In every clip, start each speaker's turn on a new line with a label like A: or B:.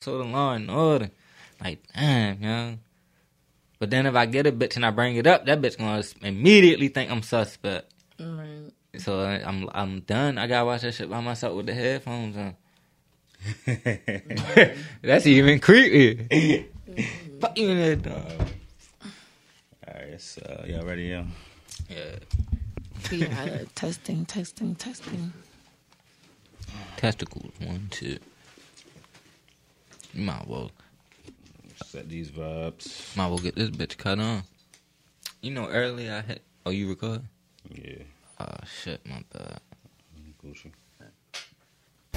A: to the law and order. Like, damn, young. But then if I get a bitch and I bring it up, that bitch gonna immediately think I'm suspect.
B: Right.
A: So I- I'm I'm done. I gotta watch that shit by myself with the headphones on. That's even creepy. Fuck you in the head, dog.
C: All right, so y'all ready? Yeah.
A: Yeah.
B: We gotta testing, testing, testing.
A: Testicles, one, two. You might well
C: Set these vibes.
A: might well get this bitch cut on. You know earlier I had oh you record?
C: Yeah.
A: Oh shit, my bad.
C: Gucci.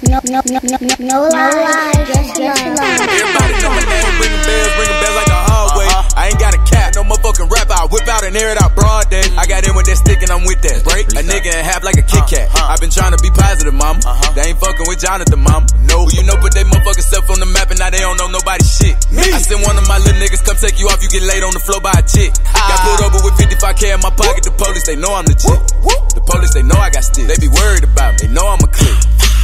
D: No, no, no, no, no, no lie, just, just lie.
E: Everybody know my name, ringing bells, ringing bells like a hallway. I ain't got a cap, no motherfucking rap. I whip out and air it out broad day. I got in with that stick and I'm with that. Break a nigga in half like a Kit Kat. I've been trying to be positive, mama. They ain't fucking with Jonathan, mama. No, you know, put they motherfucking self on the map and now they don't know nobody shit. I send one of my little niggas come take you off, you get laid on the floor by a chick. Got pulled over with 55k in my pocket. The police, they know I'm legit. The police, they know I got sticks. They be worried about me, they know I'm a click.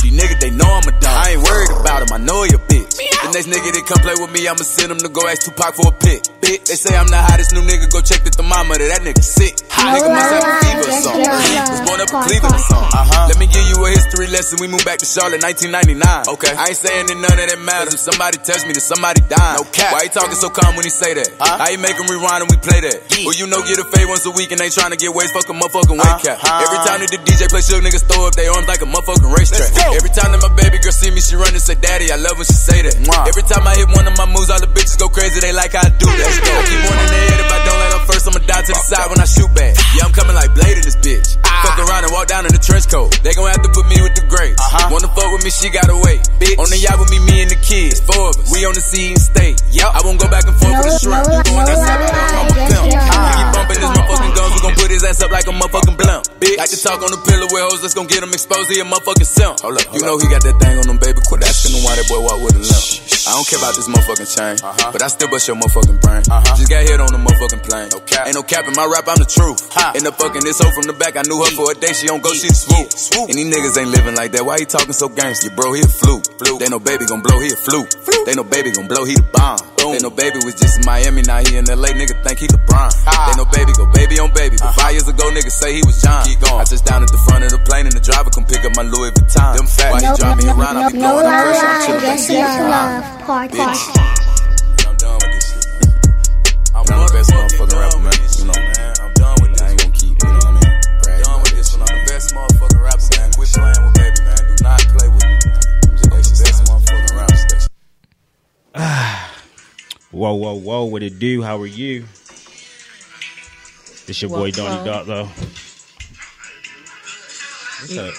E: These niggas, they know I'm a dog. I ain't worried about him, I know he a bitch. The next nigga that come play with me, I'ma send him to go ask Tupac for a pic. Bitch, they say I'm the hottest new nigga, go check the thermometer, that nigga sick. nigga must have a fever or
D: yeah,
E: something.
D: yeah.
E: Was born up in Cleveland or something. Let me give you a history lesson, we moved back to Charlotte 1999. Okay. I ain't saying that none of that matters. If somebody tells me that somebody died, no cap. Why he talking so calm when he say that? How you make him rewind and we play that? Well, you know, get a fade once a week and they tryna get waste, fuck a motherfucking weight cap. Every time that the DJ play, shook niggas throw up their arms like a motherfucking racetrack. Every time that my baby girl see me, she run and say, Daddy, I love when she say that. Every time I hit one of my moves, all the bitches go crazy, they like how I do that. I keep one in the head, if I don't let her first, I'ma die to the side when I shoot back. Yeah, I'm coming like Blade in this bitch. Fuck around and walk down in the trench coat. They gon' have to put me with the grapes. Wanna fuck with me, she gotta wait. Bitch. On the yacht with me, me and the kids. Four of us. We on the sea and stay. Yep. I won't go back and forth
D: No,
E: with the shrimp.
D: no,
E: You
D: no,
E: going
D: no,
E: outside, but I'm a
D: yes,
E: pimp.
D: yes.
E: We keep bumping this
D: Ah.
E: motherfucking guns. We gon' put his ass up like a motherfucking blunt. Bitch. Like to talk on the pillow with hoes. Let's gon' get him exposed. He a motherfucking simp. Hold up. You know he got that thing on him, baby. Quit asking him why that boy walk with a limp. I don't care about this motherfucking chain, but I still bust your motherfucking brain. Just got hit on the motherfucking plane. Ain't Uh-huh. no cap in my rap, I'm the truth. End up fucking this hoe from the back. I knew her for a day. She don't go, she the swoop. And these niggas ain't living like that. Why he talking so gangster? Bro, he a fluke. They no baby gon' blow, he a fluke. They no baby gon' blow, he the bomb. They no baby was just in Miami, now he in LA. Nigga think he LeBron. They no baby go baby on baby. But five years ago, niggas say Uh-huh. he was John. I just down at the front of the plane and the driver come pick up my Louis Vuitton. Them fat. Why
D: No,
E: he drive me
D: no,
E: around? I be
D: no,
E: blowing
D: no
E: the pressure. I'm
D: lie,
E: chilling back
D: just,
E: seat.
D: just
E: Nah.
D: love. Part, part.
E: Bitch. I'm done with this shit. I'm one of the best motherfucking rapper, man. You know, man. I'm done with this. I ain't gonna keep, you know what I mean? done with this one. I'm the best motherfucking rapper, man. Quit playing with baby, man. Do not play with me. I'm just the best motherfucking rapper station.
C: Whoa, whoa, whoa! What it do? How are you? This your boy
B: What's
C: Donnie
B: up?
C: Dot though. What's up?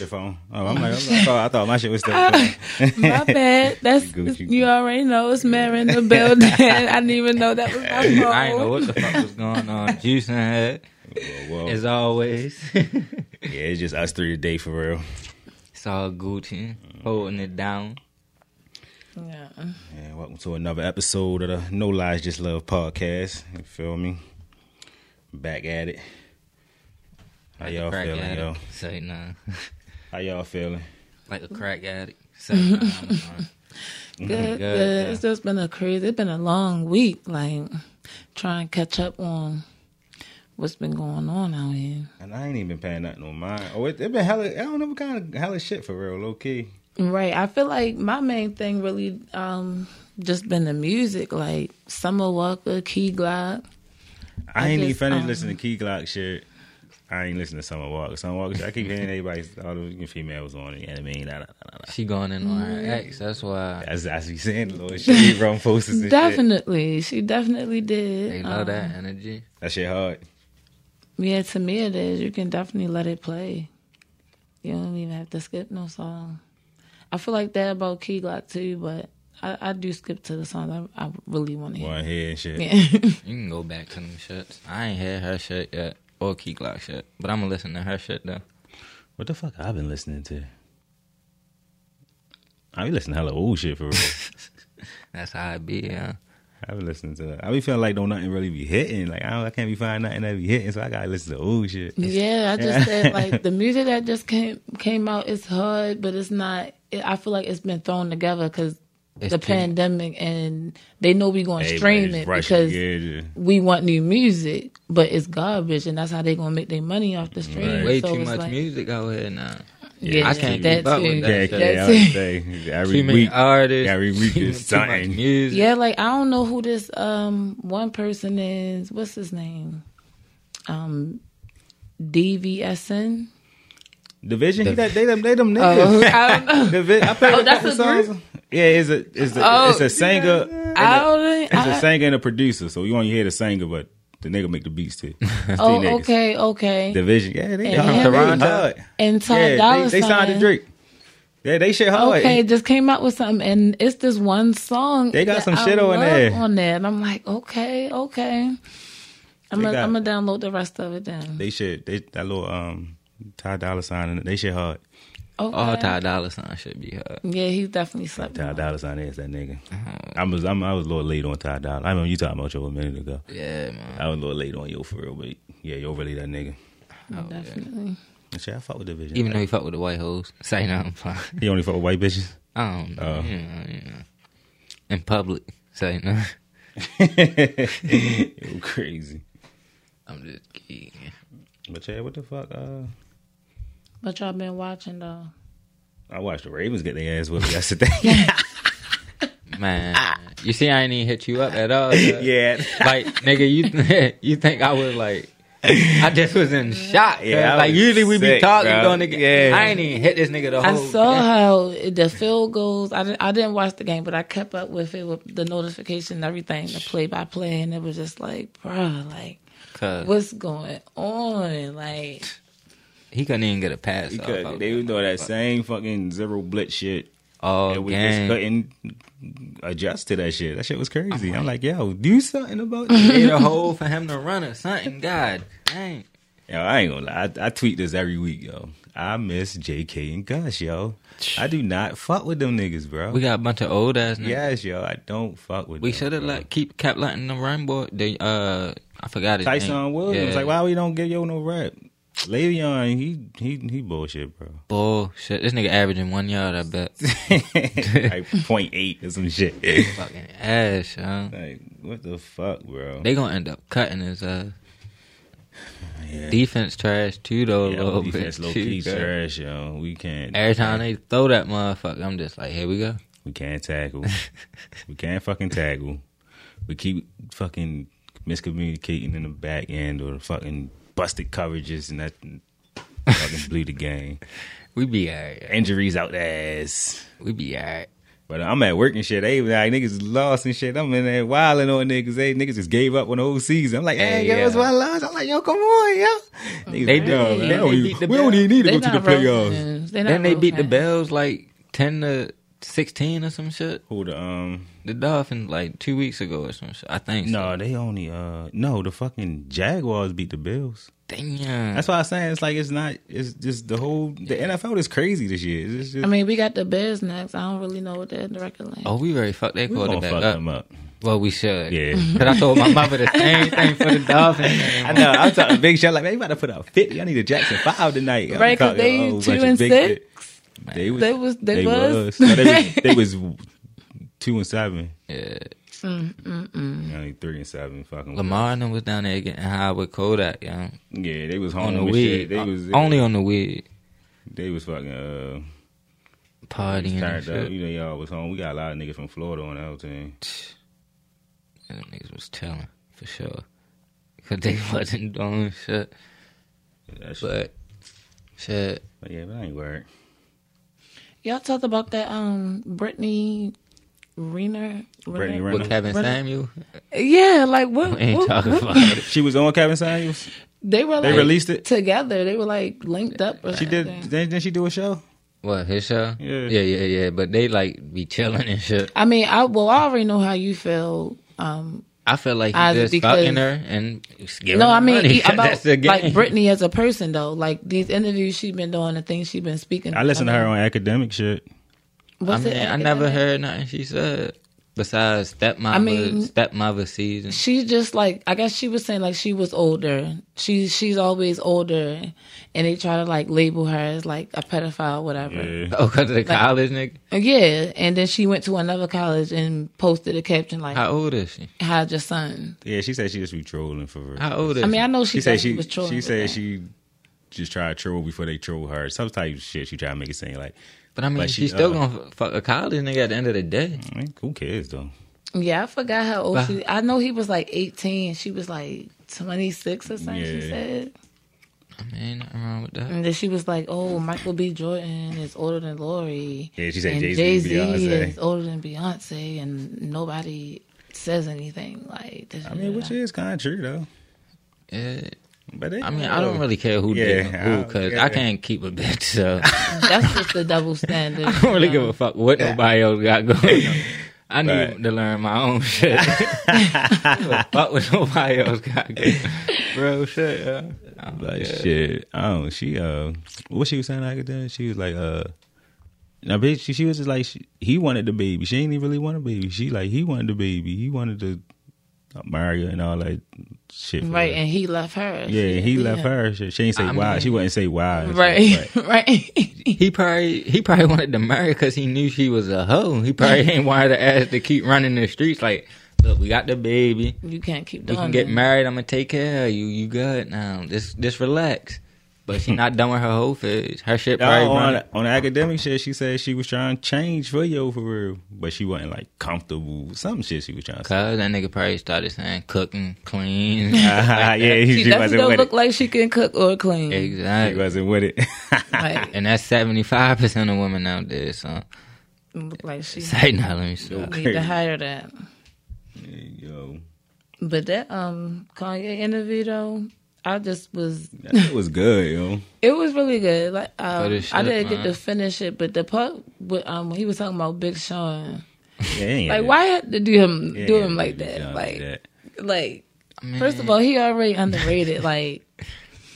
C: Your phone? Oh, I'm like, I'm like oh, I thought my shit was still. playing.
B: My bad. That's
C: Gucci.
B: you already know it's Mary in the building. I didn't even know that was my phone.
A: I ain't know what the fuck was going on. Juice and head,
C: Whoa, whoa.
A: as always.
C: Yeah, it's just us three today for real.
A: it's all Gucci
C: Mm.
A: holding it down.
B: Yeah.
A: Oh
C: And welcome to another episode of the No Lies Just Love podcast. You feel me? Back at it. How y'all
A: crack
C: feeling,
A: addict.
C: yo?
A: Say nah.
C: How y'all feeling?
A: like a crack addict. Say uh, nah. nah.
B: Good, good, It's just been a crazy. It's been a long week. Like trying to catch up on what's been going on out here.
C: And I ain't even paying nothing on mine. Oh, it, it been hella. I don't know what kind of hella shit for real, low key.
B: Right. I feel like my main thing really um just been the music. Like Summer Walker, Key Glock.
C: I,
B: I
C: ain't
B: just,
C: even finished
B: um,
C: listening to Key Glock shit. I ain't listening to Summer Walker. Summer Walker. I keep hearing everybody, all the females on it. You know what I mean? Nah, nah, nah, nah.
A: She going in on her
B: Mm.
A: ex. That's why
C: As as we saying, Lord, shit, we wrong posters and shit.
B: Definitely. She definitely did.
A: they love
B: Um,
A: that energy.
C: That shit hard.
B: Yeah, to me it is. You can definitely let it play. You don't even have to skip no song. I feel like that about Key Glock too, but I, I do skip to the songs I, I really want to hear.
C: One head and shit.
B: Yeah.
A: You can go back to them shits. I ain't heard her shit yet or Key Glock shit, but I'm gonna listen to her shit though.
C: What the fuck I've been listening to? I be listening to hella old shit for real.
A: That's how it be. Yeah.
C: I be listening to that. I be feeling like don't nothing really be hitting. Like I, don't, I can't be finding nothing that be hitting, so I gotta listen to old shit.
B: yeah, I just said like the music that just came came out is hard, but it's not. it, I feel like it's been thrown together because
A: It's
B: the
A: too-
B: pandemic and they know we going to
C: Hey,
B: stream
C: man,
B: it
C: right,
B: because
C: yeah, yeah.
B: we want new music, but it's garbage, and that's how they gonna make their money off the stream.
C: Right.
A: Way
B: so
A: too
B: it's
A: much
B: like,
A: music out here now.
B: Yeah,
A: I can't
B: that
A: keep up
B: too.
A: with
C: Yeah,
A: that.
B: That's
C: yeah,
A: shit.
B: it.
C: I would say every
A: Too many
C: week,
A: artists.
C: every week
A: too
C: is
A: much
C: something.
A: music.
B: Yeah, like I don't know who this um one person is. What's his name? Um, DVSN.
C: Division, he that, they them, they them
B: Oh,
C: niggas.
B: I don't know.
C: Divi- I played
B: Oh,
C: a
B: that's
C: couple
B: a
C: songs. Yeah, it's a it's a
B: Oh, Uh-huh.
C: it's a singer.
B: I
C: and a-
B: don't.
C: It's a
B: I,
C: singer and a producer, so you only hear the singer, but the nigga make the beats too. It's
B: oh,
C: three niggas.
B: okay, okay.
C: Division, yeah, they,
B: And
C: they
B: him.
A: Toronto.
C: hard.
B: and Ty
C: Yeah,
B: Dolla
C: they, they signed to
B: Sign.
C: Drake. Yeah, they shit hard.
B: Okay, just came out with something, and it's this one song.
C: They
B: that
C: got some
B: I
C: shit on
B: love
C: there.
B: On there, and I'm like, okay, okay. I'm
C: They
B: gonna
C: got-
B: I'm gonna download the rest of it then.
C: They shit. They that little um Ty Dolla Sign. and They shit hard.
B: Okay.
A: All Ty Dolla Sign should be hard.
B: Yeah, he definitely slept.
C: Ty Dolla Sign is that nigga.
B: Uh-huh.
C: I was I'm, I was a little late on Ty Dolla. I remember you talking about yo a minute ago.
A: Yeah, man.
C: I was a little late on yo for real, but yeah, yo really that nigga.
A: Oh, yeah.
B: Definitely.
C: And Shit, I fuck with Division.
A: Even though he fuck with the white hoes, say nothing. fine.
C: he only fuck with white bitches.
A: I don't know.
C: Oh.
A: You know, you know. In public, say no.
C: you crazy.
A: I'm just kidding.
C: But yeah, what the fuck? Uh,
B: But y'all been watching though.
C: I watched the Ravens get their ass whooped yesterday.
A: Man, you see, I ain't even hit you up at all. though.
C: Ah. yeah,
A: like nigga, you you think I was like? I just was in shock.
C: Yeah,
A: Yeah,
C: I
A: like
C: was
A: usually we be
C: sick,
A: talking,
C: bro.
A: doing nigga.
C: Yeah.
A: I ain't even hit this nigga the
B: I
A: whole.
C: Oh,
B: saw
A: game.
B: how the field goals. I didn't, I didn't watch the game, but I kept up with it with the notification and everything, the play by play, and it was just like, bruh, like
A: 'Cause
B: what's going on? Like
A: he couldn't even get a pass. off.
C: because they was
A: was
C: doing that same fucking zero blitz shit,
A: all
C: and we
A: game.
C: just couldn't adjust to that shit. That shit was crazy.
A: Oh,
C: I'm like, yo, do something about this.
A: Made a hole for him to run or something. God dang.
C: Yo, I ain't gonna lie. I, I tweet this every week, yo. I miss JK and Gus, yo. I do not fuck with them niggas, bro.
A: We got a bunch of old ass niggas.
C: yes, yo. I don't fuck with
A: Mm. We
C: them,
A: should have
C: bro.
A: let keep kept letting them run, boy. They uh, I forgot his
C: Tyson
A: name.
C: Williams.
A: Yeah.
C: Like, why we don't give yo no rap? Le'Veon, he he he bullshit, bro.
A: Bullshit. This nigga averaging one yard. I bet.
C: like point eight or some shit.
A: Fucking ass, huh?
C: like, what the fuck, bro?
A: They gonna end up cutting his uh
C: Yeah.
A: defense trash too though a
C: yeah,
A: little
C: defense
A: bit.
C: low
A: too,
C: key
A: girl.
C: trash, yo. We can't.
A: Every time they throw that motherfucker, I'm just like, here we go.
C: we can't tackle. we can't fucking tackle. We keep fucking miscommunicating in the back end or fucking busted coverages and that fucking blew the game.
A: We be alright.
C: Injuries out the ass.
A: We be alright.
C: But I'm at work and shit. They like niggas lost and shit. I'm in there wilding on niggas. They niggas just gave up on the whole season. I'm like, hey,
A: Hey,
C: yo,
A: yeah.
C: it's one loss. I'm like, yo, come on, yo. Niggas,
A: They
C: like,
A: do,
C: "Yo,
A: yeah,
C: man,
A: they
C: we-
A: beat the
C: we don't
A: Bills.
C: even need to
B: they
C: go to the
B: not
C: playoffs.
B: roses. They not
A: Then they beat the
B: roses.
A: Bells like ten to sixteen or some shit.
C: Who the um?
A: The Dolphins like two weeks ago or some shit. I think. so.
C: No, they only uh no the fucking Jaguars beat the Bills.
A: Damn.
C: That's why I'm saying it's like it's not. It's just the whole the NFL is crazy this year. It's just
B: I mean, we got the Bears next. I don't really know what they're in the record like.
A: Oh, we already fucked that
C: we gonna
A: quarterback
C: fuck
A: up.
C: them up.
A: Well, we should.
C: Yeah.
A: Because I told my mother the same thing for the Dolphins.
C: I know. I'm talking big shit. Like man, you about to put out fifty. I need a Jackson Five tonight. I'm
B: Right, 'cause
C: talking a
B: they
C: whole
B: two
C: bunch of
B: and
C: big
B: six?
C: shit. They was.
B: They was- they was?
C: No, they was. They was two and seven.
A: Yeah.
C: Only three and seven. Fucking
A: Lamar and them was down there getting high with Kodak, yo.
C: Yeah, they was
A: On
C: home
A: the
C: with shit.
A: weed. Uh,
C: They was
A: Only on the weed.
C: They was fucking uh
A: Partying and
C: tired up.
A: shit.
C: You know, y'all was home. We got a lot of niggas from Florida on our team.
A: And them niggas was telling, for sure. Because they wasn't doing shit.
C: That shit.
A: But, shit.
C: But yeah, but I ain't worried.
B: Y'all talked about that um Brittany Renner.
C: Brittany
B: Renner?
C: Renner.
A: With Kevin
B: Right.
A: Samuel,
B: Yeah, like what?
A: we ain't
B: what-
A: talking
B: what-
A: about it.
C: She was on Kevin Samuels.
B: They were.
C: They
B: like,
C: released it?
B: together. They were like linked up. Or
C: She did.
B: something.
C: Didn't, didn't she do a show?
A: What, his show?
C: Yeah.
A: Yeah, yeah, yeah. But they, like, be chilling and shit.
B: I mean, I well, I already know how you feel. Um,
A: I feel like he
B: As-
A: just
B: because-
A: fucking her and giving
B: no,
A: her
B: I mean
A: money.
B: e- about
A: That's the game.
B: like Brittany as a person though. Like these interviews she's been doing, the things she's been speaking.
C: I listened to her
B: about.
C: on academic shit.
A: I
B: Was
A: mean,
B: it
A: I never
B: academic?
A: heard nothing she said. Besides stepmother,
B: I mean-
A: stepmother season.
B: She's just like I guess she was saying like she was older. She she's always older, and they try to like label her as like a pedophile, whatever. Uh,
C: Yeah.
A: Oh, cause of the college nigga.
B: Yeah, and then she went to another college and posted a caption like,
A: How old is she?
B: "Hide your son."
C: Yeah, she said she just be trolling for her.
A: How old is
B: I
A: she?
B: mean, I know she,
C: she said
B: thought
C: she
B: was trolling.
C: she
B: with
C: said
B: that.
C: she just try to troll before they troll her. Sometimes shit she try to make it seem like
A: but I mean,
C: but
A: she's
C: she,
A: still
C: uh,
A: gonna fuck a college nigga at the end of the day.
C: "Man, who cares though?
B: Yeah, I forgot how old
A: But-
B: she. I know he was like eighteen. She was like twenty six or something. She
C: Yeah.
B: said,
A: I mean, ain't nothing wrong with that.
B: and then she was like, "Oh, Michael B. Jordan is older than Lori.
C: Yeah, she said
B: and
C: Jay Z,
B: is
C: Beyonce.
B: older than Beyonce, and nobody says anything like." This,
C: I mean, which is kind of true though.
A: Yeah.
B: Mm.
C: But they,
A: I mean, I don't really care who
C: Yeah,
A: did who,
C: I-
A: cause
C: yeah.
A: I can't keep a bitch. So
B: that's just the double standard.
A: I don't really give a fuck what nobody else got going on. I need
C: Right.
A: to learn my own shit. fuck what nobody else got going Bro, shit, yeah. I'm
C: Like
A: good.
C: shit. Oh, she uh, what she was saying like then? She was like uh, now bitch, she, she was just like she, he wanted the baby. She ain't even really want a baby. She like he wanted the baby. He wanted to marry her and all that shit. for
B: right,
C: her.
B: and he left her.
C: yeah,
B: She-
C: he left
B: yeah.
C: her. She, she ain't say why. she wouldn't say why. and shit,
B: Right,
C: but-
B: right.
A: He probably he probably wanted to marry because he knew she was a hoe. He probably ain't wanted to ask to keep running the streets. Like, look, we got the baby.
B: you can't keep
A: We
B: doing.
A: can get
B: that.
A: married. I'm gonna take care of you. You good now? Just just relax. But she not done with her whole phase. Her shit probably
C: Oh,
A: running.
C: on, on the academic shit, she said she was trying to change for yo for real, but she wasn't like comfortable. Some shit she was trying to say.
A: Cause that nigga probably started saying cooking, clean.
C: yeah, he,
B: She
C: she
B: definitely
C: wasn't
B: don't
C: with
B: look
C: it.
B: like she can cook or clean.
C: She
A: exactly.
C: wasn't with it.
B: Like,
A: And that's seventy five percent of women out there. So
B: look like she
A: say now, let me stop.
B: need to hire that.
C: Yo,
B: But that um Kanye interview though, I just was
C: that shit was good, yo.
B: it was really good. Like
A: Good
B: um,
A: as
B: I
A: shit,
B: didn't get
A: man.
B: to finish it, but the part with um when he was talking about Big Sean,
C: Yeah, ain't
B: like
C: it.
B: why had to do him
C: Yeah,
B: do
C: ain't
B: him like
C: really
B: that?
C: done
B: Like
C: that.
B: like first of all, he already underrated. like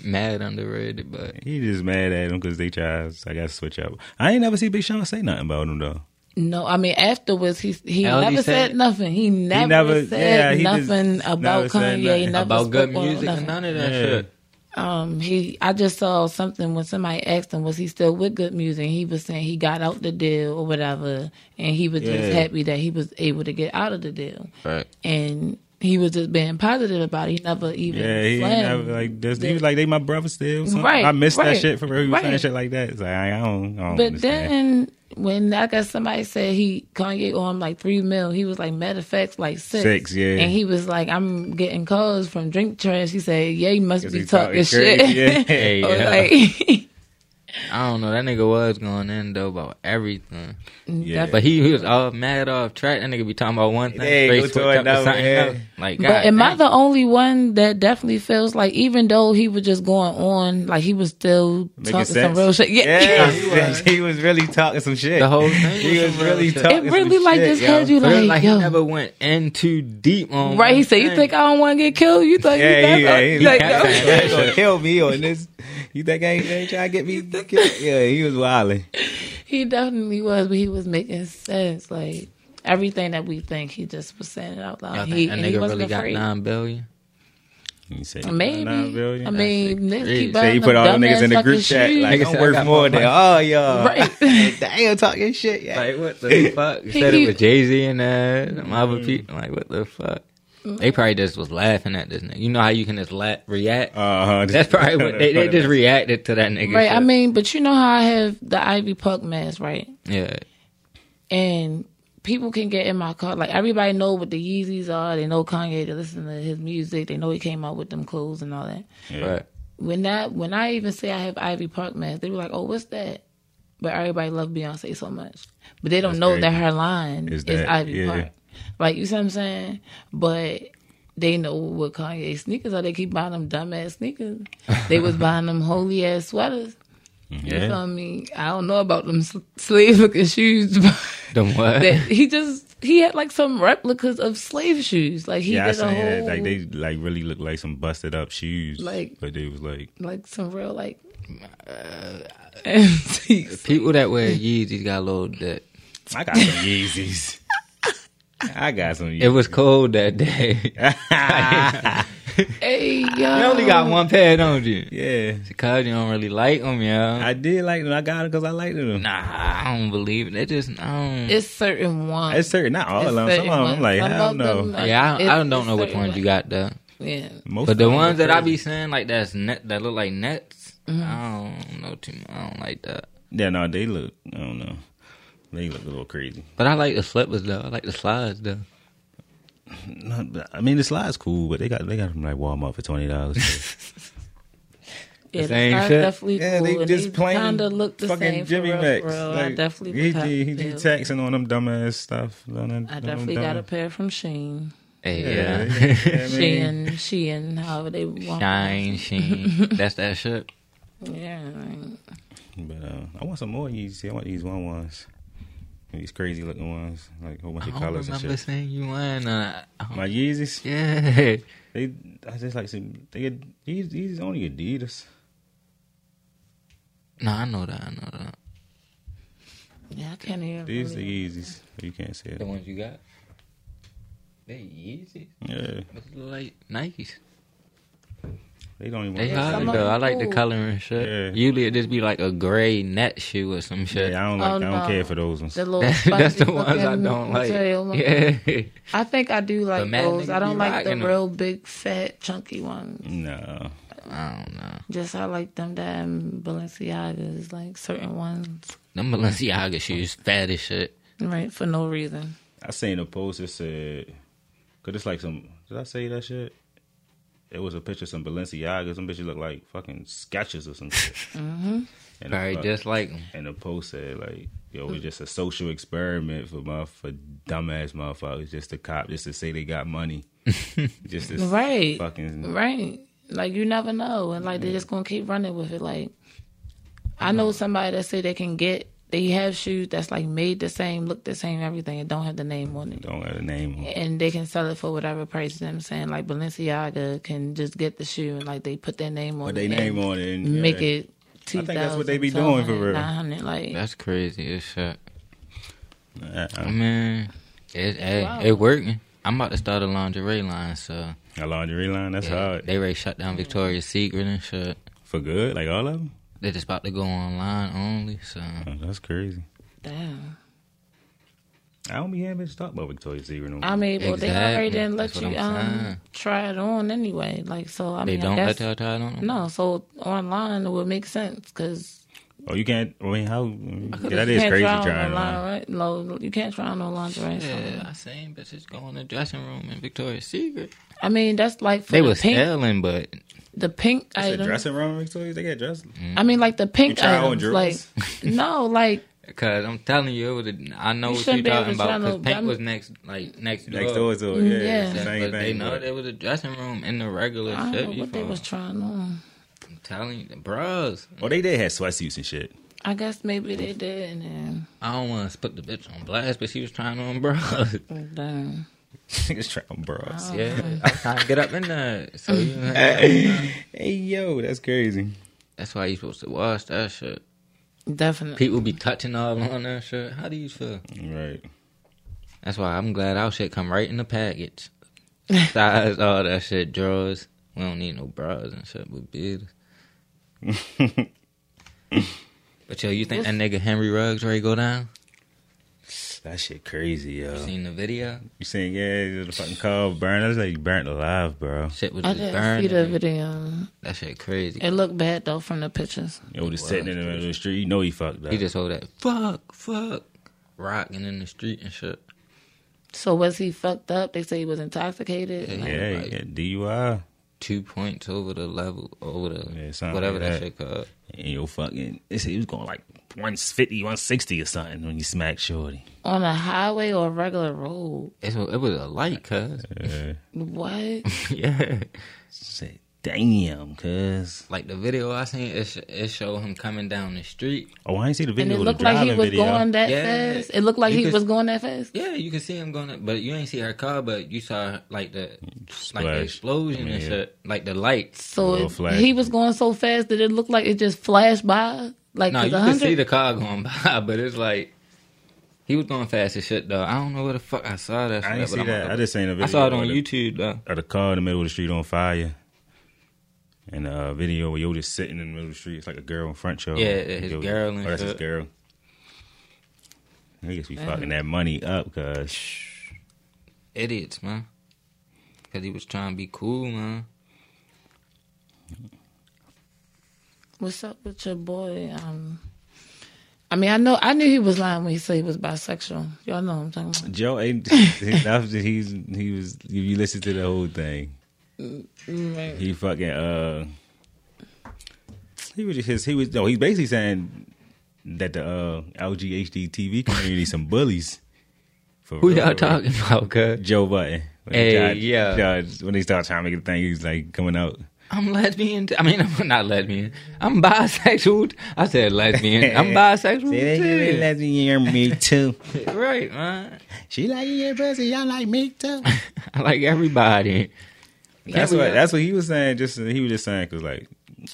A: Mad underrated, but
C: he just mad at him because they tries. I got to switch up. I ain't never see Big Sean say nothing about him though.
B: no, I mean afterwards he he
A: Hell, he
B: never
A: said-
B: said nothing. He never,
C: never-
B: said
C: yeah, he just
B: nothing about
C: never said
B: Kanye.
C: nothing.
B: Never
A: about good
B: spoke on
A: music and
B: nothing.
A: none of that
C: Yeah.
A: shit.
B: Um, he, I just saw something when somebody asked him, was he still with Good Music? He was saying he got out the deal or whatever, and he was
C: Yeah.
B: just happy that he was able to get out of the deal,
A: Right.
B: and he was just being positive about it. He never even
C: Yeah, he ain't
B: slammed.
C: never like this. He
B: that-
C: was like, they my brother still. Something.
B: Right,
C: I missed
B: right,
C: that shit for real. He was saying
B: right.
C: shit like that. It's like, I don't, I don't
B: but
C: understand.
B: then when I guess somebody said he Kanye on like three mil, he was like matter of fact like six,
C: Six, yeah.
B: and he was like, I'm getting calls from drink trash. He said, Yeah, you must
C: 'Cause
B: be
C: he talking
B: talking
C: crazy.
B: shit.
C: Yeah.
A: Hey,
B: I was
A: yeah.
B: Oh, like-
A: I don't know. That nigga was going in though about everything,
C: yeah.
A: but he, he was all mad off track. That nigga be talking about one thing,
C: Yeah,
A: straight
C: go to
A: switch up to
C: another,
A: something
C: yeah.
A: else. Like,
B: but am I
A: goddamn.
B: the only one that definitely feels like even though he was just going on, like he was still
C: Making
B: talking some
C: sense.
B: real shit? Yeah,
C: Yeah, he was. really talking some shit.
A: The whole thing
C: He
A: was
C: was
A: some real
C: really
A: shit.
C: talking.
B: it really
C: some
B: like
C: shit,
B: just
C: yo.
B: had you
A: But it
B: like,
A: was like
B: yo,
A: he never went in too deep on
B: right? He
A: one
B: said, you
A: thing.
B: think I don't want to get killed? You think you
C: Yeah,
B: think
C: yeah,
B: I-
C: he,
B: like,
A: kept
B: yo.
A: saying
C: yeah, he gonna kill me on this. You think I ain't, they ain't trying to get me? killed? Yeah, he was wilding.
B: he definitely was, but he was making sense, like. Everything that we think, he just was saying it out
A: Y'all
B: loud.
A: think
B: He,
A: that
B: and
A: nigga
B: he wasn't
A: really got
B: afraid.
A: nine billion?
C: He said,
B: Maybe. I mean, niggas
A: crazy.
B: keep
A: So
C: so
B: buying
C: he put
B: them
C: all the
B: dumbass
C: niggas in the
B: fucking
C: group chat
B: shoes.
C: like,
A: Nigga
C: I'm
A: said, I
C: worth
A: got
C: more
A: more
C: than all y'all.
B: right?
C: Damn, talking shit. Yeah.
A: Like what the fuck? You said it
B: he-
A: was Jay Z and that them
C: Mm.
A: other people. Like what the fuck?
B: Mm.
A: They probably just was laughing at this nigga. You know how you can just la- react.
C: uh huh.
A: That's probably what they, they just reacted to that nigga.
B: right.
A: shit.
B: I mean, but you know how I have the Ivy Puck mask, right?
A: yeah,
B: and people can get in my car. Like everybody know what the Yeezys are. They know Kanye. They listen to his music. They know he came out with them clothes and all that.
A: right.
B: When that when I even say I have Ivy Park mask, they were like, "Oh, what's that?" But everybody love Beyonce so much, but they don't know
C: crazy.
B: that her line is,
C: Is that-
B: Ivy
C: yeah.
B: Park. Like you see what I'm saying? But they know what Kanye sneakers are. They keep buying them dumbass sneakers. They was buying them holy ass sweaters. You feel me? I don't know about them slave looking shoes. But
A: Them what?
B: that he just he had like some replicas of slave shoes. Like he
C: Yeah, I
B: did a
C: seen that.
B: whole
C: Like
B: like,
C: they like really looked like some busted up shoes.
B: Like-
C: but they was like,
B: some real like antiques.
A: People that wear Yeezys got a little dick.
C: I got some Yeezys. I got some.
A: It was cold that day.
B: Hey, yo.
A: you only got one pair, don't you?
C: yeah.
A: Because you don't really like them, yo.
C: I did like them. I got them because I liked them.
A: nah, I don't believe it. They just, I don't.
B: It's certain ones.
C: It's certain, not all
B: It's
C: of them. Some of
B: certain
C: them, I'm
B: ones.
C: like,
B: Some
C: I don't
B: of them,
C: know.
B: like,
A: yeah, I,
B: it's-
A: I don't know which
B: it's certain
A: ones you got though.
B: Yeah.
C: Most
A: But
C: of
A: the
C: them are
A: ones that I
C: crazy.
A: be seeing like that's net that look like nets,
B: Mm-hmm.
A: I don't know too much. I don't like that.
C: yeah, no, they look. I don't know. They look a little crazy.
A: But I like the slippers though. I like the slides though.
C: No, but- I mean, the slide's cool, but they got they got them like Walmart for twenty dollars.
A: The
B: Yeah, the
A: same
B: scarf
A: shit?
B: definitely
C: yeah,
B: cool.
C: they
B: and
C: just plain
B: kinda look the
C: fucking
B: same
C: Jimmy
B: for real,
C: Max.
B: for real. I
C: Like,
B: definitely
C: he,
B: would
C: he, he,
B: have to.
C: taxing on them dumbass stuff.
B: I definitely got a pair from Sheen.
A: Hey,
C: Yeah,
A: yeah.
B: Shein, Shein, however they want.
A: Shine, sheen. That's that shit.
B: Yeah. like,
C: But uh, I want some more Yeezy. I want these one ones. These crazy looking ones, like a whole
A: I
C: bunch of
A: don't
C: colors and
A: remember
C: shit.
A: seeing you on. Uh, oh,
C: My Yeezys,
A: yeah.
C: they I just like some. They get these these only Adidas.
A: No, I know that. I know that.
B: Yeah, I can't even.
C: These the
B: really-
C: Yeezys. You can't say it.
A: ones you got. They Yeezys,
C: Yeah,
A: but they look like Nikes.
C: they don't even.
A: They
C: want
A: hard
B: some
C: to
B: of
A: though.
B: them
A: I like the
B: cool.
A: color and shit.
C: Yeah.
A: Usually it just be like a gray net shoe or some shit.
C: Yeah, I don't like.
B: Oh,
C: I don't
B: no.
C: care for those ones.
B: The little
A: That's the
B: fuzzy
A: ones I
B: looking
A: don't like.
B: material one.
A: Yeah.
B: I think I do like
A: mad
B: those.
A: niggas
B: I don't
A: be
B: like the
A: rocking 'em.
B: real big, fat, chunky ones.
C: No,
A: I don't know.
B: Just I like them damn Balenciagas, like certain ones,
A: Them Balenciaga shoes, fat as shit.
B: right? For no reason.
C: I seen a post that said, "Cause it's like some." Did I say that shit? It was a picture of some Balenciaga. Some bitches look like fucking sketches or some shit. mm-hmm. And the
A: Right,
C: fuck-
A: just like 'em.
C: and the post said like, "Yo, it's just a social experiment for my for dumbass motherfuckers just to cop just to say they got money, just to
B: Right.
C: fucking
B: Right. Like you never know. And like they're just gonna keep running with it. Like I know somebody that say they can get they have shoes that's like made the same, look the same, everything, and don't have the name on it.
C: don't got a name." On. it.
B: And they can sell it for whatever price. You know what I'm saying like Balenciaga can just get the shoe and like they put their name on
C: Put
B: it.
C: they name
B: and
C: on it and
B: Make
C: yeah.
B: it.
C: I think that's what they be doing for real.
B: 900, like
A: That's crazy as shit.
C: I,
A: I
C: I,
A: mean, it, it,
B: Wow.
A: it working. I'm about to start a lingerie line, so
C: a laundry line. That's
A: yeah,
C: hard
A: they already shut down Victoria's Secret and shit.
C: for good. Like all of them.
A: They just about to go online only, so
C: Oh, that's crazy.
B: damn.
C: I don't be having to talk about Victoria's Secret no more.
B: I mean, well, they already
A: Exactly.
B: didn't let
A: That's what
B: you
A: I'm
B: um
A: saying.
B: try it on anyway. Like so, I
A: they
B: mean, I
A: don't let
B: guess-
A: y'all tie it on. them?
B: No, so online it would make sense because
C: Oh, you can't. I mean, how? yeah, that is crazy trying. Try
B: right? No, you can't try on no lingerie. so-
A: Yeah, I seen bitches go in the dressing room in Victoria's Secret.
B: I mean, that's like for
A: They
B: the
A: was
B: pink,
A: selling, but
B: the pink
C: it's a
B: item.
C: dressing room, Victoria. They got dressed.
B: I mean, like the
C: You
B: pink
C: try on
B: items. Like
C: drills?
B: no, like
A: Cause I'm telling you, it was a, I know
B: You
A: what you're
B: shouldn't be able
A: talking
B: to
A: about.
B: try no-
A: Cause Pink
B: I'm-
A: was next, like next door.
C: Next door to it,
B: Mm,
C: yeah,
B: yeah.
C: it's the
A: but
C: same
A: they
C: thing.
A: know
C: but-
A: there was a dressing room in the regular
B: I
A: shit.
B: don't know
A: you
B: what they
A: know.
B: was trying on.
A: I'm telling you, bros.
C: Oh, they did have sweatsuits and shit.
B: I guess maybe they did, and
A: I don't want to put the bitch on blast, but she was trying on bras.
B: then damn.
C: Niggas trying
B: Oh.
C: bras.
A: yeah, I'm trying to get up in there. So you know,
C: hey yo, that's crazy.
A: that's why you supposed to wash that shit.
B: definitely.
A: People be touching all on that shit. How do you feel?
C: Right.
A: That's why I'm glad our shit come right in the package. Size, all that shit, drawers. We don't need no bras and shit with beard. but yo, you think that nigga Henry Ruggs ready to go down?
C: That shit crazy, yo.
A: Seen the video?
C: You saying yeah, the fucking car burned. That's like you burnt alive, bro.
A: Shit was
B: I
A: just
B: didn't see the
A: burning.
B: video.
A: That shit crazy.
B: It looked bad though from the pictures.
C: Yo, just sitting in the middle of the street. You know he fucked up.
A: He just hold that fuck, fuck, rocking in the street and shit.
B: So was he fucked up? They say he was intoxicated. Like,
C: yeah,
A: like-
C: yeah, DUI.
A: Two points over the level, over the
C: Yeah, something
A: whatever
C: like
A: that,
C: that.
A: shit called.
C: And yo, fucking, they said he was going like 150, 160 or something when you smacked Shorty.
B: on a highway or a regular road.
A: It's, a- it was a light, cuz.
C: Yeah.
B: What?
A: yeah.
C: Said, damn, cuz.
A: Like the video I seen, it, sh- it showed him coming down the street.
C: Oh, I ain't see the
B: And
C: video.
B: it
C: the
B: looked like he
C: driving
B: was
C: video.
B: going that
A: Yeah.
B: fast. It looked like
A: You
B: he
A: could-
B: was going that fast.
A: Yeah, you can see him going, but you ain't see her car, but you saw like the like
C: Splash.
A: the explosion
C: I mean,
A: and
C: yeah.
A: shit, like the lights.
B: So
C: Real
B: it-
C: flash.
B: he was going so fast that it looked like it just flashed by. Like
A: No,
B: 'cause
A: you
B: a
A: can see
B: hundred.
A: the car going by, but it's like He was going fast as shit though. I don't know where the fuck I saw that.
C: I
A: shit,
C: ain't
A: but
C: see
A: I'm
C: that.
A: gonna-
C: I just seen a video.
A: I saw it on
C: of the-
A: YouTube though.
C: Of the car in the middle of the street on fire. And a video where you're just sitting in the middle of the street. It's like a girl in front yard.
A: Yeah, yeah, his
C: Yo,
A: girl and
C: Oh, that's his
A: shit.
C: girl. I guess we fucking that money up, cause
A: Idiots, man. Cause he was trying to be cool, man.
B: What's up with your boy? Um, I mean, I know I knew he was lying when he said he was bisexual. Y'all know what I'm talking about.
C: Joe ain't. that was- he's he was. If you listen to the whole thing,
B: Right.
C: he fucking uh. He was just his. He was no. He's basically saying that the uh, LGHD TV community some bullies. For
A: Who
C: real,
A: y'all
C: for real.
A: talking about, cuz?
C: Joe Button. When
A: Hey,
C: he tried,
A: yeah.
C: tried- when they start trying to make the thing, he's like coming out.
A: I'm lesbian. T- I mean, I'm not lesbian. I'm bisexual. I said lesbian. I'm bisexual. too.
C: you're me too.
A: Right, man.
C: She like your pussy. Y'all like me too.
A: I like everybody.
C: That's what that's what he was saying. Just he was just saying because like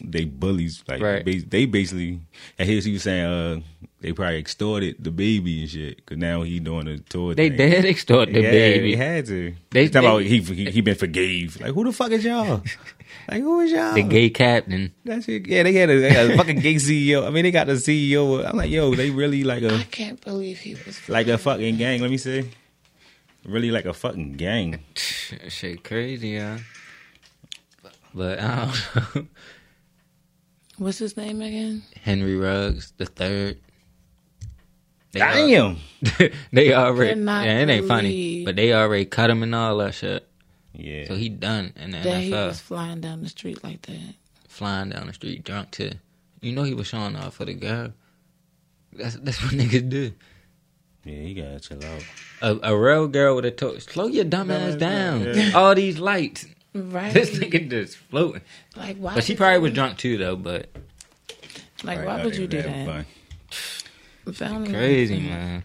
C: they bullies like
A: Right.
C: bas- they basically and he was, he was saying uh they probably extorted the baby and shit because now he doing a tour.
A: They
C: thing.
A: did extort the
C: yeah, He
A: baby.
C: had to.
A: They-
C: They, talking about
A: they-
C: he, he he been forgave. Like who the fuck is y'all? like who is y'all?
A: The gay captain.
C: That's it. Yeah, they had a, they had a fucking gay CEO. I mean, they got the CEO. I'm like, yo, they really like
B: I
C: a
B: can't believe he was.
C: like a fucking gang. Let me see. Really like a fucking gang.
A: That Shit, crazy, yeah. But uh, I don't know.
B: What's his name again?
A: Henry Ruggs the third. They al-
C: Damn.
A: they already.
B: Cannot
A: Yeah, it ain't funny,
B: believe-
A: but they already cut him and all that shit.
C: Yeah.
A: So he done in the
B: That
A: NFL,
B: he was flying down the street like that.
A: flying down the street drunk too. You know he was showing off for the girl. That's that's what niggas do.
C: yeah, you gotta chill out.
A: A, a real girl would have told, slow your dumb ass
C: ass
A: down.
C: down, yeah.
A: All these lights.
B: Right.
A: This nigga just floating.
B: like why?
A: But she
B: would
A: probably
B: you-
A: was drunk too, though. But
B: Like
C: Right,
B: why
C: no,
B: would
C: they
B: you do
C: was having
B: that? If I only-
A: crazy man.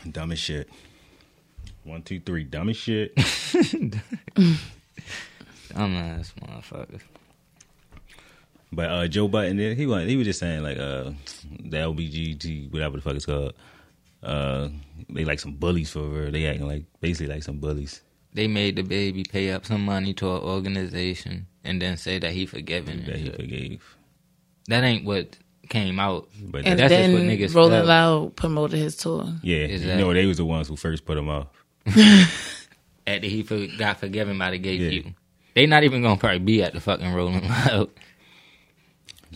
C: fun. Dumb as shit. One, two, three. Dumb as shit.
A: Dumb ass motherfucker.
C: But uh, Joe Button, did- he was he was just saying like uh, the LBGT, whatever the fuck it's called. Uh, they like some bullies for real. They acting like basically like some bullies.
A: They made the baby pay up some money to an organization and then say that he forgiven. and
C: that he
A: shit.
C: forgave.
A: That ain't what came out.
C: But
B: And
A: That's just
B: then
A: what niggas
B: Rolling
A: felt.
B: Loud promoted his tour.
C: yeah,
A: Exactly.
C: you know they was the ones who first put him off.
A: After he for, got forgiven by the gay
C: Yeah.
A: people. They not even gonna probably be at the fucking Rolling Loud.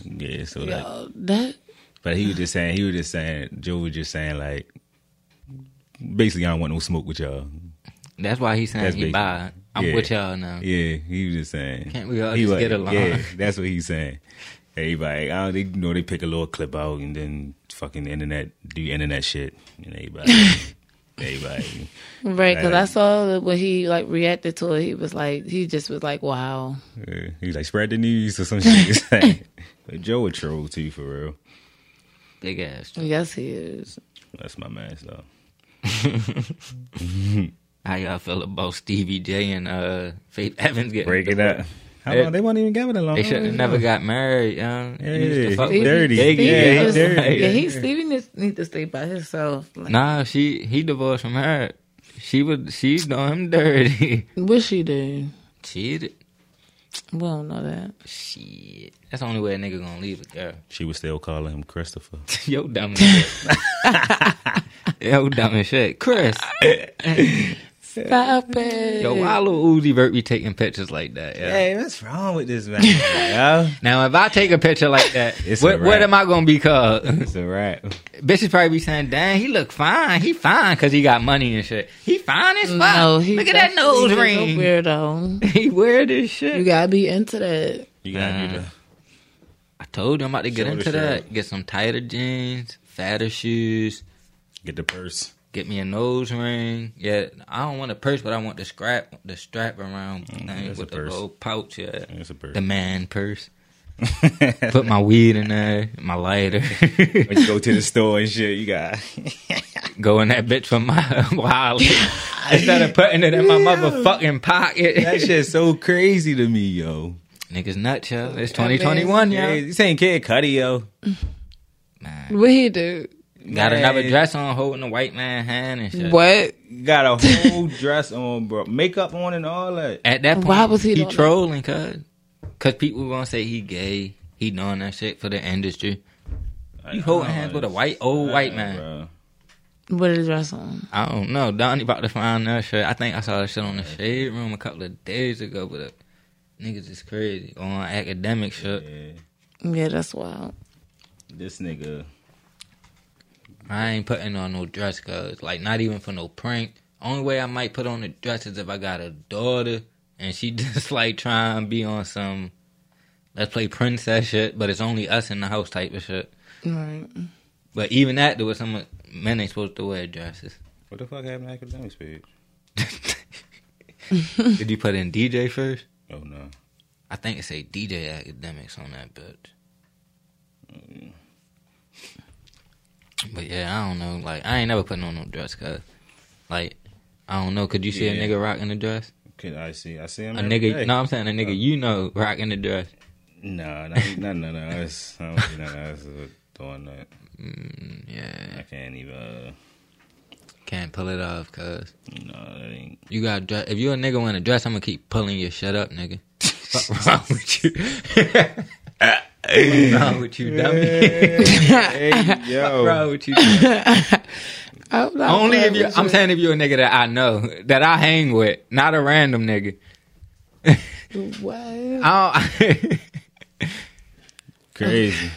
C: Yeah, so like
B: Yo, that
C: But he was just saying, he was just saying, Joe was just saying, like, basically, I don't want no smoke with y'all.
A: That's why he's saying
C: That's
A: he
C: basic.
A: bi. I'm
C: Yeah.
A: with y'all now.
C: Yeah, he was just saying.
A: Can't we all
C: he
A: just
C: was-
A: get along?
C: Yeah, that's what he's saying. Everybody, oh, they you know they pick a little clip out and then fucking internet do internet shit and everybody, everybody.
B: right? Because I
C: Right.
B: saw that when he like reacted to it, he was like, he just was like, wow.
C: Uh, he's like spread the news or some shit. He's saying. But Joe a troll too for real.
A: Big ass.
B: Yes, he is.
C: That's my man's though.
A: How y'all feel about Stevie J and uh, Faith Evans getting
C: Break it up. How long they won't even give it a long.
A: They should have never got married, young.
C: Yeah,
A: used to fuck with
C: dirty.
A: Biggie.
B: Oh. Stevie
C: Yeah, he
B: was-
C: dirty.
B: yeah, he Stevie needs, need to stay by himself. Like,
A: Nah, she he divorced from her. She was she's doing him dirty.
B: What she do?
A: Cheated.
B: We don't know that.
A: Shit. That's the only way a nigga gonna leave a girl.
C: She was still calling him Christopher.
A: Yo dumb as shit. Yo dumb as shit. Chris.
B: Stop it.
A: Yo, why little Uzi Vert be taking pictures like that? Yeah.
C: Hey, what's wrong with this man? yo?
A: Now if I take a picture like that,
C: It's
A: what,
C: a
A: what
C: wrap.
A: am I gonna be called?
C: It's a wrap.
A: Bitches probably be saying, "Dang, he look fine. He fine because he got money and shit. He fine as fuck.
B: No, he
A: look at that
B: definitely
A: nose
B: is a
A: ring.
B: weirdo.
A: he weird as shit.
B: You gotta be into that.
C: You gotta
A: Uh,
C: do that.
A: I told you I'm about to get
C: Shoulder
A: into
C: strap.
A: that. Get some tighter jeans, fatter shoes,
C: Get the purse.
A: get me a nose ring. Yeah, I don't want a purse, but I want the scrap, the strap around thing
C: Mm, that's
A: with
C: a
A: the
C: purse.
A: little pouch. Yeah,
C: That's a purse.
A: the man purse. Put my weed in there, my lighter.
C: when you go to the store and shit, you got.
A: Go in that bitch for my wallet instead of putting it in my motherfucking pocket.
C: that shit's so crazy to me, yo.
A: Niggas nuts, yo. It's 2021, yo.
C: Crazy. This ain't Kid Cudi, yo.
A: Man,
B: What he do?
A: Got
C: Man.
A: another dress on, holding a white man hand and shit.
F: What?
C: Got a whole dress on, bro. Makeup on and all that.
A: At that point,
B: Why was he
A: he
B: doing that?
A: trolling? Cause, cause people gonna say he gay. He doing that shit for the industry. You holding hands with a white old white man.
B: With a dress on.
A: I don't know. Donnie about to find that shit. I think I saw that shit on the shade room a couple of days ago, but uh, niggas is crazy on academic shit.
C: Yeah,
B: Yeah, that's wild.
C: this nigga.
A: I ain't putting on no dress cause like not even for no prank. Only way I might put on a dress is if I got a daughter and she just like trying and be on some let's play princess shit, but it's only us in the house type of shit.
B: Right.
A: But even that there was some men ain't supposed to wear dresses.
C: What the fuck happened to academics page?
A: Did you put in DJ first?
C: Oh no.
A: I think it say DJ academics on that bitch. But yeah, I don't know. Like I ain't never putting on no dress cause like I don't know, could you see
C: Yeah.
A: a nigga rocking a dress?
C: Can I see? I see him.
A: A
C: every day.
A: nigga, no, I'm saying a nigga you know rocking the dress.
C: Nah, not, not none of us. I don't see none of us is doing that.
A: Mm, yeah,
C: I can't even. Uh,
A: can't pull it off, cuz.
C: no, that ain't.
A: You got dress. If you a nigga wearing a dress, I'm gonna keep pulling your shit up, nigga. Fuck wrong with you? What's wrong with you, dummy?
C: hey, yo.
A: What's wrong with you? dummy?
B: I'm not
A: Only if
B: playing
A: you,
B: with
A: I'm saying if you a nigga that I know, that I hang with, not a random nigga.
B: What?
A: I, don't,
C: Crazy.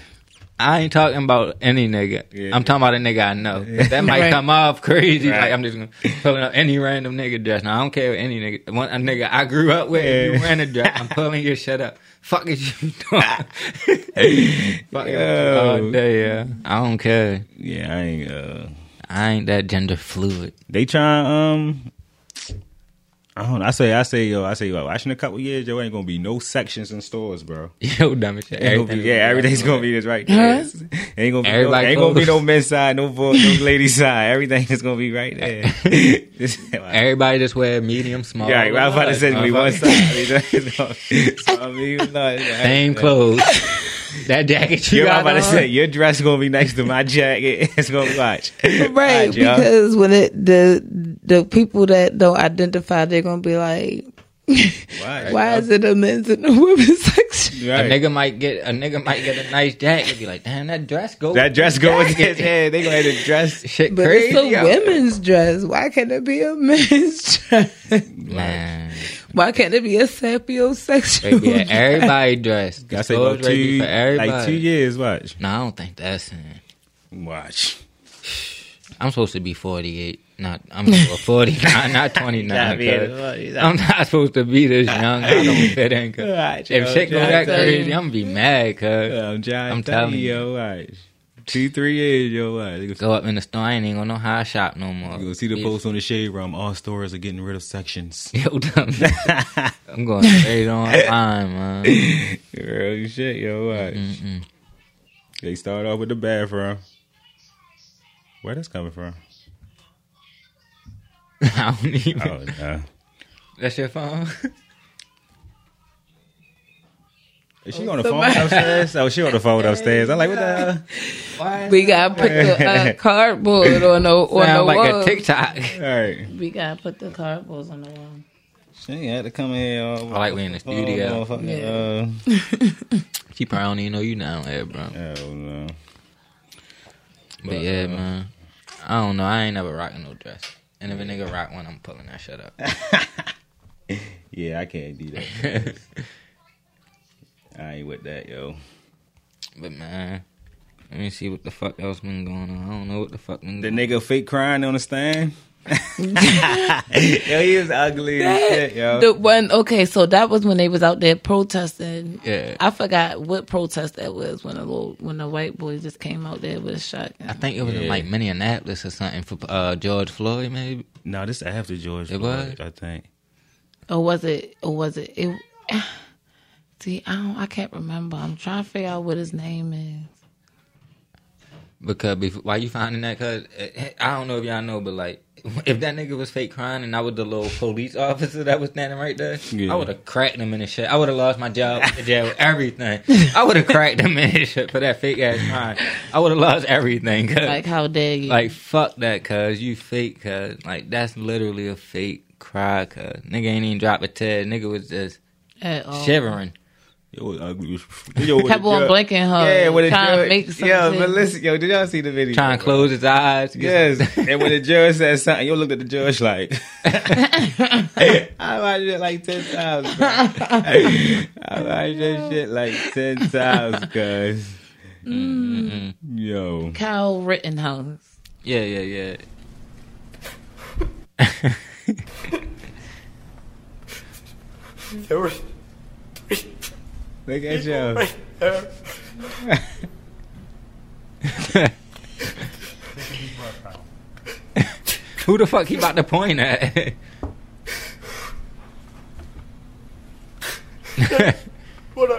A: I ain't talking about any nigga.
C: Yeah.
A: I'm talking about a nigga I know. That might
B: Right.
A: come off crazy. Like
C: Right.
A: I'm just gonna pulling up any random nigga dress. Now I don't care what any nigga, one, a nigga I grew up with. If you wearing a dress, I'm pulling your shit up. Fuck is you doing? Fuck
C: Yo.
A: all day, yeah. I don't care.
C: Yeah, I ain't. Uh,
A: I ain't that gender fluid.
C: they trying. Um, I don't. know. I say. I say. Yo. I say. Yo. Watching a couple years, yo, ain't gonna be no sections in stores, bro.
A: Yo, dumb as shit.
C: Ain't gonna be, yeah, everything's gonna be this right. there. Ain't gonna be, no,
A: Everybody
C: ain't gonna be
A: clothes.
C: no men's side, no boy, no ladies side. Everything is gonna be right there. yeah,
A: Everybody just wear medium, small.
C: I was about to say it's gonna be one
A: Motherfucker.
C: side. It's gonna- it's gonna be like-
A: Same clothes. that jacket you
C: Yo,
A: got
C: I'm about to
A: on.
C: say your dress gonna be next to my jacket. It's gonna watch.
F: Right,
C: Watch, yo.
F: because when it the the people that don't identify, they're gonna be like,
C: Why?
F: why, is it a men's and a women's section?
A: A
C: Right.
A: nigga might get a nigga might get a nice jacket. Be like, damn, that dress goes.
C: that dress goes with his head. They gonna have the dress.
A: shit
F: But it's
A: crazy.
F: a
A: yo.
F: women's dress. Why can't it be a men's dress?
A: Man,
F: Why can't it be a
A: they
F: sapiosexual?
A: be
F: dress?
A: at everybody dress.
C: I
A: That's
C: say about two,
A: for everybody.
C: like two years. Watch,
A: No, I don't think that's in.
C: watch.
A: I'm supposed to be 48. Not I'm well, 49, not 29. cuz. I'm not supposed to be this young. I don't fit in. cuz.
C: Watch,
A: If
C: yo,
A: shit go
C: Jack,
A: that
C: tell you.
A: crazy, I'm gonna be mad. Cause
C: I'm John.
A: I'm telling
C: I'm telling you, yo, watch. Two, three years, yo, watch. You
A: go up in the store. I ain't even gonna know how I shop no more.
C: gonna see the post on the shade room. All stores are getting rid of sections.
A: Yo, dumb. I'm going straight on fine, man.
C: Real shit, yo, watch. They start off with the bathroom. Where that's coming from?
A: I don't even.
C: Oh, no.
A: That's your phone.
C: Is she on the phone upstairs? Oh, she on the phone upstairs. I'm like, what the hell?
F: we gotta put the uh, cardboard on the on the
A: Sound like
F: wall.
A: a TikTok.
C: All right.
B: We gotta put the cardboards on the wall.
C: She ain't had to come in here. All,
A: I like we in the studio.
C: Oh,
B: Yeah.
A: She probably don't even know you now, yeah, bro.
C: no.
A: But yeah, man. I don't know. I ain't never rocking no dress. And if a nigga rock one, I'm pulling that shit up.
C: Yeah, I can't do that. I ain't with that, yo.
A: but man, let me see what the fuck else been going on. I don't know what the fuck been
C: The
A: going on.
C: nigga fake crying on the stand. yo, he was ugly as shit, yo.
B: The one okay, so that was when they was out there protesting.
A: Yeah.
B: I forgot what protest that was when a little when the white boy just came out there with a shotgun.
A: I think it was in
C: Yeah.
A: like Minneapolis or something for uh, George Floyd, maybe.
C: no, this after George
A: It
C: Floyd, I think.
B: or was it or was it it see i don't i can't remember i'm trying to figure out what his name is
A: Because before, why you finding that? Cause eh, I don't know if y'all know, but like, if that nigga was fake crying and I was the little police officer that was standing right there,
C: Yeah.
A: I would have cracked him in his shit. I would have lost my job, the jail, everything. I would have cracked him in his shit for that fake ass crying. I would have lost everything. 'cause,
B: Like, how dare you?
A: like, fuck that, cause you fake, cause like that's literally a fake cry, cause nigga ain't even drop a tear. Nigga was just
B: at all.
A: shivering.
C: Yo, was ugly. Yo, with
B: Kept
C: the
B: on
C: drug-
B: blinking her.
C: Yeah, with a
B: trying to
C: drug-
B: make something.
C: Yo, but listen, yo, did y'all see the video?
A: Trying to close his eyes.
C: Yes, and when the judge said something, you looked at the judge like, I watched it like ten times. Bro. I watched that shit like ten times, cuz. Yo,
B: Kyle Rittenhouse.
A: Yeah, yeah, yeah.
G: There was
C: look at yo.
G: right there.
A: Who the fuck he about to point at?
G: What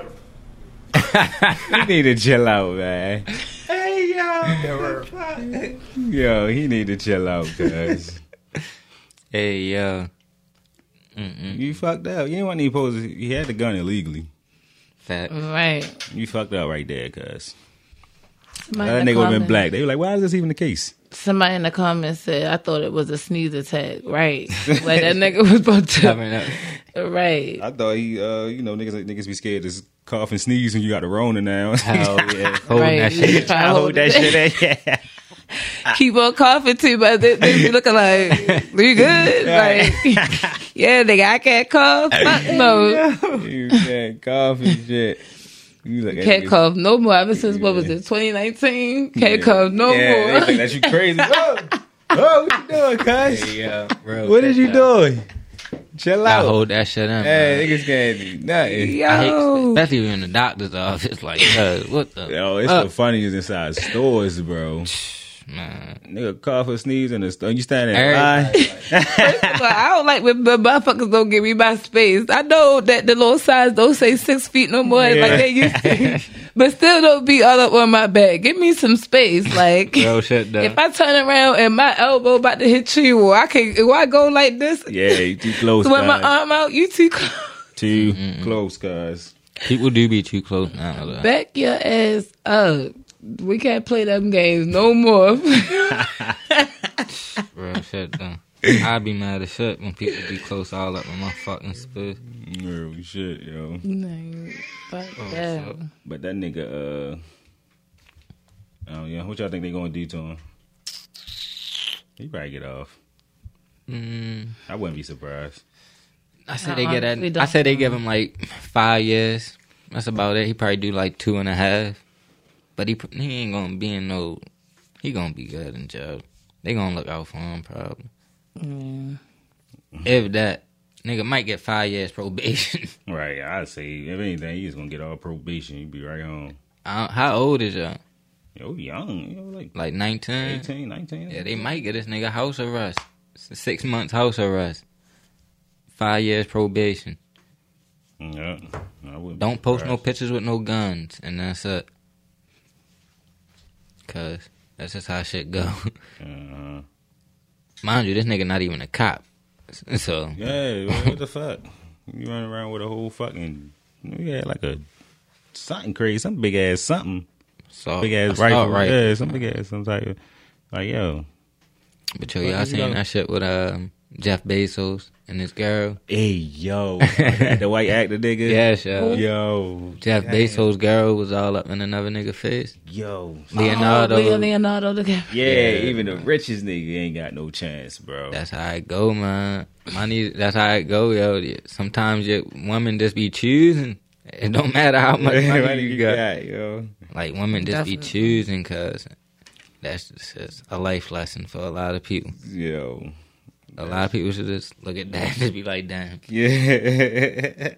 G: a
C: He need to chill out, man.
G: there were
C: Yo, he need to chill out, cuz.
A: hey, yo.
C: you fucked up. You didn't want to pose. He had the gun illegally.
A: Fat.
B: Mm. Right.
C: You fucked up right there, cuz.
B: Somebody
C: That
B: in the
C: nigga would been
B: comments-
C: black. They were like, why is this even the case?
B: Somebody in the comments said, I thought it was a sneeze attack. Right. like, that nigga was about to.
A: Coming up.
B: Right.
C: I thought he, uh, you know, niggas, niggas be scared to cough and sneeze when you got the Rona now.
A: Hell yeah. Holding
B: right.
A: that
B: You
A: shit.
B: just try to hold it back.
C: in. Yeah.
B: Keep on coughing too, but they, they be looking like, we good? Like, yeah, nigga, I can't cough. Fuck no.
C: you can't cough and shit. You look at
B: Can't
C: niggas-
B: cough no more. Ever since, what was it, 2019? Can't cough no
C: yeah,
B: more.
C: They think that you crazy. oh, oh, what you doing, cuz?
A: Hey, yo. Real
C: What is
A: shit,
C: you
A: yo.
C: doing? Chill
A: I
C: out.
A: hold that shit in.
C: Hey, niggas can't do nothing.
A: I hate,
B: Yo.
A: especially when you're in the doctor's office, like, yo, what the?
C: Yo, it's
B: Uh.
A: fuck,
C: the funniest inside stores, bro.
A: man.
C: Nigga cough or sneeze in the store. You standing
A: Every-
C: in line.
B: But I don't like when the motherfuckers don't give me my space. I know that the little signs don't say six feet no more like
C: Yeah.
B: they used to, but still don't be all up on my back. Give me some space, like.
A: Real shit, though.
B: If I turn around and my elbow about to hit you, well, I can. If I go like this,
C: Yeah, you too close,
B: so when my
C: cuz.
B: arm out, you too close.
C: Too close, cuz.
A: People do be too close now, though.
B: Back your ass up. We can't play them games no more.
A: Real shit, though. I'd be mad as shit when people be close all up in my fucking space.
C: Real Mm, shit, yo.
B: no, fuck that.
C: But that nigga, uh, I don't know. What y'all think they gonna do to him? He probably get off.
A: Mm.
C: I wouldn't be surprised.
A: I said they
B: Uh-uh,
A: get
B: we
A: that. I
B: don't.
A: said they give him like five years. That's about it. He probably do like two and a half. But he pr- he ain't gonna be in no. He gonna be good in jail. They gonna look out for him probably. If that nigga might get five years probation.
C: Right? I say if anything, he's gonna get all probation. He'd be right home.
A: Uh, How old is y'all?
C: Yo, young, yo, like
A: Like nineteen.
C: 18, 19.
A: Mm. Yeah, they might get this nigga house arrest. S- Six months house arrest. Five years probation.
C: Yeah, I wouldn't be
A: Don't post no
C: surprised.
A: pictures with no guns, and that's it. Cause that's just how shit go.
C: Uh-huh.
A: Mind you, this nigga not even a cop, S- so
C: Yeah, what- what the fuck? You run around with a whole fucking. You had like a something crazy, some big ass something,
A: so
C: big ass
A: that's
C: rifle,
A: all right.
C: yeah, some big ass some type of like yo.
A: But yo, y'all
C: You
A: seen
C: know-
A: that shit with um, Jeff Bezos and his girl?
C: Hey yo, the white actor nigga.
A: Yeah, sure.
C: Yo,
A: Jeff
C: damn.
A: Bezos' girl was all up in another nigga face.
C: Yo,
A: Leonardo.
B: Oh, Leo Leonardo DiCaprio.
C: yeah, even the
A: man.
C: richest nigga ain't got no chance, bro.
A: That's how it go, man. Money. That's how it go, yo. Sometimes your women just be choosing. It don't matter how much money
C: Everybody
A: you
C: got,
A: got.
C: yo.
A: Like women just be
B: Definitely.
A: choosing, cause that's just it's a life lesson for a lot of people.
C: Yo,
A: A lot of people should just look at that and just be like, "Damn,
C: yeah,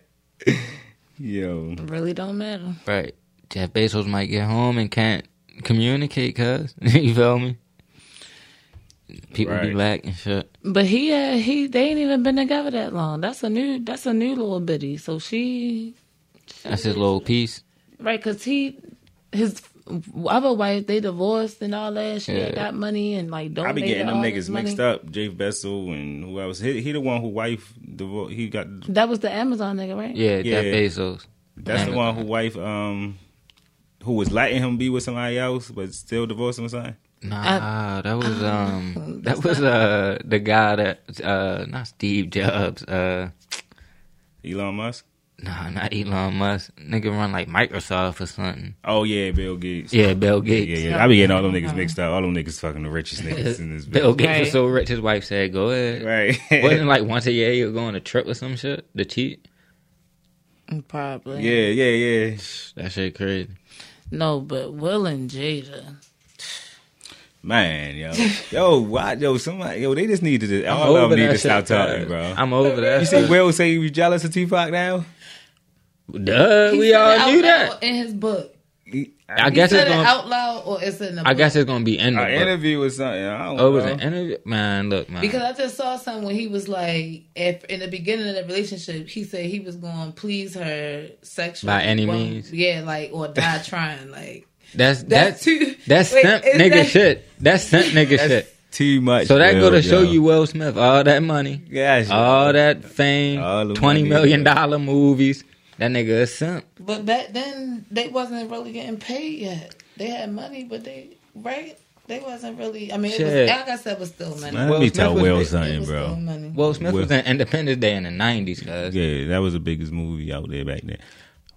C: yo.
B: Really don't matter.
A: right." Jeff Bezos might get home and can't communicate, cause you feel me. People be
C: Right.
A: lacking shit.
B: But he uh, he they ain't even been together that long. That's a new that's a new little bitty. So she
A: That's his little piece.
B: right because he his other wife they divorced and all that. She had
A: Yeah.
B: got money and like don't.
C: I be
B: they
C: getting
B: got
C: them
B: all this
C: niggas mixed
B: money?
C: up. Jave Bessel and who else? He, he the one who wife divorced. He got
B: That was the Amazon nigga, right?
A: Yeah,
C: Yeah.
A: Jeff Bezos.
C: that's the
A: Amazon.
C: one who wife um who was letting him be with somebody else, but still divorced him or something.
A: Nah, that was um, that was uh, the guy that uh, not Steve Jobs. Uh,
C: Elon Musk.
A: nah, not Elon Musk. Nigga run like Microsoft or something.
C: Oh yeah, Bill Gates.
A: Yeah, Bill Gates.
C: Yeah, yeah. I be getting all them niggas mixed up. All them niggas fucking the richest niggas in this.
A: Oh, Bill
C: bitch.
A: Gates was
B: Right.
A: so rich, his wife said, "Go ahead."
C: Right.
A: Wasn't it like once a year you go on a trip or some shit to cheat.
B: Probably.
C: yeah, yeah, yeah.
A: That shit crazy.
B: No, but Will and Jada.
C: Man, yo, yo, why, yo, somebody, yo, they just needed it.
A: I'm
C: All of
A: over
C: them need
A: that
C: to stop
A: shit,
C: talking,
A: cuz.
C: bro.
A: I'm over that.
C: you see, Will say you was jealous of Tupac now.
A: Duh, we all knew that.
B: in his book.
A: I guess it's gonna.
B: out loud or it's in the
A: I guess it's gonna be in the
C: An
A: book.
C: interview or something. I don't
A: Oh, it
C: know.
A: was an interview. Man, look, man.
B: Because I just saw something when he was like, if in the beginning of the relationship, he said he was going to please her sexually
A: By any
B: Well,
A: means.
B: yeah, like or die trying, like
A: That's
B: That's
A: that's
B: too-
A: that's
B: wait,
A: simp
B: is
A: nigga
B: that-
A: shit. That's simp nigga shit.
C: too much.
A: So that
C: Will,
A: go to show
C: yo.
A: you Will Smith all that money,
C: Yes,
A: all that fame,
C: All the
A: twenty
C: money,
A: million
C: yeah.
A: dollar movies. That nigga is simp.
B: But back then they wasn't really getting paid yet. They had money, but they right. They wasn't really. I mean, it
A: Shit.
B: was, like I said, it was still money.
C: Man,
A: Will
C: let me
A: Smith
C: tell
A: was
C: Will
A: big.
B: it
C: something,
B: was still
C: bro.
B: money.
A: Will Smith
C: Will-
A: was in Independence Day in the nineties, cuz
C: Yeah, that was the biggest movie out there back then.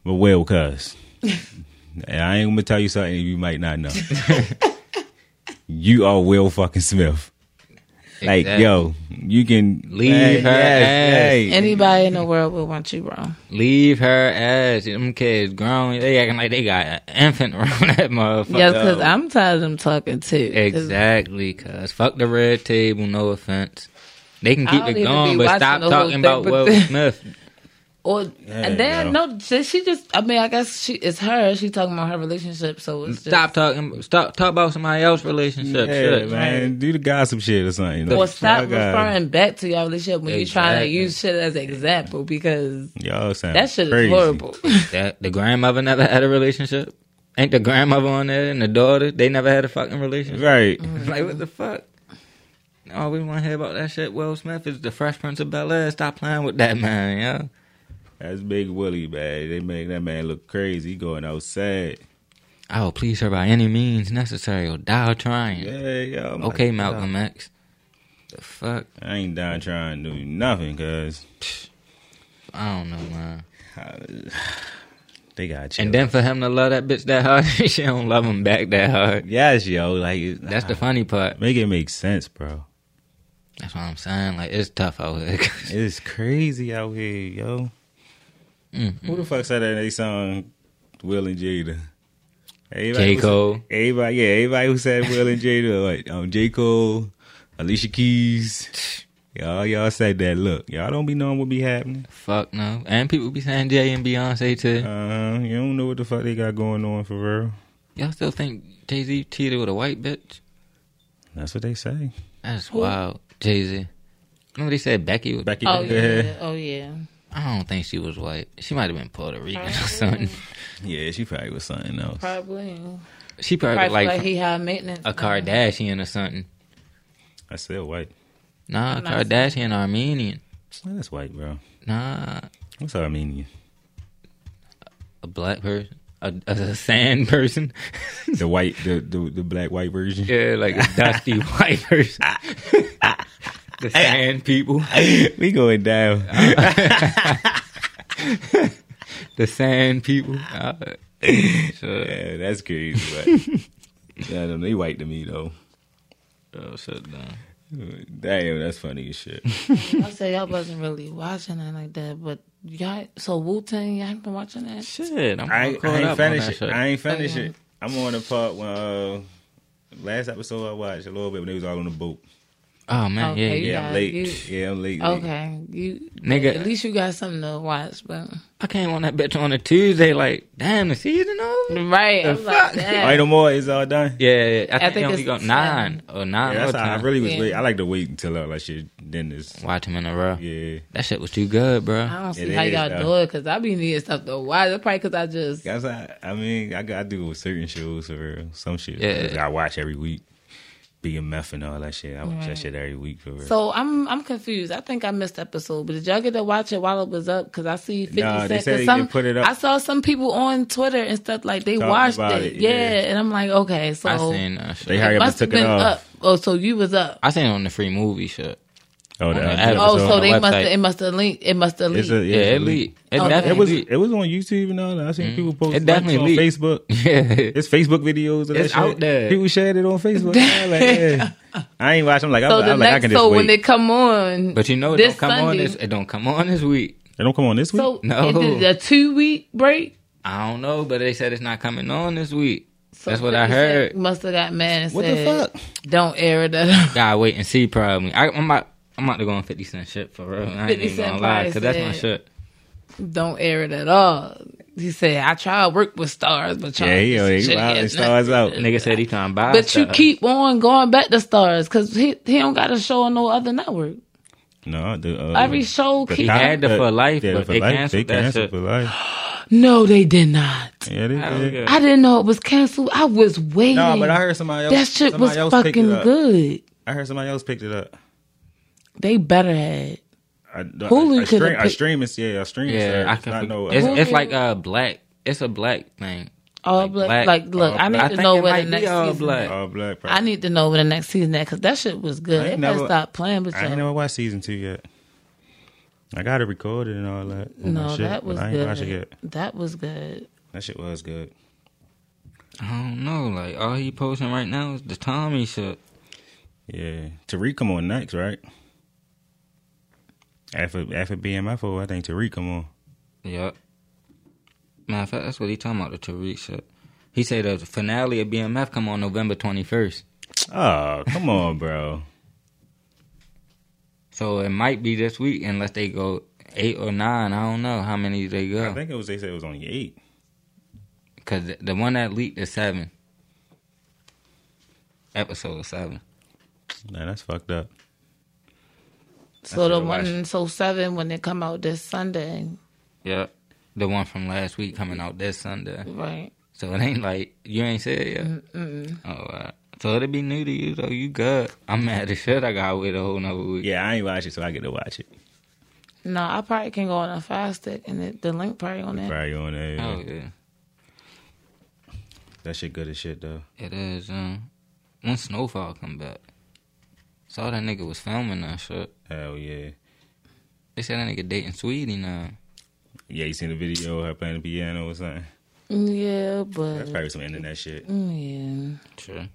C: But Will, cuz. and I ain't gonna tell you something you might not know. you are Will fucking Smith. Like,
A: Exactly.
C: yo, you can
A: Leave
C: Hey,
A: her ass.
C: hey.
B: Anybody in the world would want you, bro.
A: leave her ass. Them kids grown, they acting like they got an infant around that motherfucker.
B: Yes, because I'm tired of them talking too. 'Cause
A: Exactly, cuz fuck the red table. No offense. They can
B: I
A: keep
B: don't
A: it
B: even be
A: going, but
B: watching
A: stop
B: the whole
A: talking
B: thing,
A: about
B: but
A: Will
B: then-
A: Smith.
B: Or
C: Yeah,
B: and then
C: bro.
B: no, she, she just. I mean, I guess she it's her. She talking about her relationship, so it's just,
A: Stop talking. Stop talk about somebody else's relationship.
C: Yeah,
A: shit.
C: man, do the gossip shit or something.
B: Or
C: Like,
B: stop
C: y'all got-
B: referring back to your relationship when you're trying to
A: Exactly.
B: use shit as example because
C: Y'all sound
B: that shit
C: crazy.
B: is horrible.
A: That the grandmother never had a relationship. Ain't the grandmother on there and the daughter? They never had a fucking relationship.
C: Right.
B: Mm-hmm.
A: Like what the fuck? All we want to hear about that shit. Will Smith is the Fresh Prince of Bel Air. Stop playing with that man, yo.
C: That's Big Willie, man. They make that man look crazy. He going outside.
A: I will please her by any means necessary or die trying.
C: Yeah, yo. I'm
A: Okay,
C: like,
A: Malcolm X. The fuck?
C: I ain't down trying to do nothing because
A: I don't know, man.
C: they got you.
A: And then for him to love that bitch that hard, she don't love him back that hard.
C: yes, yo, like it-
A: That's the funny part.
C: make it make sense, bro.
A: That's what I'm saying. Like it's tough out here.
C: It's crazy out here, yo. Who the fuck said that they song Will and Jada? Everybody
A: J
C: who
A: Cole.
C: said- Everybody, yeah, everybody who said Will and Jada, like um, J Cole, Alicia Keys. Y'all, y'all said that. Look, y'all don't be knowing what be happening.
A: Fuck no. And people be saying Jay and Beyonce too.
C: Uh, you don't know what the fuck they got going on for real.
A: Y'all still think Jay Z cheated with a white bitch?
C: That's what they say.
A: That's wild. Jay Z. Remember they said Becky was.
C: Becky,
B: oh
C: go ahead.
B: yeah, oh yeah.
A: I don't think she was white. She might have been Puerto Rican or something.
C: Yeah, she probably was something else.
B: Probably,
A: She probably,
B: probably
A: like,
B: like, he high maintenance.
A: a Kardashian or something.
C: I said white.
A: Nah,
B: not
A: Kardashian Armenian.
C: Well, that's white, bro.
A: Nah,
C: What's Armenian?
A: a black person, a, a sand person.
C: The white, the the, the black white version.
A: yeah, like a dusty white person. ah, the sand people.
C: we going down.
A: the sand people. Uh, shit.
C: yeah, that's crazy. But yeah, them, they white to me though.
A: Oh, shut down.
C: Damn, that's funny as shit.
B: I said y'all wasn't really watching it like that, but y'all. So Wu Tang, y'all been watching that.
A: Shit, I'm
C: I,
A: I,
C: ain't-
A: caught
C: I ain't
A: up on
C: finish
A: that
C: it.
A: shit.
C: I ain't finish
B: Oh, yeah.
C: it. I'm on the part when uh, last episode I watched a little bit when they was all on the boat.
A: Oh man, yeah,
B: Okay,
A: yeah.
C: Yeah, I'm
B: guys,
C: late.
B: you-
C: yeah, I'm late. late.
B: Okay, you
A: Nigga.
B: At least you got something to watch, but
A: I came on that bitch on a Tuesday. Like, damn, the season over.
B: right. I'm like,
C: All right,
B: damn.
C: no more. It's all done.
A: Yeah, yeah, I think,
B: think
A: they only
B: it's
A: got
B: seven.
A: nine or nine.
C: Yeah,
A: more
C: that's how I
A: times.
C: really was
B: Yeah.
C: waiting. I like to wait until uh, like shit. Then it's
A: watch them in a row.
C: yeah.
A: That shit was too good, bro.
B: I don't see
C: It
B: how
C: is,
B: y'all
C: though.
B: do it because I be needing stuff to watch. That's probably because I just
C: That's I, I mean, I got I do with certain shows for real. Some shit
A: Yeah.
C: I watch every week. BMF and all that shit. I watch
B: Right.
C: that shit every week for real.
B: So I'm I'm confused. I think I missed the episode, but did y'all get to watch it while it was up? Because I see Fifty
C: Nah, they
B: Cent-
C: said
B: 'cause
C: they
B: some,
C: put it up.
B: I saw some people on Twitter and stuff like they
C: Talking
B: watched
C: about
B: it.
C: it,
B: Yeah.
C: yeah.
B: and I'm like, okay, so
A: I seen that shit.
C: They hurry up and
B: must have
C: took it
B: been
C: off.
B: up. Oh, so you was up.
A: I seen it on the free movie shit.
C: Oh, the,
A: on the
C: other
A: app.
C: episode
B: Oh,
A: was
B: so
A: on the
B: they must
A: website.
B: have it must have linked. It must have
C: It's
B: linked.
C: a-
A: Yeah,
C: it's
A: it
C: a
A: leaked. It
B: Okay.
A: definitely
C: It was
A: leaked.
C: it was on YouTube and all that. I seen people post
A: It
C: it
A: definitely
C: on
A: leaked.
C: Facebook.
A: Yeah.
C: It's Facebook videos. Of
A: It's
C: that shit.
A: out there.
C: People shared it on Facebook. I, like, yeah. I ain't watching. I'm like,
B: so
C: I'm,
B: the
C: I'm like, I
B: next,
C: can just
B: so
C: wait.
B: when they come on,
A: But you know it
B: this
A: don't come on
B: Sunday,
A: this it don't come on this week.
C: They don't come on this week.
B: so
A: No.
B: it did a two week break.
A: I don't know, but they said it's not coming on this week.
B: So
A: That's what I
B: 50
A: heard.
B: Cent Must have got mad and
C: What the
B: said,
C: fuck?
B: "Don't air it." up."
A: Gotta wait and see probably. I am about I'm about to go on fifty cent shit for real. I ain't
B: 50
A: even
B: Cent
A: gonna lie,
B: probably
A: cause that's my
B: said-
A: shit.
B: don't air it at all. He said, I try to work with stars, but y'all
C: yeah, he already
B: shit
C: wow,
B: is
C: it stars out.
A: Nigga said he trying to buy
B: But you
A: stuff.
B: keep on going back to stars because he, he don't got a show on no other network.
C: No, the, uh,
B: Every
A: Mm.
B: show
C: the
B: keep-
C: con-
A: Had the For Life,
C: yeah, the
A: but
C: For
A: they
C: Life,
A: canceled
C: they
A: that
C: canceled
A: shit.
C: for life.
B: No, they did not.
C: Yeah, they
A: I don't
C: did.
A: care.
B: I didn't know it was canceled. I was waiting.
C: No, but I heard somebody else.
B: that shit
C: somebody
B: was
C: else picked
B: fucking
C: it up.
B: good.
C: I heard somebody else picked it up.
B: They better had.
C: I,
B: Hulu
C: I, I
B: could've
C: stream, I
B: picked-
C: stream is yeah, I stream is
A: Yeah,
C: there.
A: I
C: It's
A: can
C: not
A: forget-
C: no-
A: it's,
C: I-
A: it's like a black it's a black thing.
B: All
A: Like
B: black,
A: black.
B: Like, look,
A: All
B: I need
A: black. I
B: to
A: think
B: know
A: it
B: where
A: might
B: the
A: be
B: next
A: all
B: season.
A: black.
C: all black.
B: I need to know where the next season at because that shit was good.
C: I
B: It
C: ain't
B: better
C: never-
B: stop playing with
C: I ain't
B: y'all.
C: never watched season two yet. I got it recorded and all that. and
B: No,
C: shit,
B: that
C: but
B: was
C: I ain't watched it
B: good.
C: yet.
B: That was good.
C: That shit was good.
A: I don't know. Like all he posting right now is the Tommy shit.
C: Yeah, Tariq come on next, right? After after BMFO, oh, I think Tariq come on.
A: Yep. Matter of fact, that's what he talking about, the Tariq shit. He said the finale of BMF come on November twenty first.
C: Oh, come on, bro.
A: So it might be this week unless they go eight or nine. I don't know how many they
C: I
A: go.
C: think it was. They said it was only eight.
A: Because the, the one that leaked is seven. Episode seven.
C: Nah, that's fucked up.
B: So the
C: what I watched.
B: one, so seven when they come out this Sunday,
A: Yep. The one from last week coming out this Sunday.
B: right?
A: So it ain't like you ain't said it yet. Oh, uh, so it'll be new to you though. You good? I'm mad as shit. I gotta wait a whole nother week.
C: Yeah, I ain't watch it, so I get to watch it.
B: No, I probably can go on a fast stick and it, the link probably on there.
C: Probably on there.
A: Oh yeah,
C: That shit good as shit though.
A: it is. Um, when Snowfall come back, saw that nigga was filming that shit.
C: Hell yeah.
A: They said that nigga dating Sweetie now.
C: Yeah, you seen the video of her playing the piano or something?
B: Yeah,
C: That's
B: but
C: probably some internet shit.
B: mm, yeah.
A: Sure.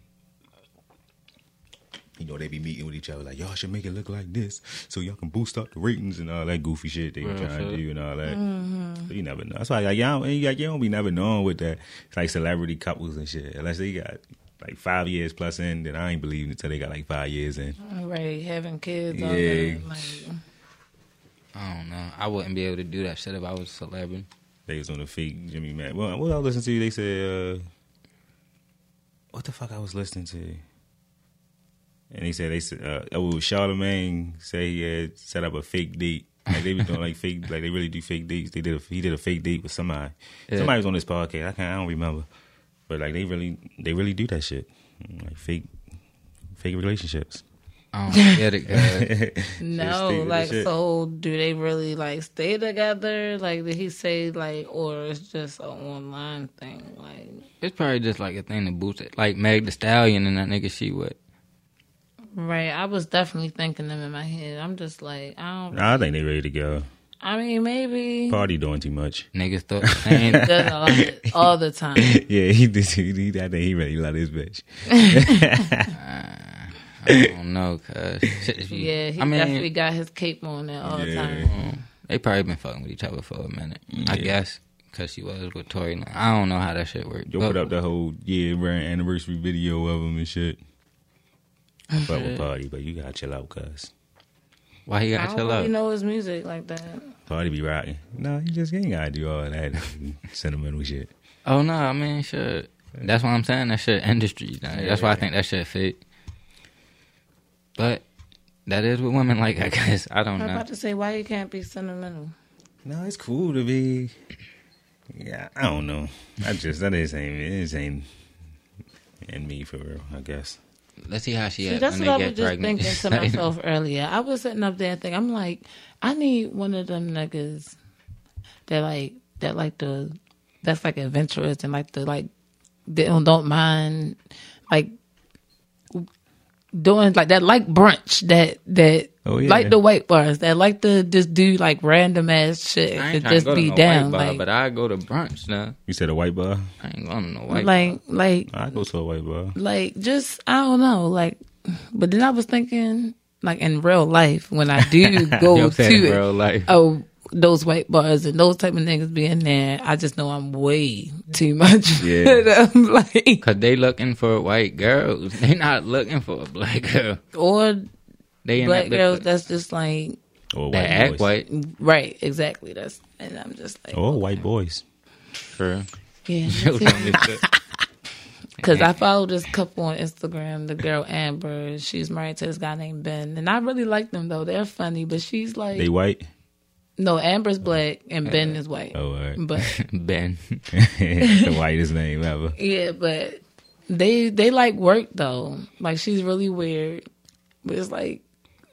C: You know, they be meeting with each other like, y'all should make it look like this so y'all can boost up the ratings and all that goofy shit they be
A: Real
C: trying
A: shit.
C: to do and all that. But you never know. That's why like, y'all, you, like, you don't be never knowing with that. It's like celebrity couples and shit. Unless they got like five years plus in, then I ain't believing until they got like five years in.
B: Right, having kids. Yeah.
C: Yeah.
B: Like,
A: I don't know. I wouldn't be able to do that shit if I was a celebrity.
C: They was on the fake Jimmy Mack. Well, what I was listening to, they said, uh, what the fuck I was listening to? And they said, they said, uh, oh, Charlemagne say he had set up a fake date. Like they was doing like fake, like they really do fake dates. They did a, he did a fake date with somebody.
A: Yeah.
C: Somebody was on this podcast. I can't, I don't remember. But like they really, they really do that shit. Like fake, fake relationships.
A: I don't get it. Cause
B: no, like so. Do they really like stay together? Like, did he say like, or it's just an online thing? Like,
A: it's probably just like a thing to boost it. Like Meg the Stallion and that nigga she with.
B: right? I was definitely thinking them in my head. I'm just like, I don't.
C: Nah, I think they ready to go.
B: I mean, maybe.
C: Party doing too much.
A: Niggas thought the same.
B: Does a lot- all the time.
C: Yeah, he did. He, he, I think he really love this bitch.
A: I don't know, cause shit, if you-
B: Yeah, he
A: I mean,
B: definitely got his cape on there all the
C: Yeah.
B: time.
A: they probably been fucking with each other for a minute. I guess because she was with Tory. Lanez. I don't know how that shit worked.
C: Yo,
A: but-
C: put up the whole yeah, brand anniversary video of him and shit. fuck with Party, but you gotta chill out, cuz.
A: Why he
B: I
A: got
B: don't
A: chill
B: really
A: out?
B: know his music like that.
C: Party be rocking. No, you just ain't gotta do all that sentimental shit.
A: Oh no, I mean shit. That's what I'm saying. That shit industry. Like, That's why I think that shit fit. But that is with women. Like I guess I don't
B: I'm
A: know.
B: about to say why you can't be sentimental.
C: No, it's cool to be. Yeah, I don't know. I just that is ain't it is ain't in me for real. I guess.
A: Let's see how she.
B: See,
A: act
B: that's
A: when
B: what I
A: they
B: was
A: get
B: just
A: pregnant.
B: thinking to
A: Like,
B: myself earlier. I was sitting up there thinking, I'm like, I need one of them niggas that like that like the that's like adventurous and like the like they don't, don't mind like doing like that like brunch that that
C: Oh, yeah.
B: like the white bars that like to just do like random ass shit
A: I
B: to
A: ain't trying
B: just
A: to go
B: be
A: to no
B: down
A: white bar,
B: like
A: but I go to brunch now.
C: You said a white bar?
A: I ain't going to no white.
B: like like
C: I go to a white bar.
B: like just I don't know, like. But then I was thinking, like in real life, when I do
A: You know
B: go
A: what I'm saying,
B: to
A: bro?
B: it,
A: Like,
B: oh, those white bars and those type of niggas be in there, I just know I'm way too much.
C: Yeah.
B: I'm like,
A: cause they looking for white girls. They not looking for a black girl.
B: or
A: They in
B: black
A: that
B: girls. That's just like
C: Or
A: that
C: white
A: act
C: boys.
A: white.
B: right, exactly. That's and I'm just like,
C: Or white boys.
A: True.
B: yeah.
A: Because
B: Because I follow this couple on Instagram, the girl Amber. She's married to this guy named Ben, and I really like them though. They're funny, but she's like,
C: They white?
B: no, Amber's black and Ben is white.
C: Oh all right.
B: But
A: Ben.
C: the whitest name ever.
B: Yeah, but they they like work though. Like she's really weird, but it's like,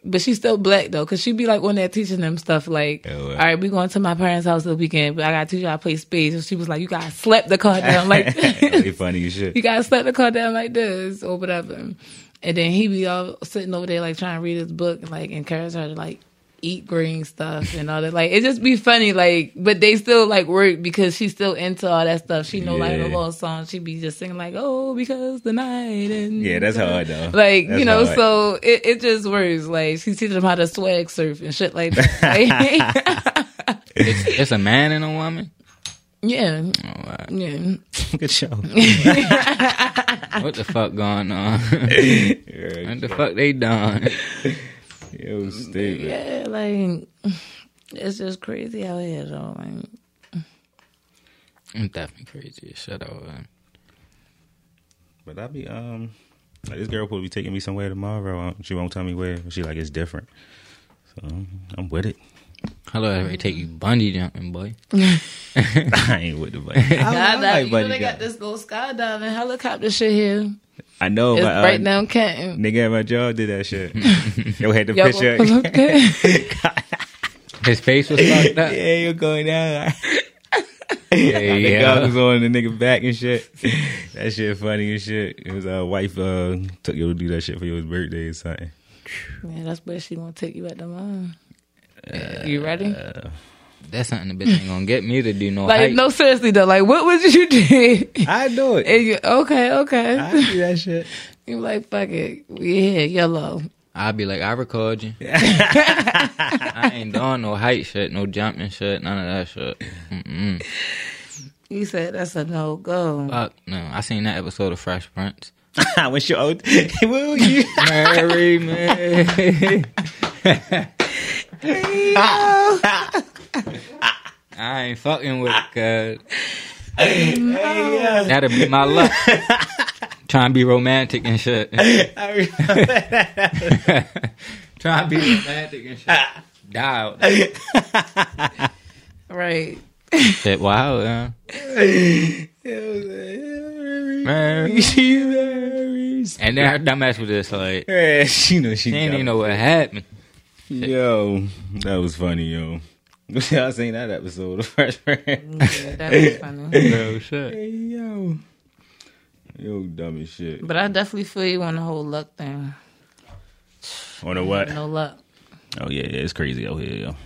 B: but she's still black though, cause she be like on there teaching them stuff. Like,
C: Yeah,
B: all
C: well.
B: right, we going to my parents' house this weekend, but I got to teach you how to play spades. And she was like, you gotta slap the car down like
C: they funny as
B: you
C: shit.
B: gotta slap the car down like this or whatever. And then he be all sitting over there like trying to read his book and like encourage her to like eat green stuff and all that. Like it just be funny, like but they still like work because she's still into all that stuff. She know like the
C: Yeah.
B: little song. She be just singing like, Oh, because the night and
C: Yeah, that's hard though.
B: like,
C: That's
B: you know,
C: hard.
B: so it, it just works. Like she teaches them how to swag surf and shit like that. Like,
A: it's, it's a man and a woman.
B: yeah.
A: Oh, wow.
B: Yeah.
C: good show.
A: What the fuck going on? what the fuck they done?
C: Yo, stupid.
B: Yeah, like it's just crazy out here though. Like
A: I'm definitely crazy. Shut up. man.
C: But I be um like this girl will be taking me somewhere tomorrow. She won't tell me where. She like it's different. So I'm with it.
A: Hello, I take you bungee jumping, boy.
C: I ain't with the buddy.
B: Nah, nah,
C: I,
B: you know they got this little skydiving helicopter shit here.
C: I know,
B: It's
C: but uh,
B: right now Canton.
C: nigga at my job did that shit. yo had the
B: Y'all
C: picture.
B: gonna pull up there?
A: His face was fucked up.
C: yeah, you're going down.
A: yeah,
C: The
A: yeah.
C: goggles on the nigga back and shit. That shit funny and shit. His uh, wife uh, took you to do that shit for your birthday or something.
B: Man, that's where she gonna take you at the mine.
C: Uh,
B: you ready?
A: That's something the bitch ain't gonna get me to do no
B: like
A: height.
B: no, seriously though. Like what would you do?
C: I do
B: And
C: it.
B: you, okay, okay.
C: I do that shit.
B: you like fuck it. Yeah, yellow.
A: I'd be like, I record you. I ain't doing no height shit, no jumping shit, none of that shit. Mm-mm.
B: You said that's a no go.
A: Fuck no. I seen that episode of Fresh Prince.
C: when she old, will you?
A: Marry me. I ain't fucking with it, cuz. That'll be my luck. Trying to be romantic and shit.
C: I remember
A: Trying to be romantic and shit. Dialed.
B: Right.
A: Shit, wow, yeah. Marry
C: she marries.
A: And then her dumbass was just like, she
C: Yeah, she know she
A: didn't even
C: dumb.
A: know what happened.
C: Yo, that was funny, yo. Y'all seen that episode of Fresh Prince?
B: That was funny.
A: No shit.
C: Hey, yo. Yo, dumb as shit.
B: But I definitely feel you on the whole luck thing.
C: On a what?
B: No luck.
C: Oh, yeah, yeah, it's crazy out here, yo.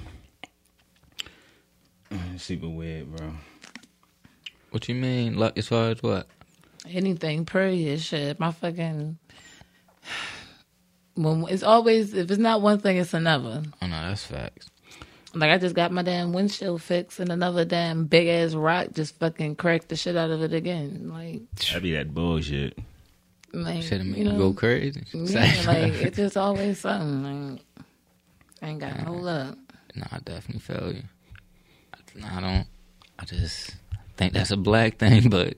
C: It's Super weird, bro.
A: What you mean, luck as far as what?
B: anything period shit my fucking when it's always if it's not one thing it's another
A: Oh no, that's facts.
B: like i just got my damn windshield fixed and another damn big ass rock just fucking cracked the shit out of it again like
C: That be that bullshit.
B: Like,
A: Should have made
B: you know,
A: you go crazy.
B: Yeah, like it's just always something. Like, I ain't got no luck.
A: No, I definitely feel you. I- no, I don't. I just think that's a black thing, but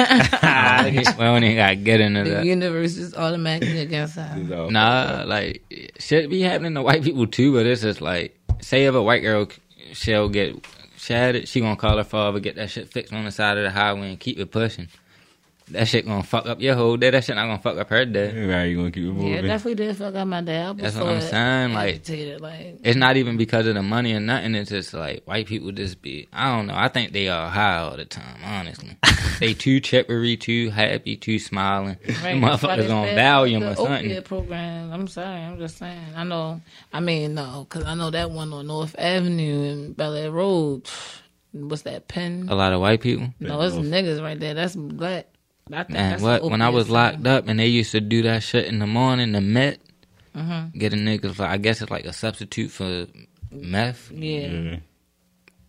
A: I don't think- we don't even gotta get into
B: The
A: that.
B: universe is automatically against us.
A: Nah, like it should be happening to white people too, but it's just like say if a white girl c- she'll get shattered, she gonna call her father, get that shit fixed on the side of the highway, and keep it pushing. That shit gonna fuck up your whole day. That shit not gonna fuck up her day.
C: Right, you gonna keep it moving?
B: Yeah, definitely did fuck up my dad.
A: That's what I'm saying, like-
B: agitated, like
A: it's not even because of the money or nothing. It's just like white people just be. I don't know. I think they are high all the time. Honestly, they too chippery, too happy, too smiling.
B: Right, that's why
A: Motherfuckers
B: they
A: on
B: said
A: Valium
B: the
A: or something.
B: opiate program. I'm sorry, I'm just saying. I know. I mean, no, because I know that one on North Avenue and Bel Air Road. What's that pen?
A: A lot of white people.
B: no, it's niggas right there. That's black. I think
A: Man,
B: that's
A: what?
B: the
A: When I was
B: opiate
A: locked
B: thing.
A: up and they used to do that shit in the morning, the Met,
B: Mm-hmm.
A: get a niggas. Like, I guess it's like a substitute for meth.
B: yeah.
A: Mm-hmm.
C: Yeah,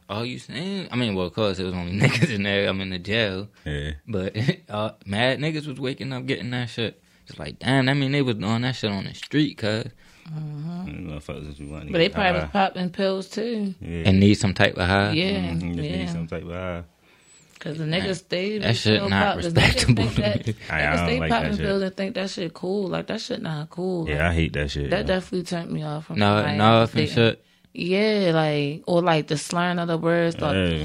A: All you saying? I mean, well, of course it was only niggas in there. I'm in the jail.
C: yeah.
A: But uh, mad niggas was waking up getting that shit. It's like, damn, that mean they was doing that shit on the street, cuz.
C: Mm, Motherfuckers, what you want?
B: But they
A: Uh,
B: probably was popping pills too.
C: Yeah,
A: And need some type of high.
B: Yeah,
A: mm-hmm.
C: Mhm, just need
B: yeah.
C: some type of ah. high.
B: Because the niggas stay
A: that shit
B: still
A: not
B: pop- the niggas
A: respectable
B: think
A: to
B: that-
A: me.
C: I- I
B: niggas
C: don't
B: stay
C: like that
B: popping
C: shit.
B: pills and think that shit cool. Like that shit not cool.
C: Yeah, I hate that shit.
B: That
C: yo.
B: definitely turned me off. From
A: No,
B: somebody
A: no, and
B: dating.
A: shit.
B: Yeah, like or like the slurring of the words, like,
C: Hey.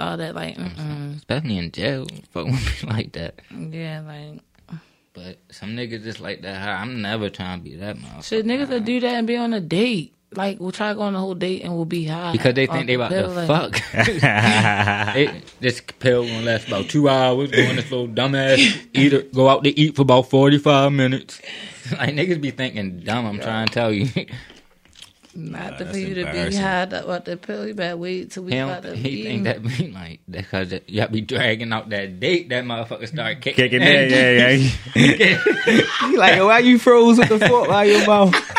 B: all that. Like, mm-mm.
A: Especially in jail. Fuck with me like that.
B: yeah, like
A: But some niggas just like that high. I'm never trying to be that motherfucker.
B: shit. Niggas that do that and be on a date, like we'll try to go on a whole date and we'll be high
A: Because they think
B: off
A: they about
B: pill,
A: to
B: like-
A: fuck. They- this pill gonna last about two hours. Going this little dumbass eater go out to eat for about forty five minutes. Like niggas be thinking dumb. I'm trying to tell you.
B: Not the
C: that's
B: for you to be
C: embarrassing.
B: high about the pill. You better wait till we
A: He,
B: about
A: don't,
B: to
A: he
B: leave.
A: think that be like because that, y'all be dragging out that date. That motherfucker start kicking.
C: kicking in. Yeah, yeah.
F: You like, why you froze with the fork out your mouth?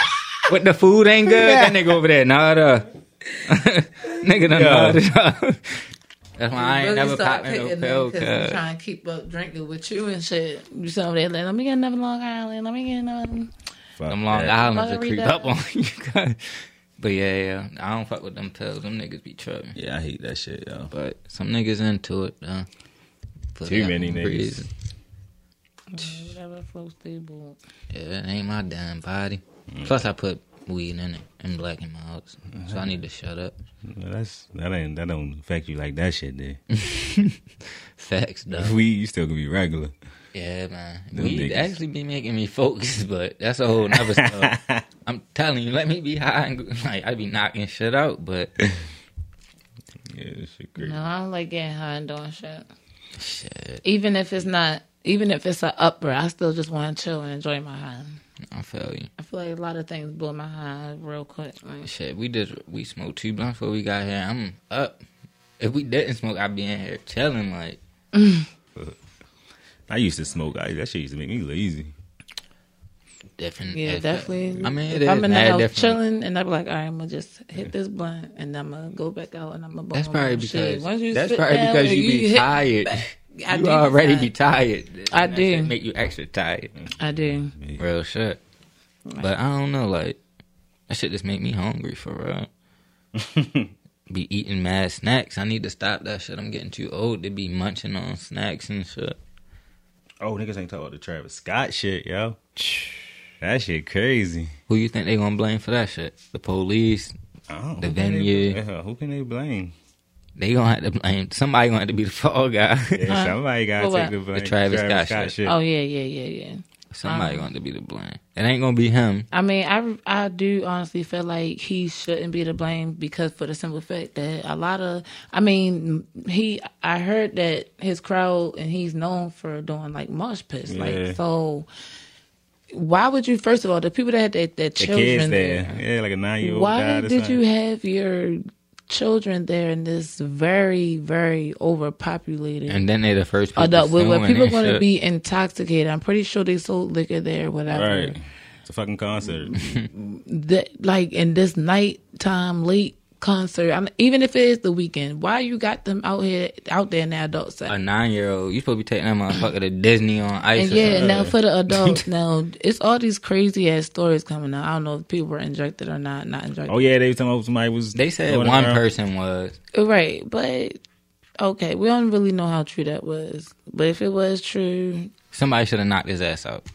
A: With the food ain't good. That nigga over there, nah, the nigga done
C: Yeah.
A: gnawed it up. That's why I ain't
B: Really
A: never
B: start
A: popping no
B: picking
A: pill.
B: them 'cause I'm trying to keep up drinking with you and shit. You sit over there like, let me get another Long Island. Let me get another.
C: Fuck
A: Them Long
C: that.
A: Islanders will creep
B: Margarita.
A: up on you. guys. But yeah, yeah, I don't fuck with them pills. Them niggas be tripping.
C: Yeah, I hate that shit, yo.
A: But some niggas into it though. For
C: Too
A: their
C: many
A: own
C: niggas.
A: reason.
B: Whatever floats their boat.
A: Yeah, it ain't my damn body. Plus, I put weed in it and black in my house, so I need to shut up.
C: Well, that's that ain't that don't affect you like that shit, did?
A: Facts though.
C: We you still gonna be regular.
A: Yeah, man.
C: Them
A: Weed
C: niggas.
A: actually be making me focus, but that's a whole nother stuff. I'm telling you, let me be high and go- like I be knocking shit out, but
C: Yeah, that shit great.
B: No, I don't like getting high and doing shit.
A: shit,
B: Even if it's not, even if it's an upper, I still just want to chill and enjoy my high.
A: I feel you.
B: I feel like a lot of things blow my high real quick. Like,
A: Shit, we just we smoked two blunts before we got here. I'm up. If we didn't smoke, I'd be in here chilling like.
C: I used to smoke. I, that shit used to make me lazy.
A: different.
B: yeah,
A: effect.
B: definitely.
A: I mean, it
B: if I'm
A: is
B: in the
A: mad
B: house
A: different.
B: chilling, and I'm like, all right, I'm gonna just hit this blunt, and I'm gonna go back out, and I'm gonna.
A: That's probably because
B: shit. Once you
A: that's
B: sit
A: probably
B: down
A: because
B: and
A: you, be
B: hit-
A: tired.
B: I
A: you
B: do
A: already
B: tired.
A: be tired.
B: I
A: That
B: do.
A: shit Make you extra tired.
B: I do.
A: Real shit. But I don't know, like that shit just make me hungry for real. be eating mad snacks. I need to stop that shit. I'm getting too old to be munching on snacks and shit.
C: Oh, niggas ain't talking about the Travis Scott shit, yo. That shit crazy.
A: Who you think they gonna blame for that shit? The police.
C: Oh,
A: The venue.
C: yeah, who can they blame?
A: They gonna have to blame somebody. Gonna have to be the fall guy.
B: Uh-huh.
C: Yeah, somebody gotta
B: For what?
C: take the blame.
A: The Travis Scott shit.
B: Oh yeah, yeah, yeah, yeah.
A: somebody gonna have to be the blame. It ain't gonna be him.
B: I mean, I I do honestly feel like he shouldn't be to blame because for the simple fact that a lot of I mean he I heard that his crowd and he's known for doing like mosh pits
C: Yeah.
B: like so. Why would you first of all the people that had their, their
C: The
B: children
C: kids
B: there?
C: there. Yeah, like a nine year old.
B: Why did you have your children there in this very very overpopulated
A: And then they the first people
B: adult Oh, where, where
A: suing
B: people
A: and
B: going to
A: shit.
B: be intoxicated? I'm pretty sure they sold liquor there, whatever.
C: Right. It's a fucking concert.
B: that like in this nighttime late concert. I mean, even if it is the weekend, why you got them out here out there in the adult
A: A
B: section?
A: nine year old, you supposed to be taking that motherfucker to Disney on ice.
B: And
A: or
B: yeah,
A: something.
B: now for the adults, now it's all these crazy ass stories coming out. I don't know if people were injected or not, not injected.
C: Oh yeah, they was talking about somebody was.
A: They said
C: going
A: one
C: around.
A: person was.
B: Right, but okay, we don't really know how true that was. But if it was true,
A: Somebody should have knocked his ass out.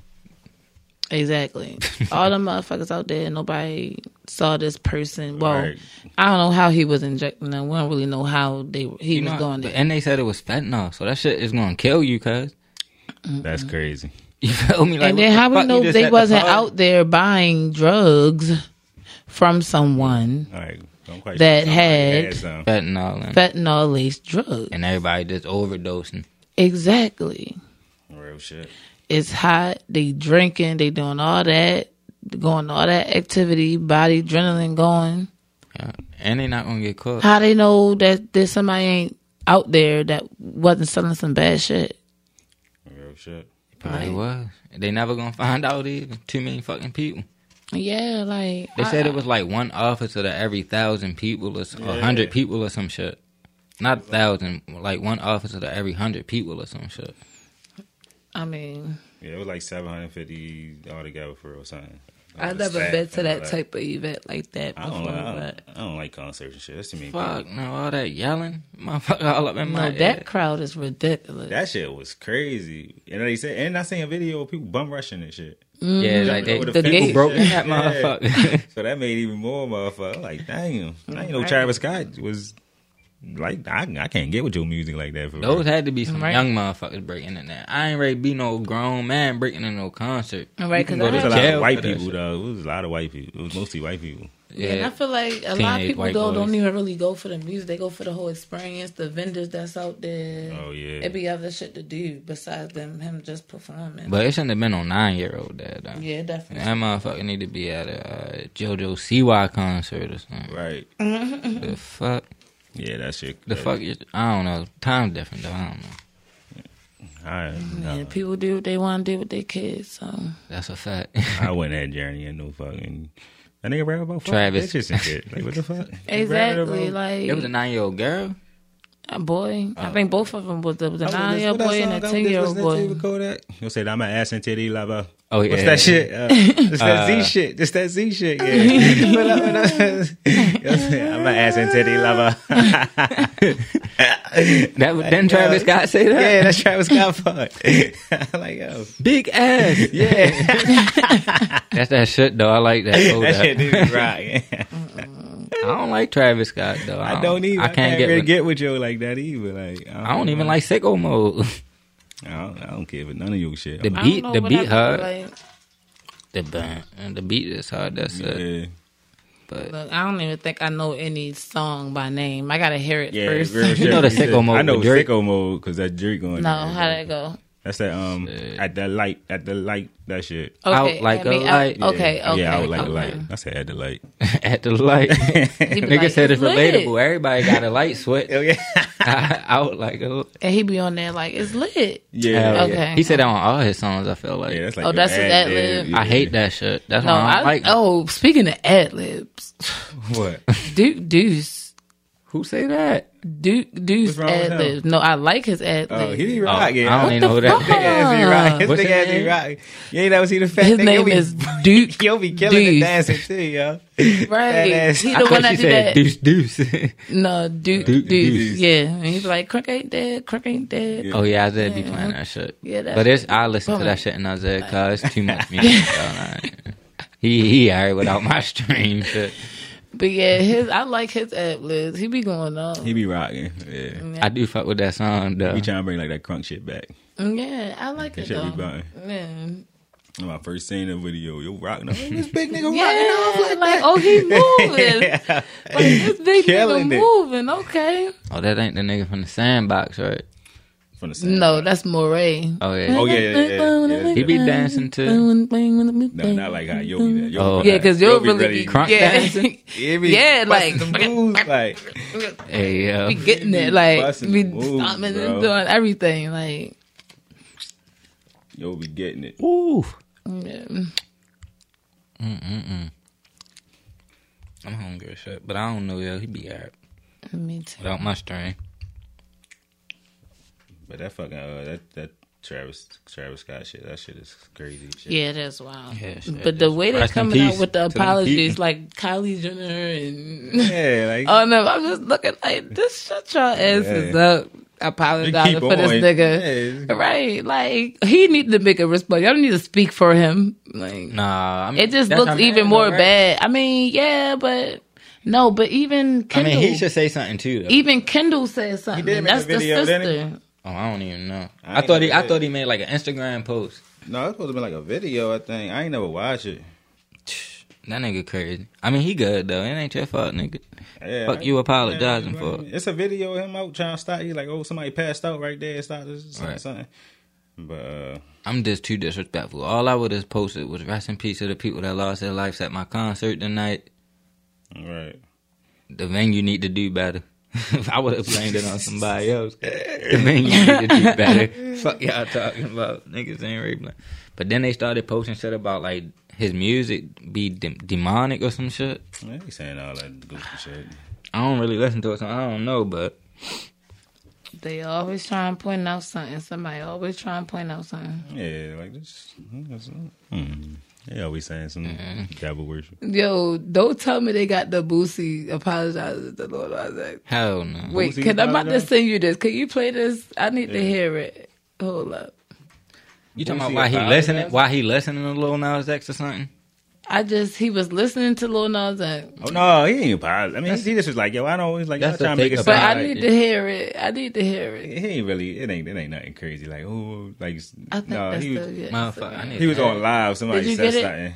B: exactly. All the motherfuckers out there, nobody saw this person. Well,
C: Right.
B: I don't know how he was injecting them. We don't really know how they he
A: You
B: was
A: know,
B: going there.
A: and they said it was fentanyl, so that shit is gonna kill you, cuz.
C: That's crazy.
A: You feel me? Like,
B: and
A: what
B: then
A: the
B: how we
A: fuck you
B: know
A: just
B: they
A: had to
B: wasn't
A: call?
B: out there buying drugs from someone
C: All right. I'm quite
B: That
C: somebody
B: had-
C: some.
A: Fentanyl and,
B: fentanyl laced drugs.
A: and everybody just overdosing.
B: Exactly.
C: real shit.
B: It's hot. They drinking. They doing all that, going all that activity, body adrenaline going.
A: Yeah. And they not gonna get caught.
B: How they know that there's somebody ain't out there that wasn't selling some bad shit?
C: Real shit.
A: Probably was. They never gonna find out either. Too many fucking people.
B: Yeah, like
A: They
B: I-
A: said it was like one officer to every thousand people or s- a hundred people or some shit. Not thousand, like one officer to every hundred people or some shit.
B: I mean,
C: Yeah, it was like 750 altogether for real something.
B: I've never been to that type of event like that
C: I don't,
B: before.
C: like, I,
B: But
C: don't, I don't like concerts and shit. That's too many people.
A: Fuck, no, all that yelling, motherfucker, all up in my
B: no,
A: head.
B: that crowd is ridiculous.
C: That shit was crazy. And they said, and I seen a video of people bum rushing and shit.
B: mm-hmm.
A: Yeah, like they,
C: Jumping over
B: the
A: people
B: fence.
A: broke in that
C: Yeah.
A: motherfucker.
C: So that made even more motherfucker. I'm Like, damn. I ain't know Travis Scott was like, I, I can't get with your music like that. For real.
A: Those had to be some
B: Right.
A: young motherfuckers breaking in there. I ain't ready to be no grown man breaking in no concert.
B: Right,
A: You can
B: 'cause
A: go to
B: I
C: It was a lot
A: jail
C: of
A: for
C: white
A: that shit.
C: people, though. It was a lot of white people. It was mostly white people.
A: Yeah,
B: And I feel like a lot of
A: Teenage
B: people
A: white
B: though
A: boys.
B: don't even really go for the music. They go for the whole experience, the vendors that's out there.
C: Oh, yeah.
B: It'd be other shit to do besides them him just performing.
A: but it shouldn't have been no nine year old there. Though.
B: yeah, definitely.
A: That motherfucker need to be at a uh, JoJo Siwa concert or something.
C: Right.
B: Mm-hmm.
A: The fuck,
C: Yeah, that shit.
A: the fuck is I don't know. Time's different though. I don't know.
C: I,
B: Yeah,
C: no,
B: people do what they want to do with their kids. So
A: That's a fact.
C: I went that journey and no fucking. That nigga rap about fucking
A: Travis.
C: bitches and shit. Like, what the fuck? He rap
B: exactly,
C: about-
A: it was Oh. a
B: like
A: nine year old girl.
B: a boy. I think both of them was the, the
C: I was just-
B: nine year old
C: what that
B: boy and
C: song
B: a
C: I was
B: ten year
C: just
B: old
C: listening
B: boy.
C: to with Kodak? You'll say, I'm an ass and titty lover.
A: Oh yeah,
C: What's that shit? Uh, it's that Z shit. It's that Z shit. Yeah. What up, what up? You'll say, uh, I'm an ass and titty lover.
A: That then Travis Scott say that.
C: yeah, that's Travis Scott part. I'm like, yo.
A: Big ass.
C: Yeah.
A: That's that shit though. I like that. Oh,
C: that
A: that.
C: shit do be rocking.
A: I don't like Travis Scott though.
C: I don't even.
A: I can't, get,
C: really
A: with-
C: get with you like that either. Like
A: I don't even like sicko mode.
C: I don't, I don't care for none of your shit.
A: The
C: I'm-
B: I
A: beat,
B: don't know
A: the
B: what
A: beat
B: I feel
A: hard.
B: like.
A: The band and the beat is hard. That's it.
C: yeah,
A: But
B: Look, I don't even think I know any song by name. I gotta hear it
C: yeah
B: first.
C: real shit.
A: You know the sicko mode
C: I know
A: with Drake?
C: sicko mode because that Drake going.
B: no, how that go?
C: That's that um at the light at the light that shit.
A: Out like
B: I
A: a
B: mean,
A: light.
B: I- Okay, okay.
C: yeah, I would like
B: okay.
C: the light. I said at the light.
A: at the light,
B: He be
A: nigga
B: like,
A: said it's
B: lit."
A: relatable. Everybody got a light switch.
C: Oh yeah,
A: out like a
B: And he be on there like it's lit.
C: yeah,
A: Hell
B: Okay.
A: yeah. He said that on all his songs. I feel like
C: yeah. That's like
B: Oh,
C: your
B: that's his
C: ad lib,
B: ad-lib?
C: yeah.
A: I hate that shit. That's
B: No,
A: why I
B: I,
A: don't like. Oh,
B: oh, speaking of ad libs,
C: what.
B: Duke Deuce,
A: who say that?
B: Duke Deuce
C: What's wrong with
B: ad libs. No, I like his ad
C: Oh,
B: libs.
C: he be rocking.
A: I don't
C: His
A: even know who that.
B: fuck?
A: Is.
C: big ass be rocking. His
A: What's
C: big
A: his
C: ass be
A: name?
C: rocking. You ain't never seen the fat
B: His
C: nigga.
B: name
C: He be-
B: is Duke.
C: He'll be killing the
B: Deuce.
C: dancing too, yo. Fat
B: Right,
C: ass.
B: he
A: I
B: the one
A: thought she
B: that did
A: said
B: that.
A: deuce deuce.
B: No, Duke, Duke
C: Deuce.
B: Deuce. Yeah, and he's like, "Crook ain't dead. Crook ain't dead."
A: oh yeah, I did be playing that shit.
B: Yeah, that's-
A: but it's I listen to
B: Well,
A: that shit and I said, "Cause it's too much music." so, like, he he alright without my stream shit.
B: But yeah, his I like his ad libs. He be going up.
C: He be rocking. Yeah.
A: I do fuck with that song though.
C: He trying to bring like that crunk shit back.
B: Yeah, I like
C: That
B: it
C: shit
B: though.
C: be bumping.
B: Yeah.
C: When I first seen the video, yo rocking. up. This big nigga
B: Yeah,
C: rocking. up.
B: like, oh, he moving. Like, this big
C: Killing it.
B: nigga moving. Okay.
A: Oh, that ain't the nigga from the sandbox, right?
C: From the side.
B: No, that's Moray.
A: Oh yeah.
C: Oh, yeah, yeah, yeah, yeah.
A: He be dancing to
C: No, not like how Yobi that. Yobi
A: Oh.
C: like-
B: Yeah, because you'll
C: Yobi
B: really, be
A: crunk
B: yeah.
A: dancing?
C: Yeah, he be
B: Yeah,
C: busting
B: like-
C: them moves, like
A: hey yo.
B: be getting
C: He be
B: it like
C: busting
B: be
C: moves,
B: stomping
C: bro.
B: and doing everything like.
C: yo be getting it.
B: mm,
A: Ooh.
B: yeah.
A: I'm hungry as shit, but I don't know, yo. He be alright
B: Me too.
A: without my strain.
C: But that fucking uh, that that Travis Travis Scott shit, that shit is crazy. Shit.
B: Yeah, that's wild.
A: Yeah, shit,
B: but the
A: that's-
B: way they're
A: Rest in
B: coming out
A: peace
B: with
A: to
B: the
A: them
B: apologies,
A: Putins.
B: like Kylie Jenner and
C: Yeah, like
B: oh no, I'm just looking like this. Shut your asses
C: Yeah.
B: up.
A: Oh,
B: Apologizing
C: keep
B: for this
C: on.
B: nigga,
C: Yeah.
B: right? Like he need to make a response. Y'all don't need to speak for him. Like
A: Nah, I mean,
B: it just
A: that's
B: looks
A: our man,
B: even
A: though,
B: more
A: right?
B: bad. I mean, yeah, but no, but even
A: I
B: Kendall, E
A: mean, he should say something too. Though.
B: even Kendall said something.
C: make
B: That's
C: a
B: the
C: video, didn't he?
B: sister.
A: oh, I don't even know.
C: I
A: I,
C: ain't
A: thought he,
C: never
A: I
C: did.
A: thought he made like an Instagram post.
C: no, it's supposed to be like a video. I think I ain't never watched it.
A: That nigga crazy. I mean, he good though. It ain't your fault, nigga.
C: Yeah,
A: Fuck
C: I-
A: you apologizing
C: Yeah,
A: for.
C: It's a video of him out trying to stop. He like, oh, somebody passed out right there. Stop this, something,
A: Right.
C: something. But uh,
A: I'm just too disrespectful. All I would have posted was rest in peace to the people that lost their lives at my concert tonight.
C: right,
A: The venue need to do better. I would have blamed it on somebody else. The venue need to do better. Fuck y'all talking about niggas ain't raping. But then they started posting shit about like his music be dem demonic or some shit.
C: man, he saying all that goofy shit.
A: I don't really listen to it, so I don't know. But
B: They always try and point out something. Somebody always try and point out something.
C: Yeah, like this. Hmm. They always saying some devil worship.
B: Yo, don't tell me they got the Boosie apologizes to Lord Isaac.
A: hell no.
B: Wait,
C: Boosie
B: can I'm about to
C: apologized?
B: send you this. Can you play this? I need to hear it. Hold up.
A: You talking
C: Boosie
A: about why he
C: apologized?
A: listening? Why he listening to Lil Nas X or something?
B: I just he was listening to Lil Nas X,
C: Oh no, he ain't apologize. I mean, he just was like, yo, I don't. He's like, y'all
A: That's the
C: trying to make
A: fake
C: it
B: but
C: sound
A: apology.
B: I
C: like-
B: need to hear it. I need to hear it.
C: He ain't really. It ain't. It ain't nothing crazy. Like oh, like
B: I think
C: no.
B: that's
C: he
B: still
C: was.
B: your
A: Motherfucker, I
B: Instagram.
A: need
C: He was
A: that.
C: on live. Somebody
B: Did you
C: said
B: get it?
C: something.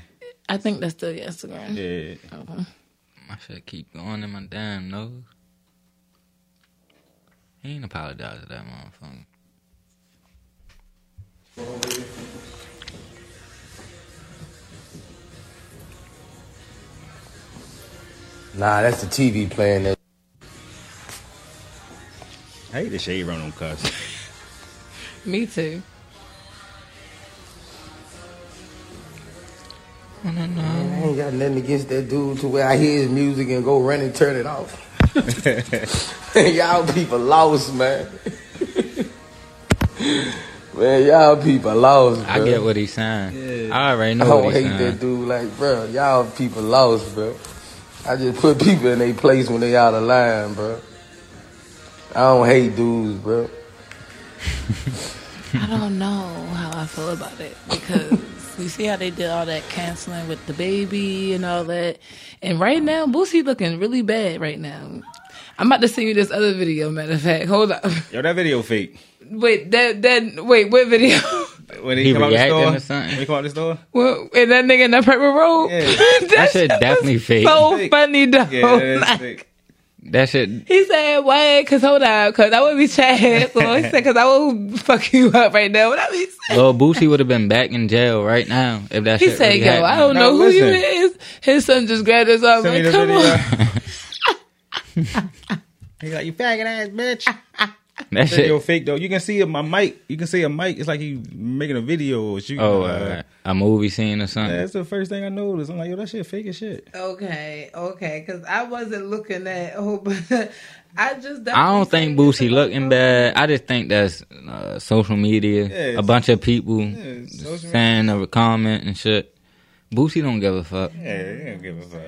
B: I think that's still your Instagram.
C: Yeah.
A: I should keep going in my damn nose. He ain't apologize to that motherfucker.
H: Nah, that's the TV playing that.
C: I hate the shade run on cuss.
B: Me too.
H: I ain't got nothing against that dude to where I hear his music and go run and turn it off. y'all people lost, man. man, y'all people lost, bro.
A: I get what he's saying. I already
H: I
A: know
H: don't
A: what he's
H: hate
A: saying.
H: that dude. Like, bro, y'all people lost, bro. I just put people in their place when they out of line, bro. I don't hate dudes, bro.
B: I don't know how I feel about it because you see how they did all that canceling with the baby and all that, and right now Boosie looking really bad right now. I'm about to send you this other video. Matter of fact, hold up.
C: Yo, that video fake.
B: Wait, that that wait, what video?
C: When he,
A: He
C: come out the
A: reacting
C: store,
A: or something.
C: when he come out the store.
B: Well, and that nigga in that purple robe.
C: Yeah.
B: that,
A: That
B: shit
A: shit
B: was
A: definitely fake.
B: So
C: Fake.
B: funny though.
C: Yeah, that's
B: Like,
C: fake.
A: That shit.
B: He said, "What? Cause hold on, cause I would be chatting. So he said, cause I will fuck you up right now. What I be saying?
A: Lil Boosie would have been back in jail right now if that
B: He
A: shit
B: said,
A: really
B: "Yo,
A: happened.
B: I don't
C: No,
B: know who you
C: listen.
B: is." His son just grabbed his arm
C: Send me
B: and
C: the
B: come
C: video.
B: on.
C: He like, you faggot ass bitch.
A: That
C: That video
A: shit.
C: fake though. You can see my mic. You can see a mic. It's like he making a video or shooting.
A: Oh,
C: Uh,
A: uh, a movie scene or something.
C: That's the first thing I noticed. I'm like, yo, that shit fake as shit.
B: Okay, okay, cause I wasn't looking at. Oh, but I just.
A: I don't think Boosie
B: Oh,
A: looking bad. I just think that's uh, social media.
C: Yeah,
A: a bunch of people
C: it's social media.
A: saying a comment and shit. Boosie don't give a fuck.
C: Yeah, he don't give a fuck.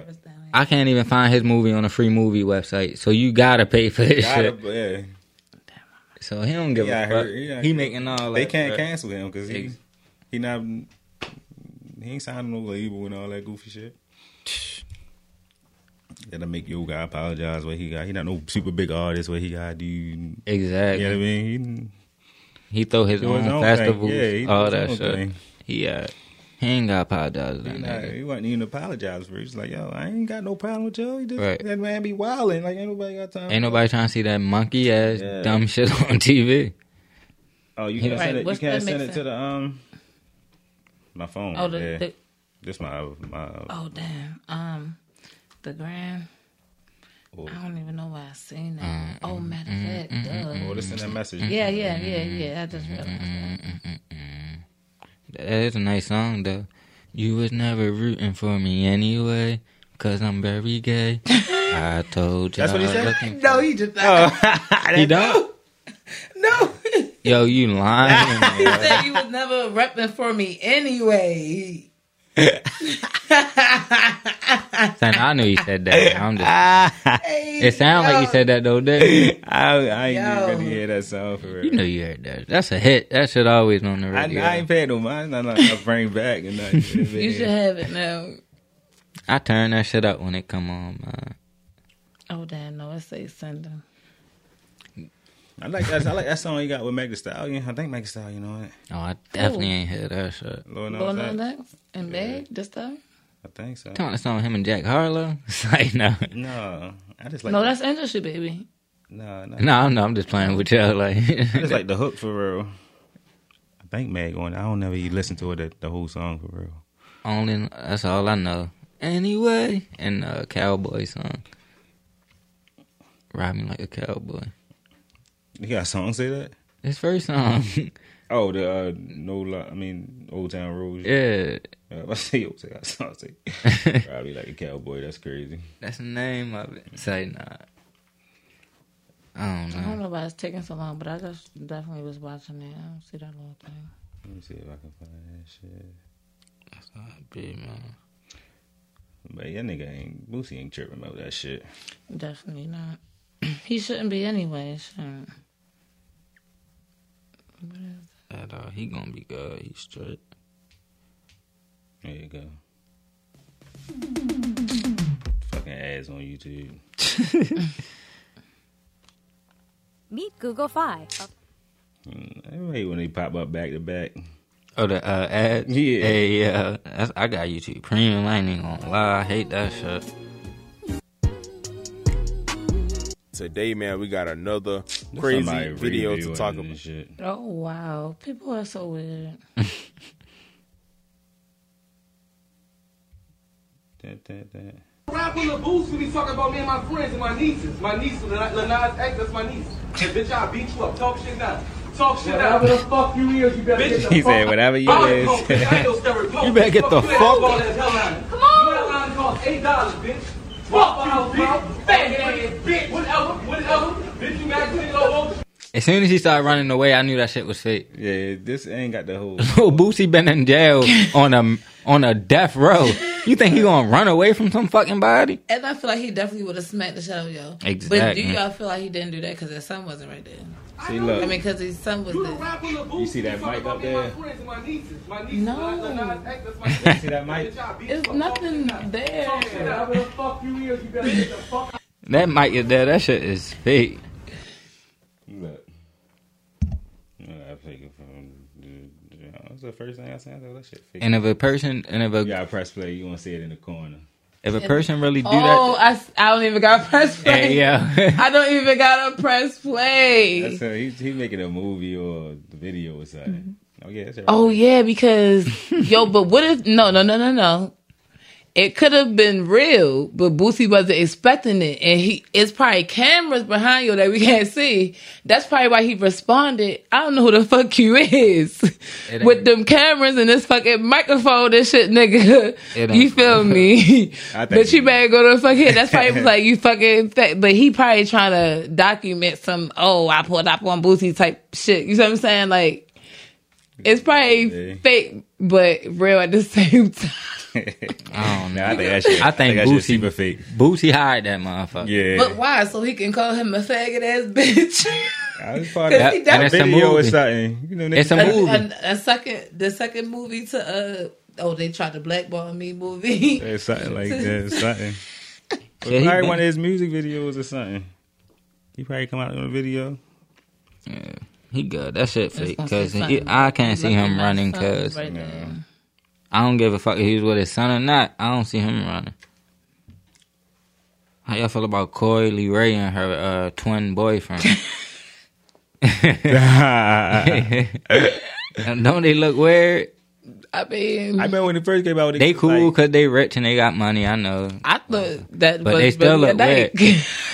A: I can't even find his movie on a free movie website, so you gotta pay for his
C: Gotta,
A: shit.
C: but, yeah.
A: So he don't give
C: Yeah, I
A: a fuck.
C: heard-
A: He,
C: yeah, I heard.
A: making all
C: They
A: that
C: can't
A: shit.
C: cancel him because he
A: Ex-
C: he not he ain't signing no label and all that goofy shit. That'll make your guy apologize what he got. He not no super big artist what he got do you
A: Exactly.
C: know what I mean?
A: He throw his
C: He do
A: own,
C: his own thing.
A: festivals,
C: Yeah, he do
A: all
C: his
A: that
C: own
A: shit.
C: thing.
A: He uh, he ain't got apologize to
C: He,
A: that
C: he, not,
A: nigga.
C: he wasn't even apologize for it. He's like, yo, I ain't got no problem with y'all. He just
A: Right.
C: that man be wilding. Like ain't nobody got time.
A: Ain't nobody trying to see that monkey ass
C: Yeah.
A: dumb shit on TV.
C: Oh, you can't
B: Right,
C: send it. You
B: what's
C: can't
B: that
C: send
B: make
C: it to the um my phone.
B: Oh, the,
C: yeah.
B: the,
C: this my my
B: oh damn. Um, the gram.
C: Oh.
B: I don't even know why I seen that. oh, matter of fact, duh.
C: oh, this in that message.
A: Mm-hmm.
B: Yeah, yeah, yeah, yeah. I just realized. that.
A: That is a nice song though. You was never rooting for me anyway. cause I'm very gay. I told you.
C: That's what he said? Oh.
F: No, he just
A: He don't.
F: no. he
A: Yo, you lying? man.
F: said he was never repping for me anyway.
A: Son, I knew you said that. I'm just. It sounds like you said that though, didn't it?
C: I, I ain't
F: Yo.
C: even gonna hear that song for real.
A: You know you heard that. That's a hit. That shit always on the
C: I,
A: radio.
C: I ain't
A: I,
C: paid no mind. I'm not gonna bring back and nothing.
F: You should have it now.
A: turn that shit up when it come on. Man.
B: Oh damn, no, it say send them.
C: I like that. I like that song you got with Meg Thee Stallion. I think Meg Thee Stallion on it.
A: Oh, I definitely ain't heard that shit.
C: Lord knows
B: Going
C: that.
B: on next and big this time.
C: I think so.
A: Talking song with him and Jack Harlow. It's like no,
C: No, I just like
B: No, that's industry, baby.
C: no, no.
A: no, no. I'm just playing with y'all. Like
C: I just like the hook for real. I think Meg on. it. I don't never even listen to it the, the whole song for real.
A: only that's all I know. Anyway, and uh, cowboy song. Ride me like a cowboy.
C: You got a song say that?
A: His first song.
C: Oh, the uh, no, Li- I mean Old Town Road.
A: yeah,
C: Uh, I say Old Town. I say probably like a cowboy. That's crazy.
A: that's the name of it. Say nah. I don't
B: I don't
A: know.
B: know why it's taking so long, but I just definitely was watching it. I don't see that little thing.
C: Let me see if I can find that shit.
A: Be, man.
C: But yeah, nigga ain't Boosie ain't tripping about that shit.
B: Definitely not. he shouldn't be anyway. Shouldn't.
A: At all. uh, He gonna be good. He's straight.
C: There you go. Fucking ads on YouTube.
I: Meet Google Fi.
C: Mm, I hate when they pop up back to back.
A: Oh, the uh, ad?
C: Yeah.
A: Hey, yeah. That's, I got YouTube Premium. I ain't even gonna lie. I hate that shit.
J: Today, man, we got another
C: Somebody
J: crazy video to
C: reviewing
J: talk
C: this
J: about.
C: Shit.
B: Oh wow, people are so weird.
C: That, that, that.
H: Rap in the booth, you be talking about me and my friends and my nieces. My niece, Lanai's ex, that's my niece. And bitch, I beat you up. Talk shit now. Talk shit now. Whatever the fuck you is, you better
C: get the He fuck- said, "Whatever you
H: I
C: is."
H: ain't no steroid punk.
C: You better get the
H: you that
C: fuck-
H: Ball ass hotline. Come on. Your hotline costs eight dollars, bitch. Fuck you, bitch. Fat ass bitch. Whatever, whatever. Bitch, you mad 'cause you don't want
A: As soon as he started running away, I knew that shit was fake.
C: Yeah, this ain't got the whole.
A: Oh, Boosie been in jail on a on a death row. You think he gonna run away from some fucking body?
B: And I feel like he definitely would have smacked the shit out of y'all. But do
A: Exactly.
B: y'all feel like he didn't do that because his son wasn't right there?
C: See,
B: I
C: look.
B: mean, because his son was
H: You the
B: there.
H: rap in the booth.
C: You see that mic up there?
B: No.
C: You see that mic?
B: It's nothing there.
H: Whatever the fuck you is, you better get the fuck
A: That mic is there. That shit is fake.
C: Look. Yeah, I think if, um, that was the first thing I said. I thought that shit fake.
A: And if a person and if a
C: yeah, I press play. You want to see it in the corner?
A: if a person really do
B: Oh, I, s- I don't even got press
A: that,
B: play.
A: hey, yeah,
B: I don't even got a press play.
C: That's a, he, he making a movie or a video or something.
A: Mm-hmm.
C: Oh yeah, that's right.
B: Oh yeah, because yo, but what if no, no, no, no, no. It could have been real, but Boosie wasn't expecting it, and he it's probably cameras behind you that we can't see. That's probably why he responded. I don't know who the fuck you is
A: ain't-
B: with them cameras and this fucking microphone and shit, nigga.
A: It ain't-
B: You feel me?
C: I think
B: but you
C: he-
B: better go to fuck here. That's probably was like you fucking. Fat. But he probably trying to document some. Oh, I pulled up on Boosie type shit. You see what I'm saying? Like. It's probably
C: Yeah.
B: fake but real at the same time.
A: I don't
C: Nah,
A: know.
C: I think that shit.
A: I think
C: that shit
A: Boosie-
C: super fake.
A: Boosie hired that motherfucker.
C: Yeah,
B: But why? So he can call him a faggot ass bitch.
C: I was part of
B: Cause
C: that
B: he
A: and it's a
C: video or
A: movie.
C: something. You know,
A: It's a
C: nigga-
A: movie.
B: And a second, the second movie to uh oh they tried to blackball me movie.
C: It's something like that. It's something. Or
A: Yeah, he
C: probably
A: been-
C: one of his music videos or something. He probably come out on a video.
A: He good. That shit fake.
B: gonna
A: Cause
B: say
A: he-
B: something.
A: I can't see
B: Look at
A: him
B: my
A: running.
B: son
A: Cause
B: right there.
A: I don't give a fuck if he's with his son or not. I don't see him running. How y'all feel about Corey Lee Ray and her uh, twin boyfriend?
C: I
A: don't they look weird?
B: I mean, I,
C: remember when it first came out.
A: They
C: was
A: cool
C: Like,
A: because they rich and they got money. I know.
B: thought that
A: But
B: was
A: they still
B: Billy
A: look
B: Dyke.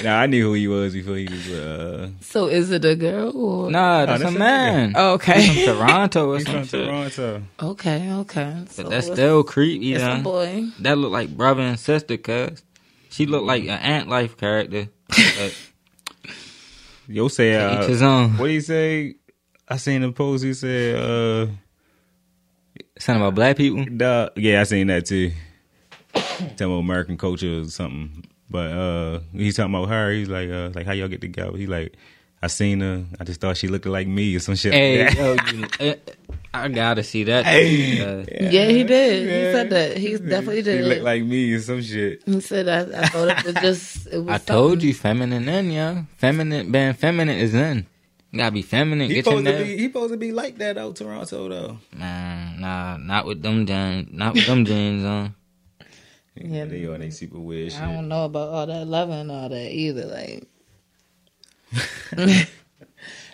C: Nah, I knew who he was before he was. Uh,
K: So is it a girl or
A: Nah, that's, a man.
K: Oh, okay.
A: He's from Toronto or
C: He's from
A: something.
C: Toronto.
K: Okay, okay. So
A: But that's
K: it's-
A: still creepy.
K: It's
A: though.
K: a boy.
A: That look like brother and sister, cuz. She looked like an Ant Life character. But
C: Yo say uh,
A: each his own.
C: What do you say? I seen a post. He said, uh,
A: something about black people.
C: Nah, yeah, I seen that too. talking about American culture or something. But uh, he's talking about her. He's like, uh, like how y'all get together? He like, I seen her. I just thought she looked like me or some shit.
A: hey,
C: like that.
A: yo, you, eh, I gotta see that.
C: Hey.
A: Uh,
K: Yeah, he did. He said that. He definitely
C: she
K: did.
C: looked like me or some shit.
K: he said I, I thought it was just. It was
A: I told you, feminine in, yo. Feminine, being feminine is in. You gotta be feminine.
C: He
A: Get your
C: supposed to
A: nails.
C: be. He supposed to be like that out Toronto though.
A: Nah, nah, not with them jeans. Not with them jeans on.
K: Yeah.
C: they on they super weird shit.
K: I don't know about all that loving and all that either. Like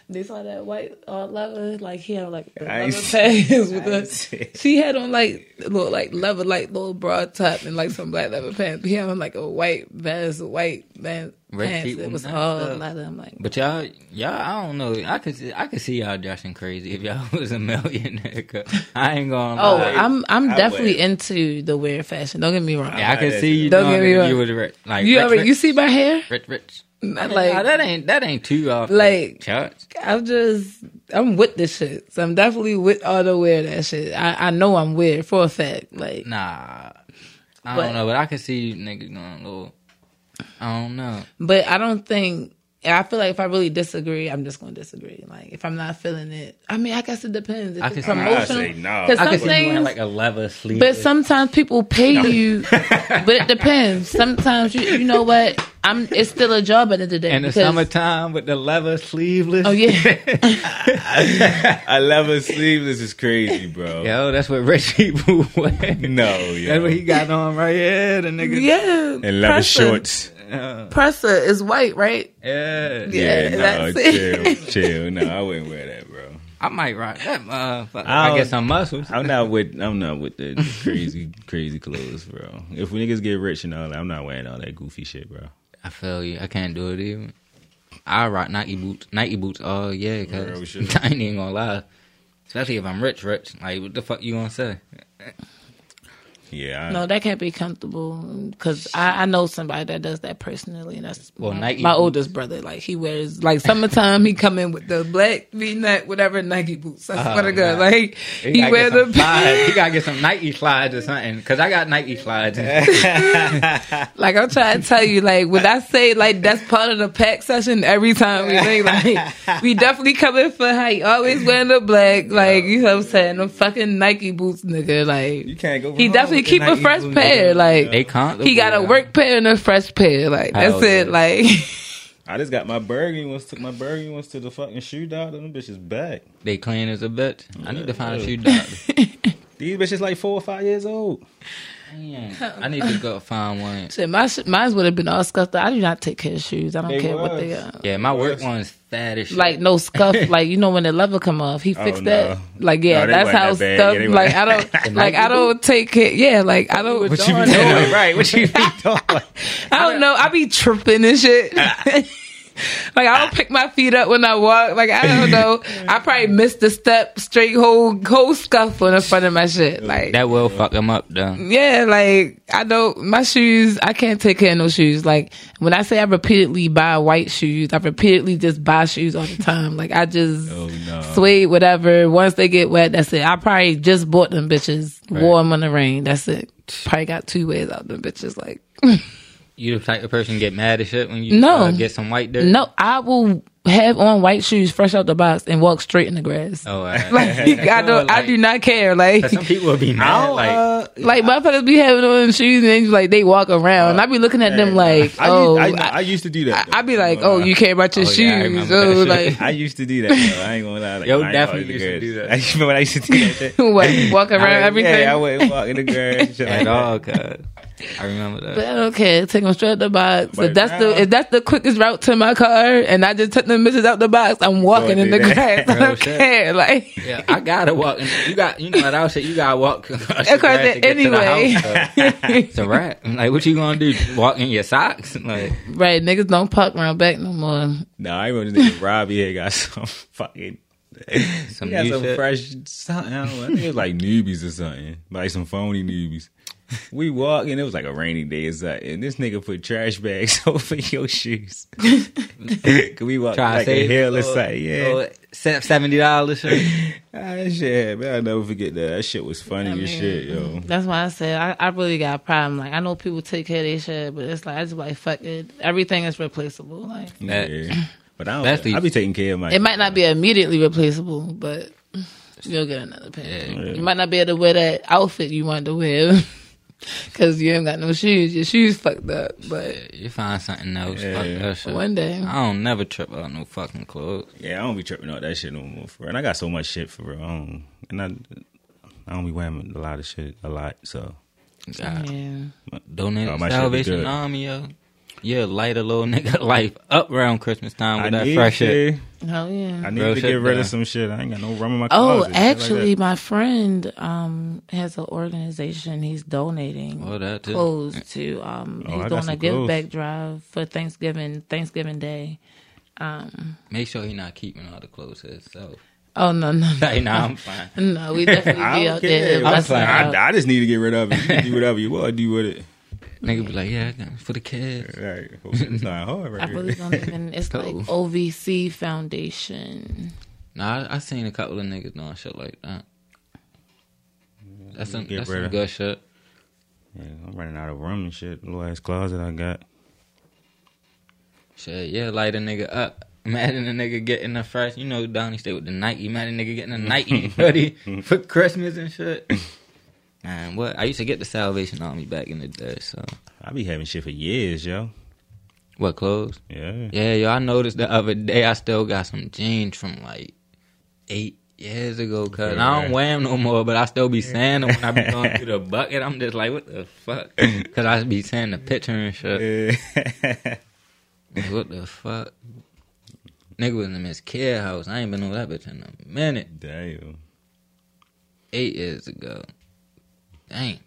K: they saw that white all lover, like he had like the
C: I
K: rubber
C: see.
K: pants with
C: I
K: the
C: see.
K: she had on like little like leather like little broad top and like some black leather pants. But he had on like a white vest, white man
A: Red
K: pants.
A: feet
K: It
A: with
K: was
A: that
K: all
A: stuff.
K: leather. I'm like,
A: But y'all, y'all, I don't know. I could, see, I could see y'all dressing crazy if y'all was a millionaire. 'cause I ain't gonna.
K: oh,
A: lie.
K: I'm I'm
C: I
K: definitely into the weird fashion. Don't get me wrong.
A: Yeah, I could see you.
K: Don't get me
A: doing it.
K: wrong.
A: You would re- like
K: you
A: rich,
K: already
A: rich,
K: you see my hair?
A: rich, rich.
K: Not
A: Like
K: like
A: that ain't that ain't too off. the
K: Like-
A: charts.
K: I'm just I'm with this shit. So I'm definitely with all the weird ass shit. I, I know I'm weird for a fact. Like
A: Nah, I
K: But-
A: don't know, but I could see you niggas going a little. I don't know.
K: but I don't think I feel like if I really disagree, I'm just gonna disagree. Like if I'm not feeling it. I mean I guess it depends. If
A: I
K: it's
A: can see-
C: I
K: promotional.
C: say no.
K: 'cause
A: I could
K: some
A: see you wearing like
K: things
A: a leather sleeve.
K: but sometimes people pay you but it depends. Sometimes you you know what? I'm it's still a job at the end of the day.
A: in the
K: because-
A: summertime with the leather sleeveless.
K: Oh yeah.
C: I love her sleeveless. Is crazy, bro.
A: Yo, oh, that's what rich people wear.
C: No, yo.
A: That's what he got on right here. The nigga.
K: yeah.
C: and leather
K: Presser.
C: shorts.
K: Presser is white, right?
A: Yeah.
K: Yeah,
C: no,
K: that's it.
C: chill, chill. No, I wouldn't wear that, bro.
A: I might rock that motherfucker.
C: I
A: I
C: don't-
A: get some muscles.
C: I'm not with I'm not with the crazy crazy clothes, bro. If we niggas get rich and all that, I'm not wearing all that goofy shit, bro.
A: I feel you. I can't do it even. I rock Nike boots. Nike boots all yeah,
C: Real
A: cause
C: shit.
A: I ain't even gonna lie. Especially if I'm rich, rich. Like what the fuck you gonna say?
C: Yeah, I,
K: No, that can't be comfortable because I, I know somebody that does that personally, and that's
A: Well,
K: my,
A: Nike
K: my
A: boots.
K: oldest brother. Like he wears like summertime, he come in with the black V neck, whatever Nike boots. I swear to God,
A: Oh, nah.
K: like
A: You
K: he
A: gotta
K: wear
A: get
K: the
A: some slides. You gotta get some Nike slides or something. Cause I got Nike slides.
K: like I'm trying to tell you, like when I say like that's part of the pack session every time we think like we definitely coming for how you always wearing the black, like you know what I'm saying, them fucking Nike boots, nigga. Like
C: you can't go.
K: he definitely keep a fresh pair, like.
A: they can't.
K: he got a work pair and a fresh pair. Like that's
A: Hell
K: it.
A: yeah.
K: Like
C: I just got my burgundy ones. Took my burgundy ones to the fucking shoe doctor. Them bitches back.
A: They clean as a bitch. I need to find a
C: Yeah.
A: shoe doctor.
C: These bitches like four or five years old.
A: Damn. I need to go find one.
K: Shit, my sh- mine would have been all scuffed up. I do not take care of shoes. I don't
C: They
K: care what they
C: was.
K: are.
A: Yeah, my work one's fat as shit.
K: Like no scuff, like you know when the leather come off, he fixed
C: Oh, no.
K: that. Like
C: No,
K: yeah,
C: they
K: that's
C: wasn't
K: how
C: that bad.
K: stuff.
C: Yeah, they
K: like I
C: wasn't-
K: don't, like I don't take care. Yeah, like I don't.
A: what you be doing? right? What you be doing?
K: I don't know. I be tripping and shit. like I don't pick my feet up when I walk. Like I don't know. I probably missed the step straight whole whole scuff on the front of my shit. Like
A: That will fuck him up though.
K: Yeah, like I don't my shoes. I can't take care of no shoes. Like when I say I repeatedly buy white shoes, I repeatedly just buy shoes all the time. Like I just
C: Oh no.
K: suede whatever. Once they get wet, that's it. I probably just bought them bitches, wore 'em wore them on the rain. That's it. Probably got two ways out them bitches. Like
A: You the type of person get mad at shit when you
K: No.
A: uh, get some white dirt.
K: no, I will have on white shoes fresh out the box and walk straight in the grass.
A: Oh, all right.
K: Like I don't. I do not care. Like
A: 'Cause Some people would be mad. Like,
C: uh,
K: Like motherfuckers be having on shoes and then like they walk around.
A: Oh,
K: and I be looking at them like,
C: I,
K: oh,
C: used, I, I
K: I,
C: used to do that.
K: I, I be
C: though.
K: like,
C: Ain't
K: oh,
C: gonna
K: you care about your
A: Oh,
K: shoes.
A: yeah, I remember that
K: oh,
A: shit.
K: like
C: lie. I used to do that. Though. I ain't gonna lie. Like,
A: Yo,
C: I ain't
A: definitely
C: always the
A: used to
C: girls.
A: do that.
C: I used remember when I used to do that. shit?
K: what? Walk
C: I
K: around
C: wouldn't-
K: everything.
C: Yeah, I wouldn't walk in the girl.
A: at all, cause I remember that.
K: But I don't care. Take them straight out the box.
A: But
K: if that's
A: now-
K: the if that's the quickest route to my car, and I just took them bitches out the box, I'm walking in the grass. I
A: Real
K: don't
A: shit.
K: care. Like
A: Yeah, I gotta walk. You got, you know what I say? You gotta walk across the
K: Of course,
A: grass to get to the
K: anyway.
A: house. so. it's a wrap. I'm like, what you gonna do? Walk in your socks? Like,
K: right, niggas don't park around back no more.
C: No, I remember this nigga Robbie had got some fucking
A: Some
C: he got
A: new
C: some
A: shit?
C: fresh something. I, don't know. I think it was like newbies or something, like some phony newbies. We walk and it was like a rainy day or something. And this nigga put trash bags over your shoes. Could we walk
A: try to
C: like a
A: save
C: hill or
A: little-
C: something? Yeah.
A: little se- seventy dollars.
C: Ah, that shit, man, I'll never forget that. That shit was funny as shit, yo.
K: That's why I said I, I really got a problem. Like I know people take care of their shit, but it's like I just like fuck it. Everything is replaceable. Like
C: yeah. But I
A: that's
C: don't.
A: the-
C: I be taking care of my.
K: it might not be immediately replaceable, but you'll get another pair. You might not be able to wear that outfit you wanted to wear because you ain't got no shoes. Your shoes fucked up, but
A: You find something else. Fuck that shit.
K: One day.
A: I don't never trip out no fucking clothes.
C: Yeah, I don't be tripping out that shit no more for real. And I got so much shit for real. I don't, and I, I don't be wearing a lot of shit a lot. So
A: God.
K: yeah.
A: Donate
C: Oh,
A: to
C: my shit be
A: Salvation
C: good.
A: Army, yo. Yeah, light a little nigga life up around Christmas time
C: I
A: with that
C: need
A: fresh shit.
C: to-
K: Oh yeah.
C: I need
A: Real
C: to
A: shit,
C: get rid
A: yeah.
C: of some shit. I ain't got no rum in my
K: Oh,
C: closet. shit like
K: actually,
C: that.
K: my friend um has an organization. He's donating
A: Oh, that too.
K: clothes to. Um,
C: Oh, I
K: he's
C: got
K: doing
C: some
K: a give
C: clothes.
K: back drive for Thanksgiving. Thanksgiving Day.
A: Make sure he not keeping all the clothes to himself.
K: Oh no no no,
A: Like, nah, I'm fine.
K: no we definitely
C: I
K: be
C: don't
K: out there.
C: care. I'm
K: blessing
A: playing.
K: out.
C: I, I just need to get rid of it. You do whatever you want to do with it.
A: Nigga be like, yeah, I got it for the kids.
C: Like, it's not hard
K: I
C: right
K: really
C: here.
K: don't even. It's like
A: Cool.
K: OVC Foundation.
A: Nah, I, I seen a couple of niggas doing shit like that. That's some,
C: Get
A: that's
C: rid
A: some
C: of-
A: good shit.
C: Yeah, I'm running out of room and shit. Little ass closet I got.
A: Shit, yeah, light a nigga up. Imagine a nigga getting the fresh, you know, Donnie stay with the Nike. Imagine a nigga getting a Nike hoodie for Christmas and shit. Man, what? I used to get the Salvation Army back in the day, so.
C: I be having shit for years, yo.
A: What, clothes?
C: Yeah.
A: Yeah, yo, I noticed the other day I still got some jeans from like eight years ago, cuz. And I don't wear them no more, but I still be saying them when I be going through the bucket. I'm just like, what the fuck? Cuz I be saying the picture and shit.
C: Yeah.
A: Like, what the fuck? Nigga was in his kid house. I ain't been on that bitch in a minute.
C: Damn.
A: eight years ago. Dang.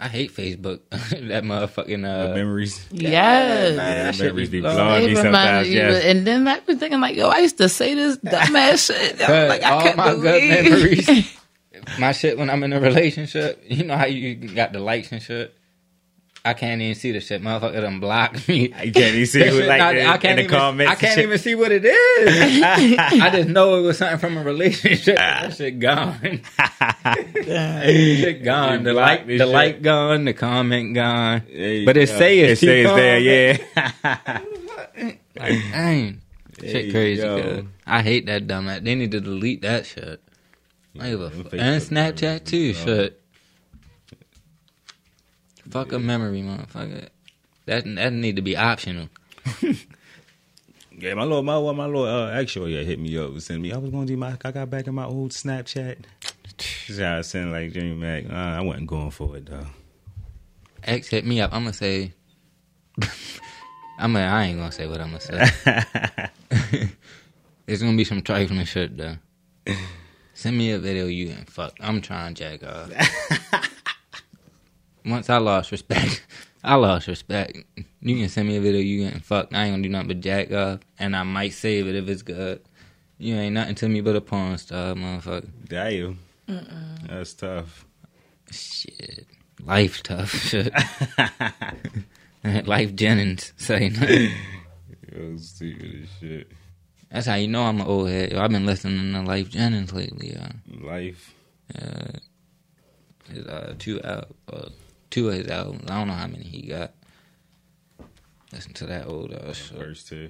A: I hate Facebook. that
C: The
A: motherfucking uh,
C: memories.
K: Yes.
C: Yeah,
A: that
C: the
A: shit
C: memories
A: be
C: be
A: blowing.
C: blowing
K: It
C: me
K: reminded
C: sometimes.
K: you,
C: Yes.
K: and then I was thinking like, yo, I used to say this dumbass shit. I was like, I
A: all
K: couldn't
A: my good
K: believe.
A: memories. my shit when I'm in a relationship. You know how you got the likes and shit. I can't even see the shit. Motherfucker done blocked me.
C: You can't even see
A: That
C: who
A: shit
C: like
A: not-
C: the,
A: I can't
C: in the
A: even,
C: comments.
A: I
C: and
A: can't
C: shit.
A: even see what it is. I just know it was something from a relationship.
C: Ah.
A: That shit gone. shit gone. The
C: You blocked
A: like, the
C: this shit.
A: like gone. The comment gone.
C: There you
A: But it
C: go.
A: say it's
C: It say it's
A: T-Con,
C: there, yeah.
A: Like, dang. Shit
C: Hey,
A: crazy,
C: yo.
A: cuz. I hate that dumb ass. They need to delete that shit. I give a
C: them
A: fuck.
C: Facebook
A: And Snapchat
C: memories,
A: too,
C: dog.
A: shit. Fuck a memory, motherfucker. That that need to be optional.
C: Yeah, my little, my little, my little uh, actual yeah, hit me up and sent me. I was gonna do my, I got back in my old Snapchat. Yeah, I sent like Jimmy Mac. Uh, I wasn't going for it though.
A: X hit me up. I'ma say I'm a, I ain't gonna say what I'm gonna say. it's gonna be some trifling shit though. Send me a video you and fuck. I'm trying to jack off. Once I lost respect, I lost respect. You can send me a video you getting fucked. I ain't gonna do nothing but jack off, and I might save it if it's good. You ain't nothing to me but a porn star, motherfucker.
C: Damn, that's tough.
A: Shit, life tough shit. life Jennings say nothing.
C: Yo, stupid as shit.
A: That's how you know I'm an old head. Yo, I've been listening to Life Jennings lately. Yo.
C: Life.
A: Uh, his uh, two out, uh, two of his albums. I don't know how many he got. Listen to that old uh, shit.
C: First two.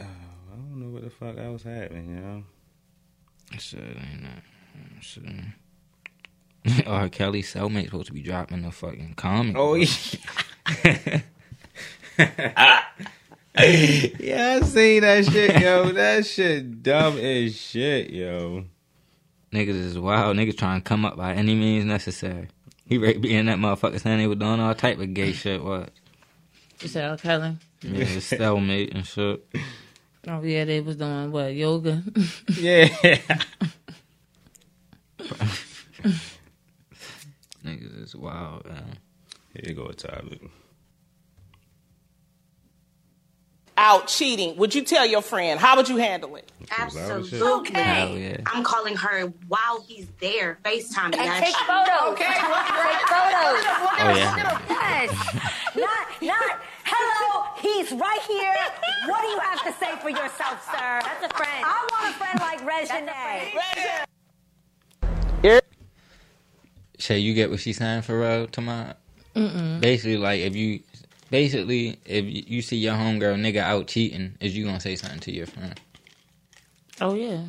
C: Oh, I don't know what the fuck I was having, you know.
A: Shit, uh, ain't that? Shit. R. Kelly cellmate supposed to be dropping a fucking comic.
C: Oh yeah. yeah, I seen that shit, yo. That shit dumb as shit, yo.
A: Niggas is wild. Niggas trying to come up by any means necessary. He ready to be in that motherfucker saying they were doing all type of gay shit. What?
K: You said R. Kelly.
A: Yeah, cellmate and shit.
K: Oh yeah, they was doing what yoga.
A: Yeah. Niggas is wild. Man.
C: Here you go, topic.
B: out cheating, would you tell your friend? How would you handle it?
L: Absolutely.
A: Oh,
B: Hell yeah.
L: I'm calling her while he's there, FaceTiming.
B: And take
L: photos.
B: Okay.
L: take
B: photos.
L: Oh,
A: yeah.
D: Yes. not, not, hello, he's right here. What do you have to say for yourself, sir? That's a friend. I want a friend like Regine.
A: Shay, you get what she signed for real tomorrow?
K: Mm-mm.
A: Basically, like if you, basically if you you see your homegirl nigga out cheating, is you gonna say something to your friend?
K: Oh yeah.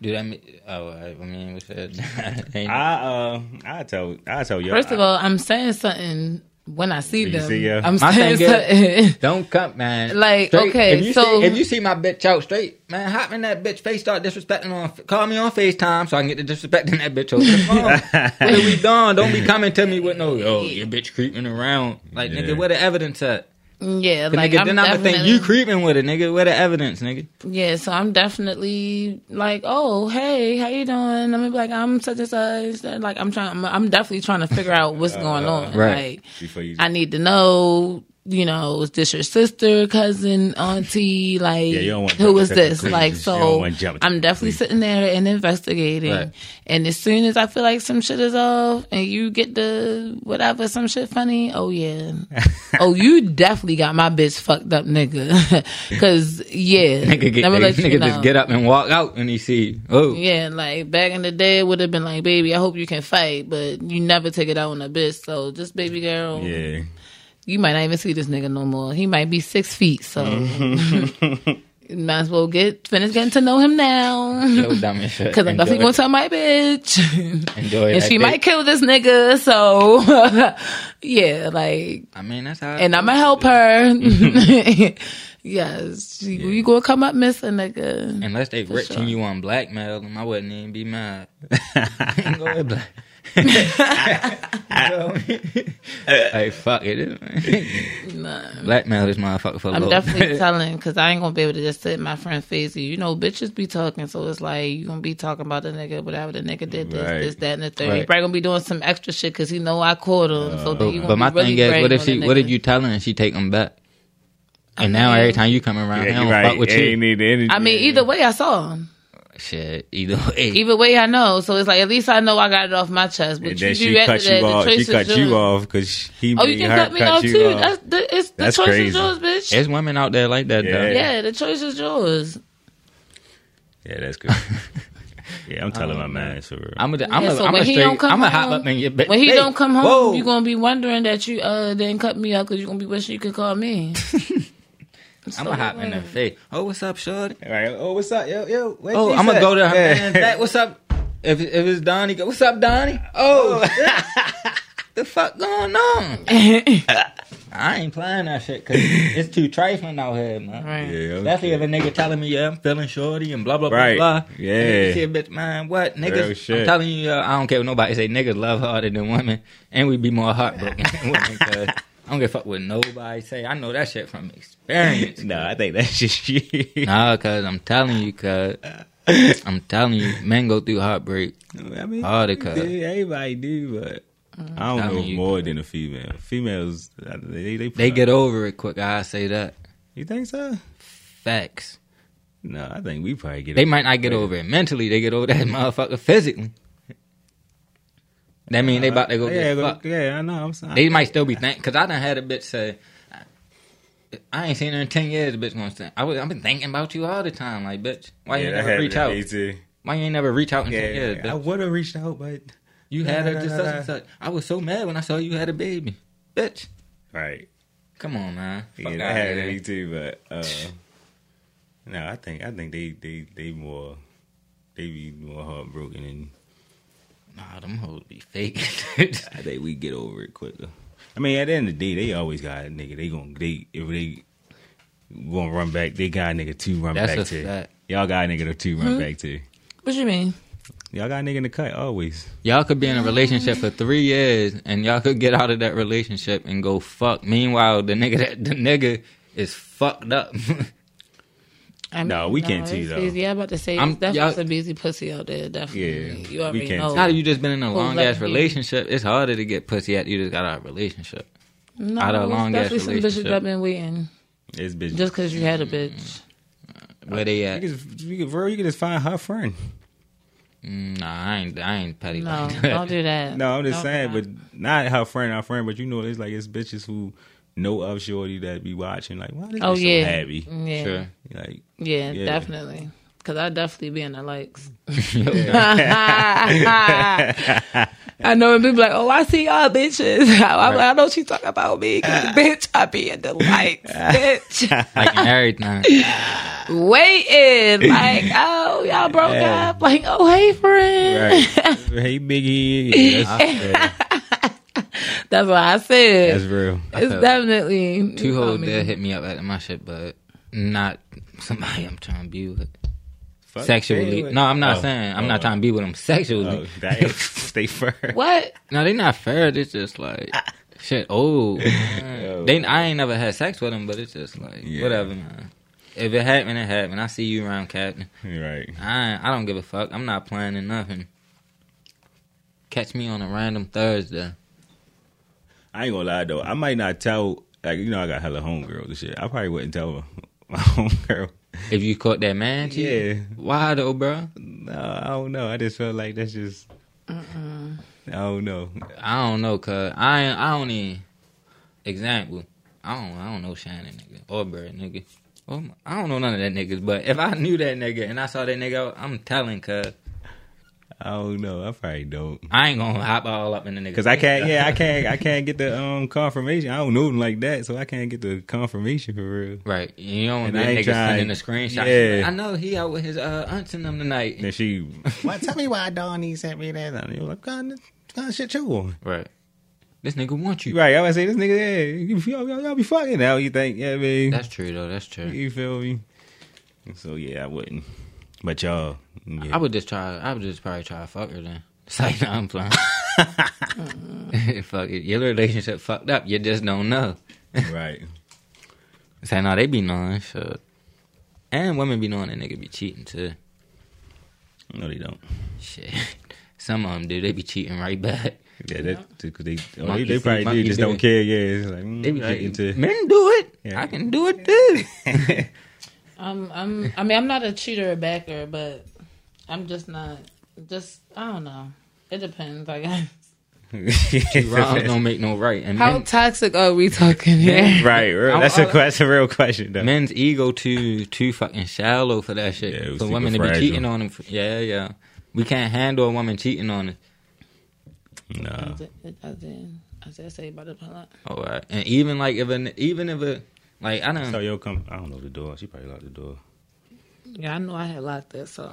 A: Do that? me- Oh, I I mean, what's that?
C: I uh, I tell, I tell you.
K: First of all, I'm saying something when I see
A: You
K: them.
A: see, yeah.
K: I'm
A: My
K: saying
A: thing is,
K: something.
A: Don't come, man.
K: Like,
A: Straight-
K: okay,
A: if you
K: so-
A: see, if you see my bitch out straight, man, hop in that bitch face, start disrespecting on, call me on Facetime so I can get to disrespecting that bitch over the phone. what are we doing? Don't be coming to me with no yo, your bitch creeping around. Like,
K: Yeah.
A: nigga, where the evidence at?
K: Yeah,
A: 'Cause,
K: like
A: nigga,
K: I'm
A: then I'ma think
K: definitely-
A: you creeping with it, nigga. Where the evidence, nigga?
K: Yeah, so I'm definitely like, oh hey, how you doing? I'm gonna be like, I'm such and such. Like I'm trying, I'm, I'm definitely trying to figure out what's going on.
C: right.
K: Like,
C: Before you,
K: I need to know. You know, is this your sister, cousin, auntie? Like,
C: Yeah, you don't want
K: who
C: jumping
K: is
C: to the
K: this? Like,
C: conclusions. You don't
K: so
C: want jumping to
K: I'm definitely sitting there and investigating.
C: Right.
K: And as soon as I feel like some shit is off, and you get the whatever, some shit funny. Oh yeah, oh you definitely got my bitch fucked up, nigga. Because yeah,
A: Nigga, get,
K: I'ma
A: nigga,
K: let you
A: nigga
K: know.
A: just get up and walk out when he see. you. Oh,
K: Yeah, like back in the day, it would have been like, baby, I hope you can fight, but you never take it out on a bitch. So just baby girl,
C: yeah.
K: you might not even see this nigga no more. He might be six feet, so
C: Mm-hmm.
K: you might as well get finish getting to know him now.
A: yo, dumb as shit.
K: Because I'm definitely
A: Enjoy-
K: gonna tell my bitch,
A: enjoy
K: and
A: that
K: she
A: bitch.
K: might kill this nigga. So yeah, like,
A: I mean, that's how. I
K: and
A: feel.
K: I'ma help her. yes, she- you gonna come up missing, nigga.
A: Unless they
K: For
A: rich
K: sure.
A: and you on blackmail them, I wouldn't even be mad. Go ahead, black. hey, fuck it.
K: Nah.
A: Blackmail this motherfucker for a
K: I'm
A: little
K: definitely
C: Oh.
A: bit.
K: telling because I ain't gonna be able to just sit in my friend's face. You know, bitches be talking, so it's like you gonna be talking about the nigga, whatever the nigga did, this,
A: Right.
K: this, that, and the third. You
A: Right.
K: probably gonna be doing some extra shit because he know I caught him.
C: Oh.
K: so then you
A: but
K: gonna
A: my
K: be really
A: thing is, what if
K: bragging
A: she?
K: on
A: What
K: the
A: if you tell her and she take them back? And now every time you come around,
C: Yeah,
A: I don't
C: you're right.
A: fuck with
C: Ain't
A: you.
C: need the energy.
K: nigga. I mean, either way, I saw him.
A: shit. Either way,
K: Either way, I know. So it's like at least I know I got it off my chest. But
C: and
K: you
C: then
K: do
C: she
K: that
C: cut
K: to that,
C: you
K: the
C: off. She
K: choice is
C: cut
K: yours.
C: you off because he
K: Oh,
C: made
K: you can
C: her
K: cut me
C: cut
K: off
C: you
K: too.
C: off.
K: That's the, it's the
C: That's
K: choice is
C: crazy.
K: yours, bitch.
A: There's women out there like that.
C: Yeah.
A: though.
K: yeah, the choice is yours.
C: Yeah, that's good. yeah, I'm telling my Oh, man for real.
A: I'm a,
K: Yeah,
A: I'm a,
K: so
A: I'm
K: when
A: a
K: he
A: straight.
K: don't come
A: I'm a hop
K: home-
A: up in your bitch.
K: When he
A: face.
K: don't come home,
A: Whoa.
K: you gonna be wondering that you uh didn't cut me up because you gonna be wishing you could call me.
A: I'm gonna hop in her face. Oh, what's up, shorty?
C: Right. Oh, what's up? Yo, yo. What
A: Oh,
C: she
A: I'm gonna
C: said?
A: go to her
C: Yeah.
A: man's back. What's up? If if it's Donnie, go, what's up, Donnie? Oh, the fuck going on? I ain't playing that shit because it's too trifling out here, man.
K: Right.
C: Yeah,
A: Especially if a nigga telling me, yeah, I'm feeling shorty and blah blah blah
C: Right.
A: blah.
C: Yeah.
A: And you see a bitch, man, what
C: Real
A: niggas?
C: shit.
A: I'm telling you, uh, I don't care what nobody say. Niggas love harder than women, and we be more heartbroken. than women 'cause I don't give a fuck what nobody say. I know that shit from experience.
C: no, I think that's just you.
A: Nah, cause I'm telling you, cause I'm telling you, men go through heartbreak.
C: I mean,
A: harder,
C: yeah,
A: cause
C: everybody do, but I
A: I
C: don't know
A: mean, you
C: more than a female. Females, uh, they they,
A: they get over it quick. I say that.
C: You think so?
A: Facts.
C: No, I think we probably get.
A: They might not get over it mentally. They get over that motherfucker physically. That mean they about to go
C: yeah,
A: get
C: go-
A: fucked.
C: yeah, I know. I'm sorry.
A: They might still be thinking because I done had a bitch say, I- "I ain't seen her in ten years." The bitch gonna say, "I was, I've been thinking about you all the time." Like, bitch, why you ain't never reach out? Why you ain't never reach out in
C: Yeah,
A: ten years?
C: I
A: Bitch?
C: would have reached out, but
A: You had
C: Nah,
A: her
C: nah,
A: just
C: nah,
A: such
C: nah.
A: and such. I was so mad when I saw you had a baby, bitch.
C: right.
A: Come on, man.
C: Yeah,
A: Fuck
C: I
A: outta
C: had
A: here.
C: it too, but uh, no, I think I think they they they more they be more heartbroken and
A: nah, them hoes be fake.
C: I think we get over it quicker. I mean, at the end of the day, they always got a nigga. They gonna they if they won't run back, they got a nigga two run
A: That's
C: back
A: a
C: to.
A: fact.
C: Y'all got a nigga to two run
K: Hmm?
C: back to.
K: What you mean?
C: Y'all got a nigga in the cut always.
A: Y'all could be in a relationship for three years and y'all could get out of that relationship and go fuck. Meanwhile, the nigga that the nigga is fucked up.
C: No, we can't see,
B: it's
C: though.
B: Busy. Yeah, I'm about to say
A: I'm-
B: I'm,
A: y'all-
B: definitely some busy pussy out there. Definitely,
C: Yeah,
B: you already
C: we can't
B: know.
A: Now that you just been in a
B: who's
A: long ass
B: letting you.
A: relationship, it's harder to get pussy at you just got out of a relationship.
B: No,
A: out of a long ass
B: definitely some bitches
A: relationship.
B: that been waiting
C: It's busy.
B: just because you had a bitch.
A: Where they at?
C: You can, you can, bro, you can just find her friend.
A: Mm, Nah, I ain't I ain't petty
B: No,
A: like that.
B: don't do that.
C: No, I'm just
B: Don't
C: saying, but not her friend, our friend, but you know, it's like it's bitches who know of shorty that be watching, like, why they
B: Oh,
C: be
B: yeah.
C: so happy?
B: Yeah. Sure.
C: Like,
B: Yeah, definitely. Because I definitely be in the likes. Ah. I know and people like, oh, I see y'all bitches. I'm like, I know she talking about me. 'cause, bitch, I be in the likes. bitch.
A: like married now.
B: Waiting. Like, oh, y'all broke
C: Yeah.
B: up. Like, oh, hey, friend.
C: Right. hey, Biggie. That's,
B: That's what I said.
C: that's real.
B: It's definitely
A: Two
B: you know
A: hoes
B: me.
A: did hit me up at my shit, but not somebody I'm trying to be with.
C: Fuck,
A: sexually.
C: man, like-
A: No, I'm not
C: Oh,
A: saying I'm
C: oh.
A: not trying to be with them sexually.
C: Oh, that is, stay fair.
B: What?
C: Oh.
A: No, they not fair. It's just like shit. Oh, man. they. I ain't never had sex with them, but it's just like
C: Yeah.
A: whatever, man. If it happened, it happened. I see you around, Captain.
C: Right.
A: I I don't give a fuck. I'm not planning nothing. Catch me on a random Thursday.
C: I ain't gonna lie though. I might not tell. Like you know, I got hella homegirls and shit. I probably wouldn't tell my homegirl.
A: If you caught that man,
C: yeah.
A: Why though, bro?
C: No, I don't know. I just felt like that's just. I don't know.
A: I don't know, cuz I ain't, I don't even example. I don't I don't know Shannon nigga or Bird nigga. Or my- I don't know none of that niggas, but if I knew that nigga and I saw that nigga, I'm telling cuz
C: I don't know. I probably don't.
A: I ain't gonna hop all up in the nigga.
C: Cause I can't. Yeah, I can't. I can't get the um confirmation. I don't know them like that, so I can't get the confirmation for real.
A: Right. You don't want
C: And
A: that
C: I
A: nigga
C: ain't trying-
A: sending a screenshot.
C: Yeah.
A: Like, I know he out with his uh aunts and them tonight.
C: Then she. What? Tell me why Donnie sent me that. And you're like, God, what kind of shit you on?
A: Right. This nigga want you.
C: Right. I would say this nigga. Yeah, you, y'all, y'all- y'all be fucking now. You think? Yeah, man.
A: That's true though, that's true.
C: You feel me? So yeah, I wouldn't. But y'all, yeah.
A: I would just try. I would just probably try to fuck her then. It's like, nah, I'm playing. fuck it. Your relationship fucked up. You just don't know.
C: right.
A: It's like, nah, they be knowing shit. And women be knowing that nigga be cheating too.
C: No, they don't.
A: Shit. Some of them do. They be cheating right back.
C: Yeah, that because they oh, they,
A: Monkey
C: they
A: see,
C: probably do
A: monkey
C: just
A: do
C: don't
A: it.
C: care. Yeah, it's like mm,
A: They be
C: right
A: cheating.
C: into-
A: Men do it.
C: Yeah.
A: I can do it too.
B: I'm, I'm, I mean, I'm not a cheater or backer, but I'm just not, just, I don't know. It depends, I guess.
A: Two wrongs don't make no right. And
B: How
A: men-
B: toxic are we talking here?
C: right, real.
A: I'm-
C: That's a
A: I'm-
C: that's a real question though.
A: men's ego too too fucking shallow for that shit.
C: it was
A: for
C: super
A: women to
C: fragile.
A: be cheating on them. Yeah, yeah. We can't handle a woman cheating on us.
C: Nah.
B: I did. I said, say about it a lot.
A: Oh, All right. And even like if an even if it like I don't
C: So yo, come. I don't know the door. She probably locked the door.
B: Yeah, I know I had locked that, so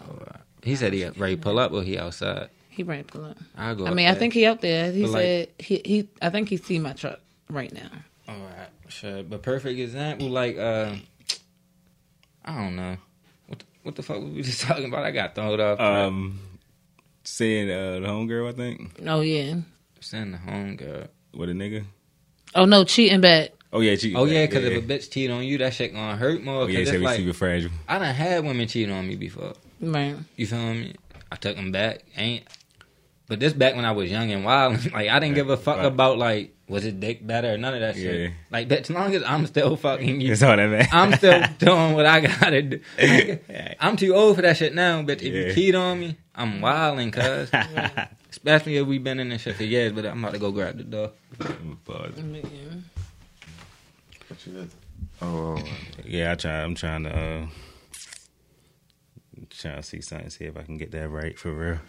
A: he said he ready to pull up or he outside.
B: he ran pull up.
A: I go.
B: I
A: up
B: mean, I
A: there.
B: think he up there. He
A: But, like-
B: said he, he. I think he see my truck right now.
A: All right, sure. But perfect example, like uh, I don't know what the, what the fuck were we just talking about. I got thrown off.
C: Um, saying uh, the homegirl, I think,
B: Oh yeah.
A: send the home girl.
C: with a nigga.
B: Oh no, cheating back.
C: Oh yeah, she,
A: Oh yeah, because if a bitch cheat on you, that shit gonna hurt more.
C: oh yeah,
A: 'cause
C: he
A: it's
C: said we
A: like,
C: super fragile.
A: I done had women cheat on me before.
B: Right.
A: You feel me? I took them back. Ain't. But this back when I was young and wild, like I didn't give a fuck
C: Right.
A: about like was it dick better or none of that shit.
C: Yeah.
A: Like that, as long as I'm still fucking you,
C: That's all that matters.
A: I'm still doing what I gotta do. Like, I'm too old for that shit now. But if
C: Yeah.
A: you cheat on me, I'm wilding, cuz. Especially if we've been in this shit for years. But I'm about to go grab the door.
C: But,
B: Yeah.
C: Oh yeah, I try. I'm trying to uh, trying to see something, see if I can get that right for real,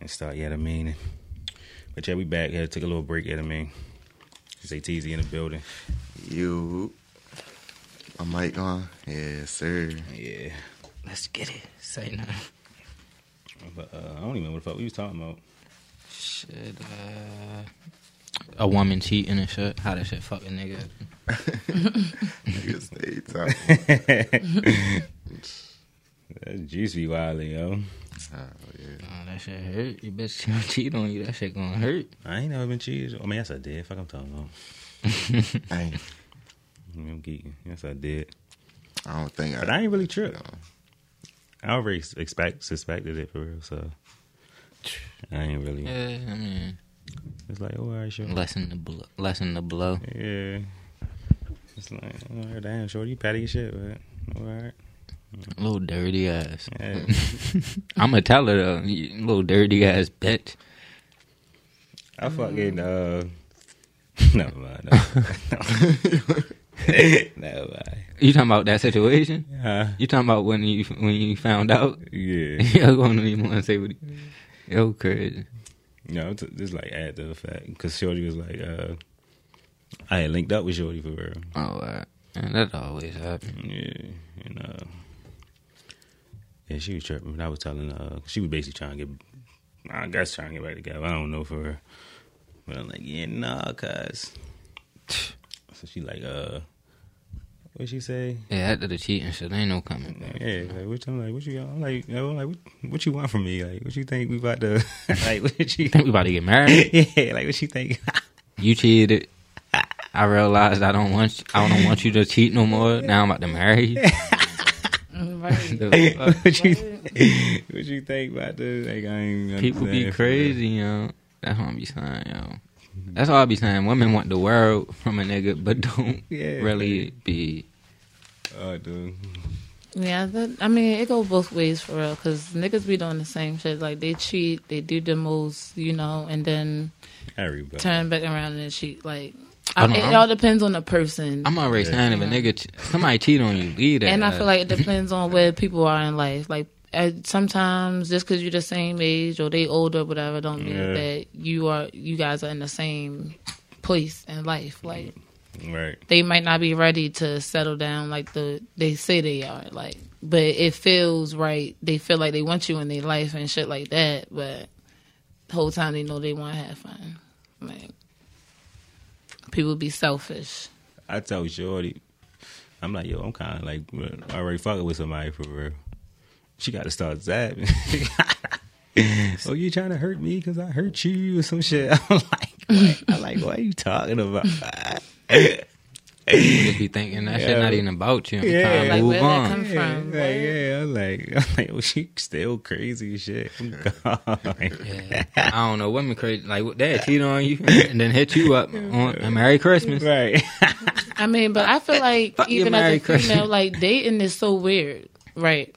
C: and start yet a meaning. But yeah, we back here. Took a little break. Yet I mean, say TZ in the building.
M: You. My mic on? Yes, sir.
C: Yeah.
A: Let's get it. Say no.
C: But uh, I don't even know what the fuck we was talking about.
A: Shit. Uh, a woman cheating and shit. How that shit fucking nigga.
M: Niggas stay talking.
C: That's juicy wilding, yo.
A: Oh, that shit hurt. You bitch gonna cheat on you. That shit gonna hurt.
C: I ain't never been cheated. I mean, yes, I did. Fuck, I'm talking about.
H: Dang.
C: I'm geeking. Yes, I did.
H: I don't think.
C: But I, ain't really tripped. I already ex- expect suspected it for real, so I ain't really.
A: Yeah, I mean,
C: it's like, oh, all right, sure.
A: Lessen the blow. Lessen the blow.
C: Yeah. It's like, oh, all right, damn, shorty, you patty your shit, but oh, all right.
A: Little dirty ass.
C: Yeah.
A: I'ma tell her though. You little dirty ass bitch.
C: I fucking uh, never mind. Never mind. never mind.
A: You talking about that situation?
C: Yeah.
A: You talking about when you when you found out?
C: Yeah.
A: Y'all going to even want to say what? he- Yo, crazy.
C: No, it's just like after the fact, because Shorty was like, uh, I had linked up with Shorty for real.
A: Oh, uh, and that always happens.
C: Yeah, and uh, yeah, she was tripping. I was telling her she was basically trying to get, I guess trying to get back together. I don't know for her, but I'm like, yeah, nah, cause. So she like, uh, what she say?
A: Yeah, after the cheating shit, ain't no coming back.
C: Yeah, like what I'm like, what you I'm like, you know, I'm like what, what you want from me? Like what you think we about to like what you
A: Think we about to get married?
C: yeah, like what you think?
A: You cheated. I realized I don't want you, I don't want you to cheat no more. Now I'm about to marry you. The fuck?
C: what you what you think about this? Like I ain't
A: People be
C: understand.
A: crazy, yo. That's what I be saying, yo. That's all I be saying. Women want the world from a nigga, but don't
C: Yeah,
A: really be.
C: Oh, dude.
K: Yeah, that, I mean, it goes both ways for real. Cause niggas be doing the same shit. Like they cheat, they do the most, you know, and then
C: Everybody.
K: turn back around and cheat. Like
A: I
K: I
A: don't
K: it
A: know.
K: all depends on the person.
A: I'm already saying if a nigga, che- somebody cheat on you, leave that.
K: and I
A: ass.
K: feel like it depends on where people are in life. Like at, sometimes just because you're the same age or they older, whatever, don't mean
C: Yeah.
K: that you are you guys are in the same place in life. Like
C: Right.
K: they might not be ready to settle down like the they say they are. Like, but it feels right. They feel like they want you in their life and shit like that. But the whole time they know they want to have fun. Like people be selfish.
C: I tell Shorty, I'm like, yo, I'm kind of like already fucking with somebody for real. She got to start zapping. oh, you trying to hurt me because I hurt you or some shit? I'm like, what? I'm like, what are you talking about?
A: Niggas be thinking that shit
C: Yeah.
A: not even about you. I'm
C: Yeah.
A: trying to move on.
C: yeah, like, yeah, I'm like, I'm like, well, she still crazy as shit. I'm gone.
A: I don't know. Women crazy like that cheat on you and then hit you up on a Merry Christmas.
C: Right.
K: I mean, but I feel like
A: Fuck your
K: even as
A: Merry
K: a
A: Christmas.
K: female, like dating is so weird, right?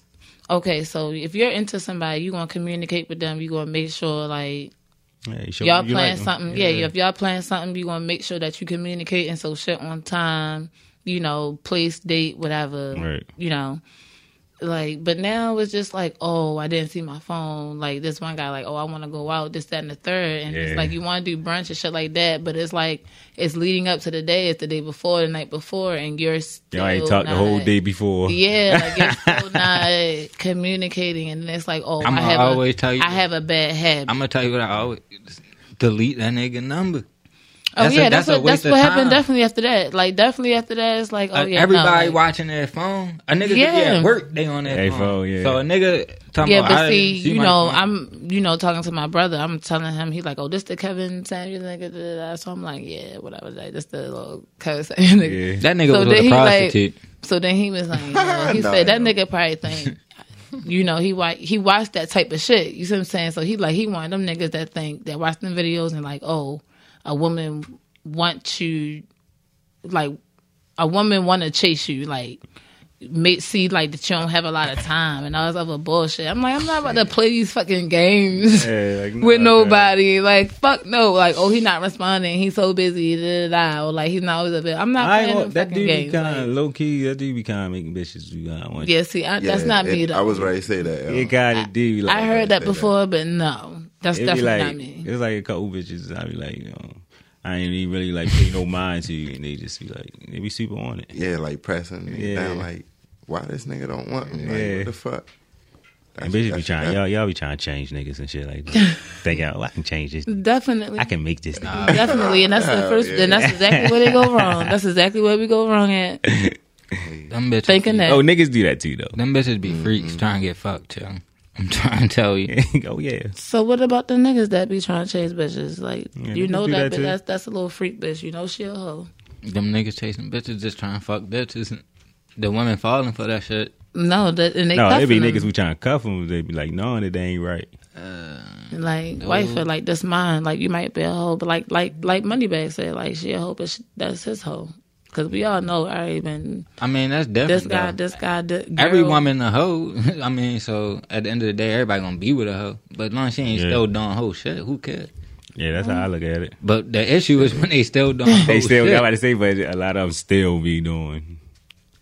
K: Okay, so if you're into somebody, you gonna communicate with them. You gonna make sure like
C: Hey, Shorty,
K: y'all
C: you like
K: plan
C: them?
K: something. Yeah. if y'all plan something, you gonna make sure that you communicate and so shit on time. You know, place, date, whatever.
C: Right.
K: You know, like, but now it's just like, oh, I didn't see my phone. Like this one guy, like, oh, I want to go out, this, that, and the third, and
C: Yeah.
K: it's like you want to do brunch and shit like that. But it's like it's leading up to the day, it's the day before, the night before, and you're still
C: Y'all ain't talked the
K: not-
C: whole day before.
K: Yeah, like you're still not communicating, and it's like, oh,
A: I'ma
K: I have
A: always
K: a,
A: tell you-
K: I have a bad habit.
A: I'm gonna tell you what I always delete that nigga number.
K: Oh
A: That's a-
K: yeah, that's,
A: that's a
K: what that's
A: waste of
K: what happened.
A: time.
K: Definitely after that, like definitely after that, it's like oh
A: Uh,
K: yeah, no,
A: everybody
K: like-
A: watching their phone. A nigga yeah.
K: Yeah.
A: at work, they on their
C: They
A: phone.
C: phone, yeah.
A: So a nigga talking
K: yeah,
A: about, I
K: but see,
A: didn't
K: you
A: my
K: know,
A: phone.
K: I'm you know talking to my brother. I'm telling him he like, oh, this the Kevin Samuel nigga. Da, da, da. So I'm like, yeah, whatever. Like this the little Kevin Samuel nigga.
A: that nigga was
K: So then
A: with a
K: he, like-
A: prostitute.
K: So then he was like, you know, he
A: No,
K: said that nigga probably think, you know, he wa- he watched that type of shit. You see what I'm saying? So he like he one of them niggas that think that watch them videos and like, oh, a woman want to, like, a woman want to chase you, like. Make see like that you don't have a lot of time and all this other bullshit. I'm like, I'm not about to play these fucking games
C: Yeah, like,
K: with
C: nah, bruh.
K: nobody. Like, fuck no. Like, oh, he not responding. He's so busy. Da, da, da. Or like, he's not always available. I'm not
C: I ain't
K: playing
C: want-
K: them
C: that
K: fucking
C: dude
K: games.
C: be kind of low key. That dude be kind of making bitches do what I want.
K: Yeah, see, I, that's not me.
H: it-
K: Though.
H: I was ready to say that. um,
C: It got it, dude. be Like,
K: I heard that
C: say
K: before, but no, that's
C: It be
K: definitely
C: like,
K: not me.
C: It's like a couple bitches. I be like, you know, I ain't even really like pay no mind to you, and they just be like, they be super on it.
H: Yeah, like pressing me
C: Yeah.
H: down. Like, why this nigga don't want me? Like,
C: Yeah.
H: what the fuck?
C: And bitches be trying, y'all, y'all be trying to change niggas and shit like that. Think, oh, I can change this.
K: Definitely,
C: I can make this. Nah.
K: definitely, and that's the
C: Oh,
K: first.
C: yeah.
K: And that's exactly where they go wrong. That's exactly where we go wrong at.
A: Them bitches.
K: Thinking that.
C: Oh, niggas do that too, though.
A: Them bitches be freaks trying to get fucked too. I'm trying to tell you.
C: oh yeah.
B: So what about the niggas that be trying to chase bitches? Like
A: Yeah,
B: you
A: niggas
B: know
A: do
B: that,
A: that
B: bitch,
A: too.
B: that's that's a little freak bitch. You know she a hoe.
A: Them niggas chasing bitches just trying to fuck bitches. The women falling for that shit.
B: No, that and they
C: no, they
B: cuffing
C: be
B: them.
C: niggas who trying to cuff them. They be like, no, that ain't right.
K: Oh.
B: like
C: No.
B: wife or like that's mine. Like you might be a hoe, but like like like Moneybag said, like she a hoe, but she, that's his hoe. Cause we all know I already been
A: I mean, that's different.
B: this guy,
A: though.
B: this guy, this girl.
A: Every woman a hoe. I mean, so at the end of the day, everybody gonna be with a hoe. But as long as she ain't
C: Yeah.
A: still doing hoe shit, who cares?
C: Yeah, that's how I look at it.
A: But the issue is when they still doing hoe
M: Oh,
C: They still
A: shit.
C: got to say, but a lot of them still be doing.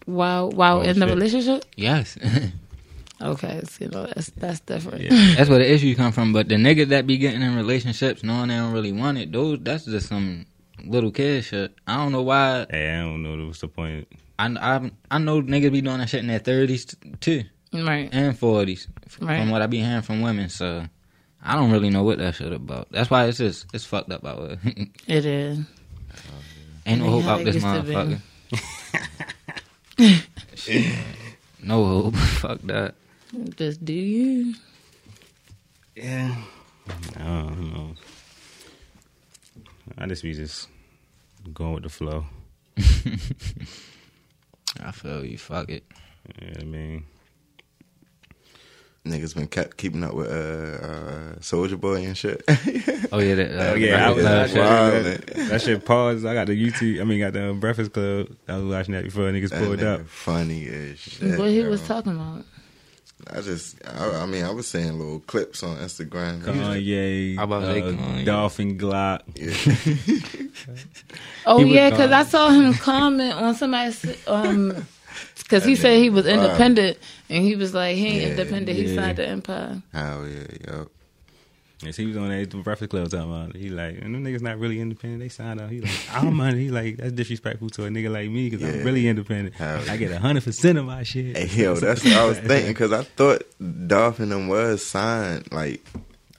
B: Wow, wow,
C: Oh,
B: in the
C: shit.
B: relationship.
A: Yes.
B: Okay, so, you know that's that's different.
A: That's where the issue come from. But the niggas that be getting in relationships knowing they don't really want it, those that's just some little kid shit. I don't know why.
C: Yeah, I don't know what's the point.
A: I I I know niggas be doing that shit in their thirties too,
B: right?
A: And forties,
B: Right.
A: from what I be hearing from women. So I don't really know what that shit about. That's why it's just it's fucked up out here.
B: It is.
A: Ain't no
B: Yeah,
A: hope out
B: it
A: this
B: used to be.
A: motherfucker. Shit. no hope. Fuck that.
B: Just do you?
C: Yeah. I don't know. I just be just going with the flow.
A: I feel you. Fuck it.
C: Yeah, I mean,
M: Niggas been kept keeping up with uh, uh, Soldier Boy and shit.
A: oh yeah, that,
M: uh,
C: Oh, yeah, I was watching
M: Breakfast Club.
C: that, that shit. Paused. I got the YouTube. I mean, got the um, Breakfast Club. I was watching that before niggas
M: That
C: pulled
M: nigga
C: up.
M: Funny as shit.
B: what he
M: yo.
B: was talking about.
M: I just, I, I mean, I was seeing little clips on Instagram.
C: Kanye,
M: How about
C: uh,
M: they Kanye?
C: Dolphin Glock.
B: Oh
C: He was
B: yeah, because
C: gone.
B: I saw him comment on somebody's um, because he
M: That
B: said he
M: nigga
C: Uh,
B: was
M: wild.
B: independent, and he was like he ain't
M: Yeah,
B: independent. He
M: yeah.
B: signed the Empire.
M: Hell yeah, yo.
C: Yes, he was on that Breakfast Club talking about. it. He like, and them niggas not really independent. They signed up. He like, I don't mind. it." He like, that's disrespectful to a nigga like me because
M: Yeah.
C: I'm really independent.
M: Hell
C: I
M: yeah.
C: get hundred percent of my shit.
M: Hey, yo, that's what I was thinking because I thought Dolphin and was signed. Like,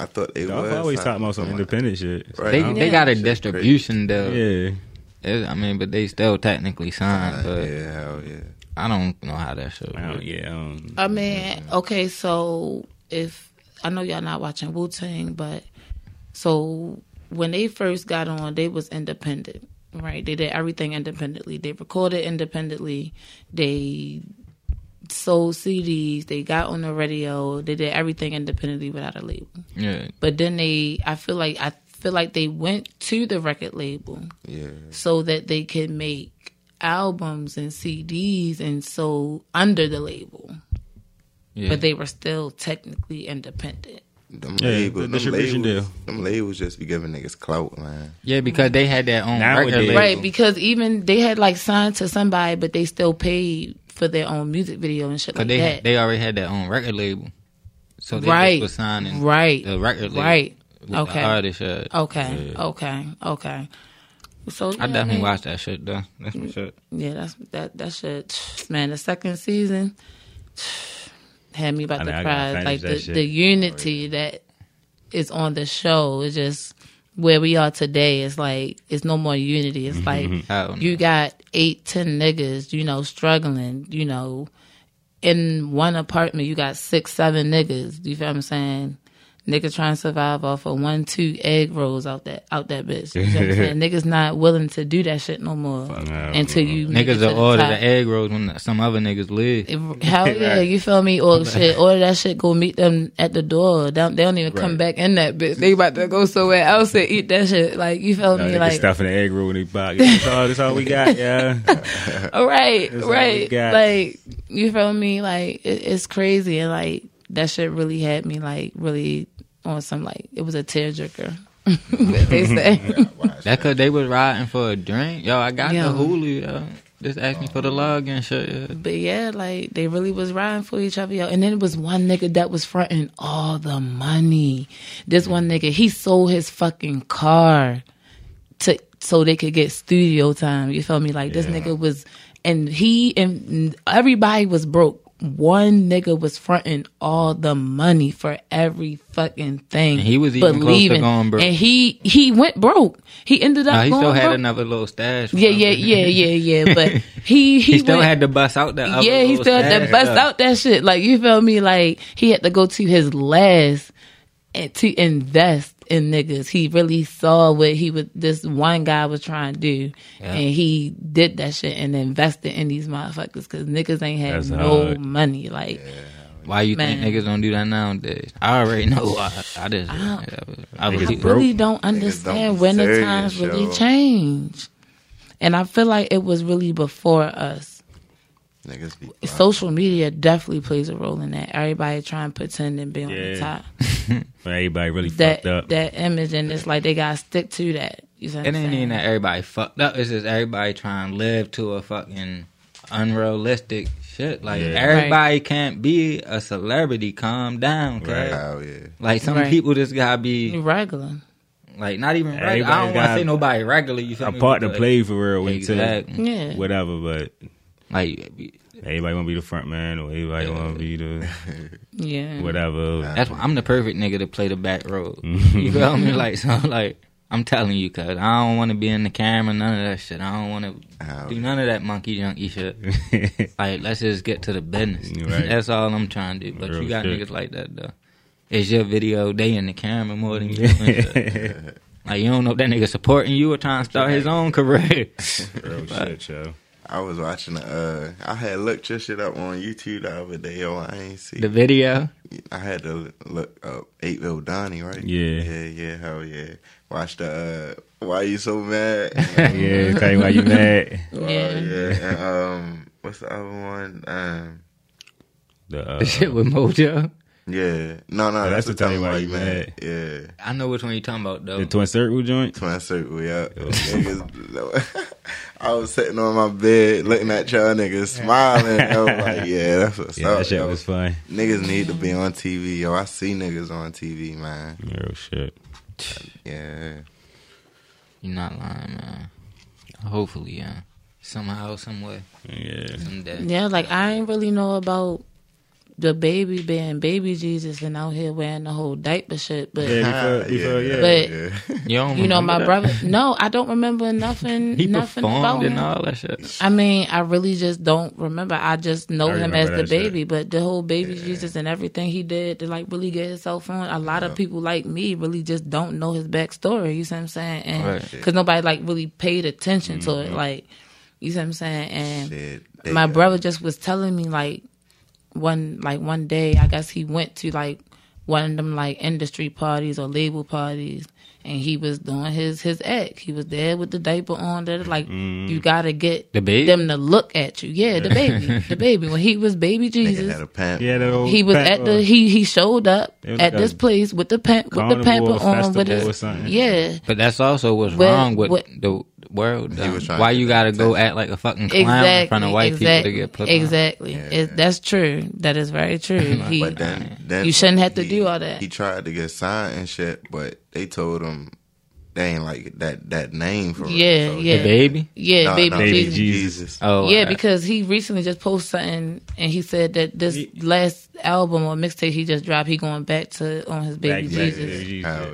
M: I thought they
C: Dolph
M: was.
C: always
M: signed.
C: talking about some
M: I'm like,
C: independent shit. Um,
M: Right.
A: They
M: I don't
A: they
M: know.
A: got a
M: Shit
A: distribution deal.
C: Yeah.
A: It's- I mean, but they still technically signed. But
M: Uh, yeah, hell yeah. e-
A: I don't know how that shit. Works.
C: Um, Yeah.
B: I mean, okay, so if I know y'all not watching Wu Tang, but so when they first got on, they was independent, right? They did everything independently. They recorded independently. They sold CDs. They got on the radio. They did everything independently without a label.
A: Yeah.
B: But then they, I feel like I feel like they went to the record label
M: Yeah.
B: so that they could make albums and CDs and so under the label.
M: Yeah.
B: But they were still technically independent.
M: Them
C: Yeah,
M: labels,
C: the
M: them
C: distribution
M: labels, Them labels just be giving niggas clout, man.
A: Yeah, because they had their own
M: Nowadays-
A: record label.
B: Right, because even they had like signed to somebody but they still paid for their own music video and shit
A: Cause
B: like
A: they
B: that.
A: they already had their own record label, so they
B: Right.
A: just was signing
B: Right.
A: the record label
B: Right.
A: with the
B: Okay.
A: artist, uh,
K: Oh,
B: Okay.
A: yeah.
B: Okay. Okay. So yeah,
A: I definitely
B: mean-
A: watched that shit though. That's for sure.
B: Yeah, that's that that shit, man. The second season had me about
A: I
B: to
A: know, I gotta
B: cry.
A: finish
B: Like
A: that
B: the,
A: shit. Oh,
B: the unity that is on the show is just where we are today. It's like it's no more unity.
K: Mm-hmm.
B: It's like
A: Oh, no.
B: you got eight, ten niggas, you know, struggling, you know, in one apartment. You got six, seven niggas. You feel what I'm saying? Niggas trying to survive off of one, two egg rolls out that out that bitch. You feel what I'm saying? Niggas not willing to do that shit no more until you make it
A: niggas
B: to
A: will
B: the
A: order
B: top.
A: the egg rolls when some other niggas live.
B: Hell yeah, you feel me? Or shit, order that shit, go meet them at the door. They don't, they don't even come back in that bitch. They about to go somewhere else and eat that shit. Like, you feel
C: No,
B: me?
C: niggas
B: Like,
C: stuffing the egg roll in their pocket. That's all. That's all we got. Yeah.
B: all right,
C: That's all we
B: right.
C: got.
B: Like, you feel me? Like, it, it's crazy. And like, that shit really had me, like, really on some, like, it was a tearjerker. what they say.
A: That cause they was riding for a drink. Yo, I got
B: Yeah.
A: the Hulu. Yo. Just ask me for the log and shit. Yeah.
B: But yeah, like they really was riding for each other, yo. And then it was one nigga that was fronting all the money. This one
A: Mm.
B: nigga, he sold his fucking car to so they could get studio time. You feel me? Like this
N: Yeah.
B: nigga was, and he and everybody was broke.
K: one nigga was fronting all the money for every fucking thing.
A: And he was
K: but
A: even close to
K: leaving.
A: going broke.
K: And he he went broke. He ended up
A: Nah, he
K: going
A: still had
K: broke.
A: another little stash.
K: Yeah, yeah, yeah, yeah, yeah. But he he,
A: He, still
K: went,
A: had to bust out that. Other
K: yeah, he
A: little
K: still had
A: stash
K: to bust
A: stuff.
K: out that shit. Like you feel me? Like he had to go to his last and to invest in niggas. He really saw what he was. This one guy was trying to do,
A: Yeah.
K: and he did that shit and invested in these motherfuckers because niggas ain't had
A: That's
K: no
A: hard.
K: money. Like
A: Why you
K: Man.
A: think niggas don't do that nowadays? I already know. why. I just. I,
K: I
A: was-
K: really don't understand when the
A: serious,
K: times really
A: yo.
K: change, and I feel like it was really before us.
M: Niggas be
K: Social media definitely plays a role in that. Everybody trying to pretend and be on the top.
C: When everybody really
K: that
C: fucked up.
K: that image, and it's like they gotta stick to that. You see what
A: It
K: I'm
A: ain't
K: saying?
A: even that everybody fucked up. It's just everybody trying to live to a fucking unrealistic shit. Like
M: Yeah.
A: everybody can't be a celebrity. Calm down, cuz.
M: Right. Oh, yeah.
A: Like some
K: Right.
A: people just gotta be
K: regular.
A: Like not even regular. I
C: Everybody
A: don't want to
C: got
A: say nobody regular. You feel
C: a
A: me?
C: part to
A: But-
C: play for real when
A: Exactly.
K: Yeah.
C: whatever, but
A: like
C: everybody wanna be the front man or everybody wanna be the
K: Yeah.
C: Mm-hmm. whatever.
A: That's why I'm the perfect nigga to play the back role. you feel me? Like so, like I'm telling you, cuz I don't want to be in the camera, none of that shit. I don't want to do none of that monkey junkie shit. like let's just get to the business.
C: Right.
A: That's all I'm trying to do. But
C: Real
A: you got
C: shit.
A: niggas like that though. It's your video. They in the camera more than you. and shit. like you don't know if that nigga supporting you or trying to start his own career.
C: Real
A: But-
C: shit, yo.
M: I was watching. Uh, I had looked your shit up on YouTube the other day. Yo, I ain't see
A: The video?
M: I had to look up Eightville Donnie, right?
C: Yeah.
M: yeah, yeah, hell yeah. Watch the. Uh, why you so mad?
C: Yeah, tell you why you mad.
M: Wow,
C: Oh, Yeah.
M: yeah. And, um, what's the other one? Um,
C: The, uh,
A: The shit with Mojo.
M: Yeah, no, no,
C: that's
M: that's,
C: the
M: the
C: Tell You
M: time
C: Why
M: why
C: You
M: you mad. Yeah.
A: I know which one you talking about though.
C: The twin circle joint?
M: Twin circle, yeah. Niggas, I was sitting on my bed looking at y'all niggas smiling. I was like, yeah, that's what's
C: Yeah,
M: up.
C: that shit
M: yo.
C: was fun.
M: Niggas need to be on TV, yo. I see niggas on TV, man.
C: Real shit.
M: Yeah.
A: You're not lying, man. Hopefully, yeah. Somehow, some way.
C: Yeah.
A: Someday.
K: Yeah, like I ain't really know about the baby being baby Jesus and out here wearing the whole diaper shit, but
C: Yeah, before- before, yeah,
K: but
M: yeah.
A: You, don't
K: you know my
A: remember
K: brother.
A: that?
K: No, I don't remember nothing.
A: Mm-hmm. He
K: nothing about
A: performed
K: him.
A: and all that shit.
K: I mean, I really just don't remember. I just know
A: I
K: him
A: remember
K: as the
A: that shit.
K: baby, but the whole baby Jesus and everything he did to like really get himself on. A lot of people like me really just don't know his backstory. You see what I'm saying? And
A: Right. Mm-hmm.
K: because nobody like really paid attention to it, like you see what I'm saying. And
M: they
K: my
M: got-
K: brother just was telling me like one like one day, I guess he went to like one of them like industry parties or label parties. And he was doing his his act. He was there with the diaper on. That like
A: Mm-hmm.
K: you gotta get
A: The baby?
K: them to look at you. Yeah, the baby, the baby. When he was baby Jesus,
C: Yeah, that old uh,
K: he was
C: pack
A: uh,
K: at the
C: was-
K: he he showed up
C: It was
K: at
C: like
K: this
C: a
K: place with the pant with the
C: carnival
K: pamper
C: or
K: on with
C: festival or
K: his
C: something.
K: yeah.
A: But that's also what's
K: Well,
A: wrong with
K: what-
A: the world. though.
M: trying
A: Why
M: to
A: you
M: get
A: gotta go act like a fucking clown in front of white
K: exactly,
A: people to get put on?
K: exactly. It, that's true. That is very true. He,
M: but then, then
K: you shouldn't have to
M: he-
K: do all that.
M: He tried to get signed and shit, but they told him they ain't like that that name for real.
K: Yeah,
M: So,
K: yeah. The baby? Yeah, baby Jesus.
A: Oh,
K: yeah,
A: alright.
K: because he recently just posted something, and he said that this last album or mixtape he just dropped, he going back to on his baby
C: Back- back
K: Jesus,
C: to baby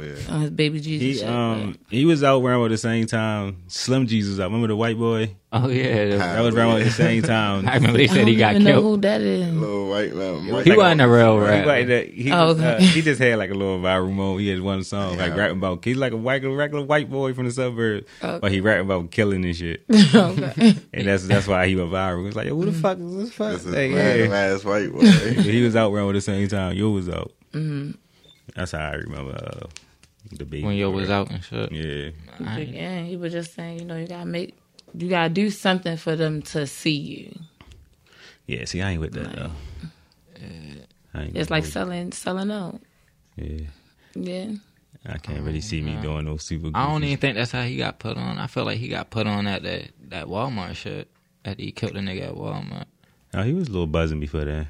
C: Jesus.
K: on his baby Jesus.
C: He
K: shit,
C: um he was out around at the same time. Slim Jesus, I remember the white boy.
A: Oh yeah,
C: that was around at the same time.
A: I remember they
K: but I
A: said he
K: don't
A: got
K: even know
A: killed.
K: who that is.
M: Little white man.
A: was He like wasn't a- a real
C: He
A: rapper.
C: wasn't a- He,
K: Oh,
C: was,
K: okay.
C: uh, he just had like a little viral moment. He had one song like rapping about. He's like a white, regular white boy from the suburbs,
K: Okay.
C: but he rapping about killing and shit.
K: Okay.
C: and that's that's why he went viral. He was like, yo, who the fuck is this fuck?
M: This is
C: Like,
M: random
C: yeah.
M: ass white boy.
C: he was out around at the same time. Yo was out.
K: Mhm.
C: That's how I remember uh, the baby
A: When yo
C: boy.
A: was out and shit.
C: Yeah.
K: He was- yeah, he was just saying, you know, you gotta make, you gotta do something for them to see you.
C: Yeah, see, I ain't with that though. I ain't
K: It's
C: with
K: like
C: that.
K: selling, selling out.
C: yeah,
K: Yeah,
C: I can't really see me doing no super.
A: I don't
C: goofy
A: even think that's how he got put on. I feel like he got put on at that that Walmart shit. After he killed the nigga at Walmart.
C: No, Oh, he was a little buzzing before that.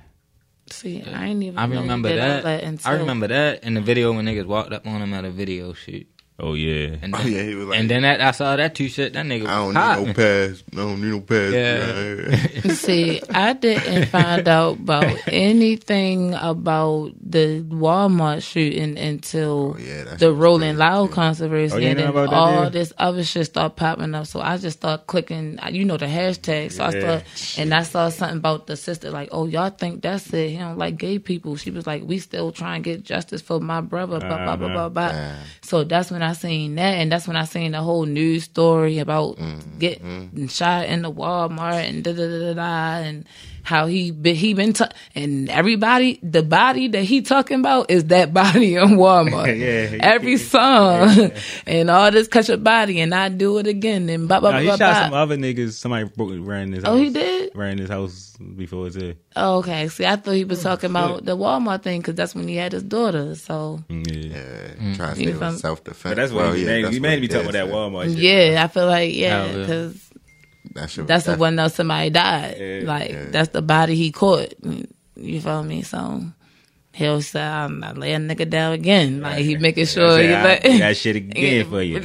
K: see, I ain't even.
A: I
K: know
A: remember
K: all
A: that. I
K: until-
A: remember that in the video when niggas walked up on him at a video shoot.
C: Oh yeah.
A: And
M: Oh,
A: then,
M: yeah, he was like-
A: and then that, I saw that two shit. That nigga was
M: I don't
A: hot.
M: need no pass. I don't need no pass.
A: Yeah.
B: See, I didn't find out about anything about the Walmart shooting until the Rolling Loud controversy,
F: Oh, you
B: and
F: know
B: then
F: about that,
B: all
F: yeah?
B: this other shit started popping up. So I just started clicking, you know, the hashtag. So I
F: Yeah.
B: started, and I saw something about the sister, like, "Oh, y'all think that's it? He don't like gay people." She was like, "We still trying to get justice for my brother." Blah blah
F: Uh-huh.
B: blah blah blah. So that's when I seen that, and that's when I seen the whole news story about
F: Mm-hmm.
B: getting shot in the Walmart and da da da da da, and how he been, he been tu- and everybody the body that he talking about is that body in Walmart.
F: Yeah.
B: every song and all this cut your body, and I do it again, and blah blah
C: Nah, he
B: blah
C: shot
B: blah.
C: some other niggas. Somebody broke ran his.
B: Oh,
C: house,
B: he did?
C: Ran his house before it's there.
B: Oh, okay, see, I thought he was talking about
C: shit.
B: the Walmart thing because that's when he had his daughter. So
C: Yeah,
A: Mm.
M: trying to
B: You
M: stay
B: from-
M: with self defense.
C: But that's what he made- he made me talk about that Walmart shit.
B: yeah, I feel like yeah,
M: Hell, yeah.
B: because.
M: That shit was
B: that's the
M: definitely-
B: one that somebody died.
M: Yeah,
B: like
M: yeah.
B: that's the body he caught. You feel me? So he'll say, "I'm not laying nigga down again." Like he making sure
C: I
B: he
C: said, "I'll
B: like
C: do that shit again for you.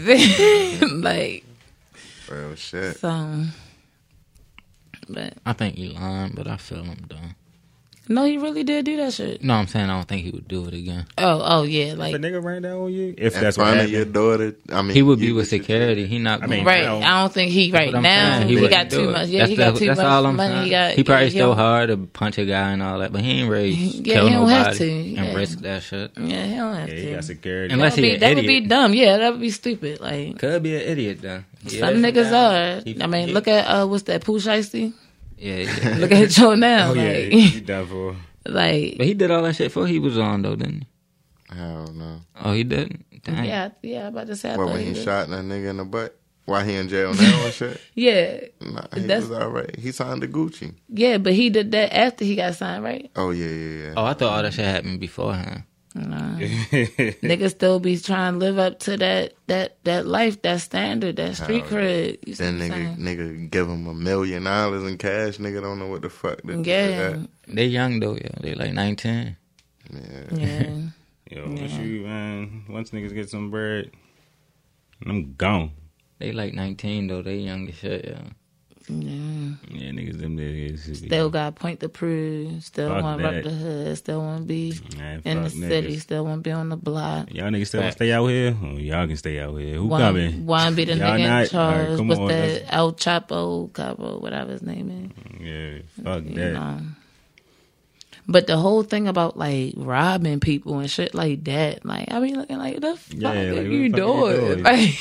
B: like um,
M: Real shit.
B: so, but
A: I think he lying, but I feel him done.
B: no, he really did do that shit.
A: No, I'm saying I don't think he would do it again.
B: Oh, oh yeah, like
C: if a nigga ran down on you,
A: If that's what happened.
M: your daughter, I mean,
A: he would be with security. He not. gonna-
B: right. I don't think he right
A: But I'm
B: now.
A: saying
B: He,
A: wouldn't
B: got
A: do
B: too
A: it.
B: much. Yeah,
A: That's-
B: he got
A: that's-
B: too
A: that's
B: much
A: all I'm
B: money. He
A: saying.
B: got.
A: He probably still hard
B: hard.
A: to punch a guy and all that, but he ain't ready to
B: Yeah,
A: kill
B: he don't
A: nobody
B: have to,
A: and
B: yeah.
A: risk that shit.
B: Yeah, he don't have Yeah, he to. got
A: security. Unless
B: that would
A: he
B: be,
A: an
B: that would
A: idiot.
B: be dumb. Yeah, that would be stupid. Like
A: Could be an idiot though.
B: some
A: Yeah.
B: niggas are.
A: He-
B: I mean, look at uh, what's that? Pooh Shiesty.
A: Yeah, yeah.
B: Look at Joe now,
A: Oh, yeah,
B: like-
A: he
C: done for.
B: Like-
A: but he did all that shit before he was on though, didn't
M: he? I don't know.
A: Oh, he didn't. Dang.
B: Yeah, yeah, I'm about to say. I
M: Well,
B: thought
M: when
B: he
M: he
B: was-
M: shot that nigga in the butt, why he in jail now and shit?
B: Yeah,
M: Nah, he
B: That's-
M: was all right. He signed to Gucci.
B: yeah, but he did that after he got signed, right?
M: Oh yeah, yeah, yeah.
A: Oh, I thought all that shit happened beforehand.
B: Nah. Niggas still be trying to live up to that that that life, that standard, that street
M: Oh,
B: cred. You see
M: Then
B: what I'm
M: nigga,
B: saying?
M: nigga, give him a million dollars in cash. Nigga don't know what the fuck. to do with
B: Yeah.
M: that.
A: They young though, yeah. They like nineteen.
B: Yeah.
C: Yo, once you man, once niggas get some bread, I'm gone.
A: They like nineteen though. They young as shit, yeah.
B: Yeah.
C: Yeah, niggas them niggas.
B: Still got point to prove. Still
C: Fuck
B: want to
C: that.
B: rep the hood. Still want to be
C: Man,
B: in the
C: fuck niggas.
B: city. Still want to be on the block.
C: Y'all niggas still
B: Fact.
C: stay out here? Oh, y'all can stay out here. Who
B: Wanna-
C: coming?
B: wanna be the
C: Y'all
B: nigga in
C: not? All right,
B: charge?
C: come
B: What's
C: on,
B: the
C: let's-
B: El Chapo, Capo, whatever his name is.
C: Yeah, fuck
B: You
C: that.
B: know. But the whole thing about like robbing people and shit like that, like I be looking like the fuck
C: Yeah,
B: are
C: like, what
B: you
C: the fuck are you
B: doing?
C: doing?
B: Like,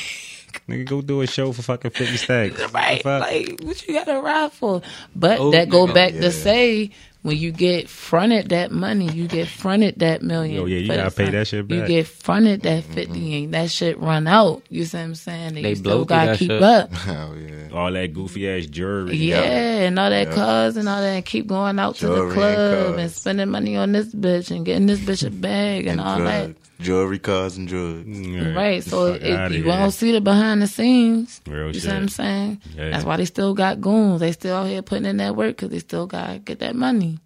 C: Nigga, go do a show for fucking fifty stacks.
B: right?
C: Fuck.
B: Like what you got to rob for? But
C: Oh,
B: that go
C: yeah.
B: back
C: Yeah.
B: to say when you get fronted that money, you get fronted that million.
C: Yo, Oh, yeah, you
B: for
C: gotta
B: the
C: pay
B: front.
C: that shit
B: You
C: back. Mm-hmm.
B: get fronted that 50 and that shit run out. You see what I'm saying? And you still
C: through
B: gotta
C: that
B: keep
C: shit.
B: up.
M: Hell yeah.
C: All that goofy ass jewelry.
B: Yeah, and all that
C: Yeah.
B: cars and all that, and keep going out to
M: Jewelry
B: the
M: and
B: club and
M: cars.
B: spending money on this bitch and getting this bitch a bag and, all
M: drugs, jewelry, cars, and drugs.
C: Mm.
B: that. Right, so it, you won't see the behind the scenes.
M: Real
B: you see
M: shit.
B: what I'm saying?
M: Yeah.
B: That's why they still got goons. They still out here putting in that work because they still got to get that money.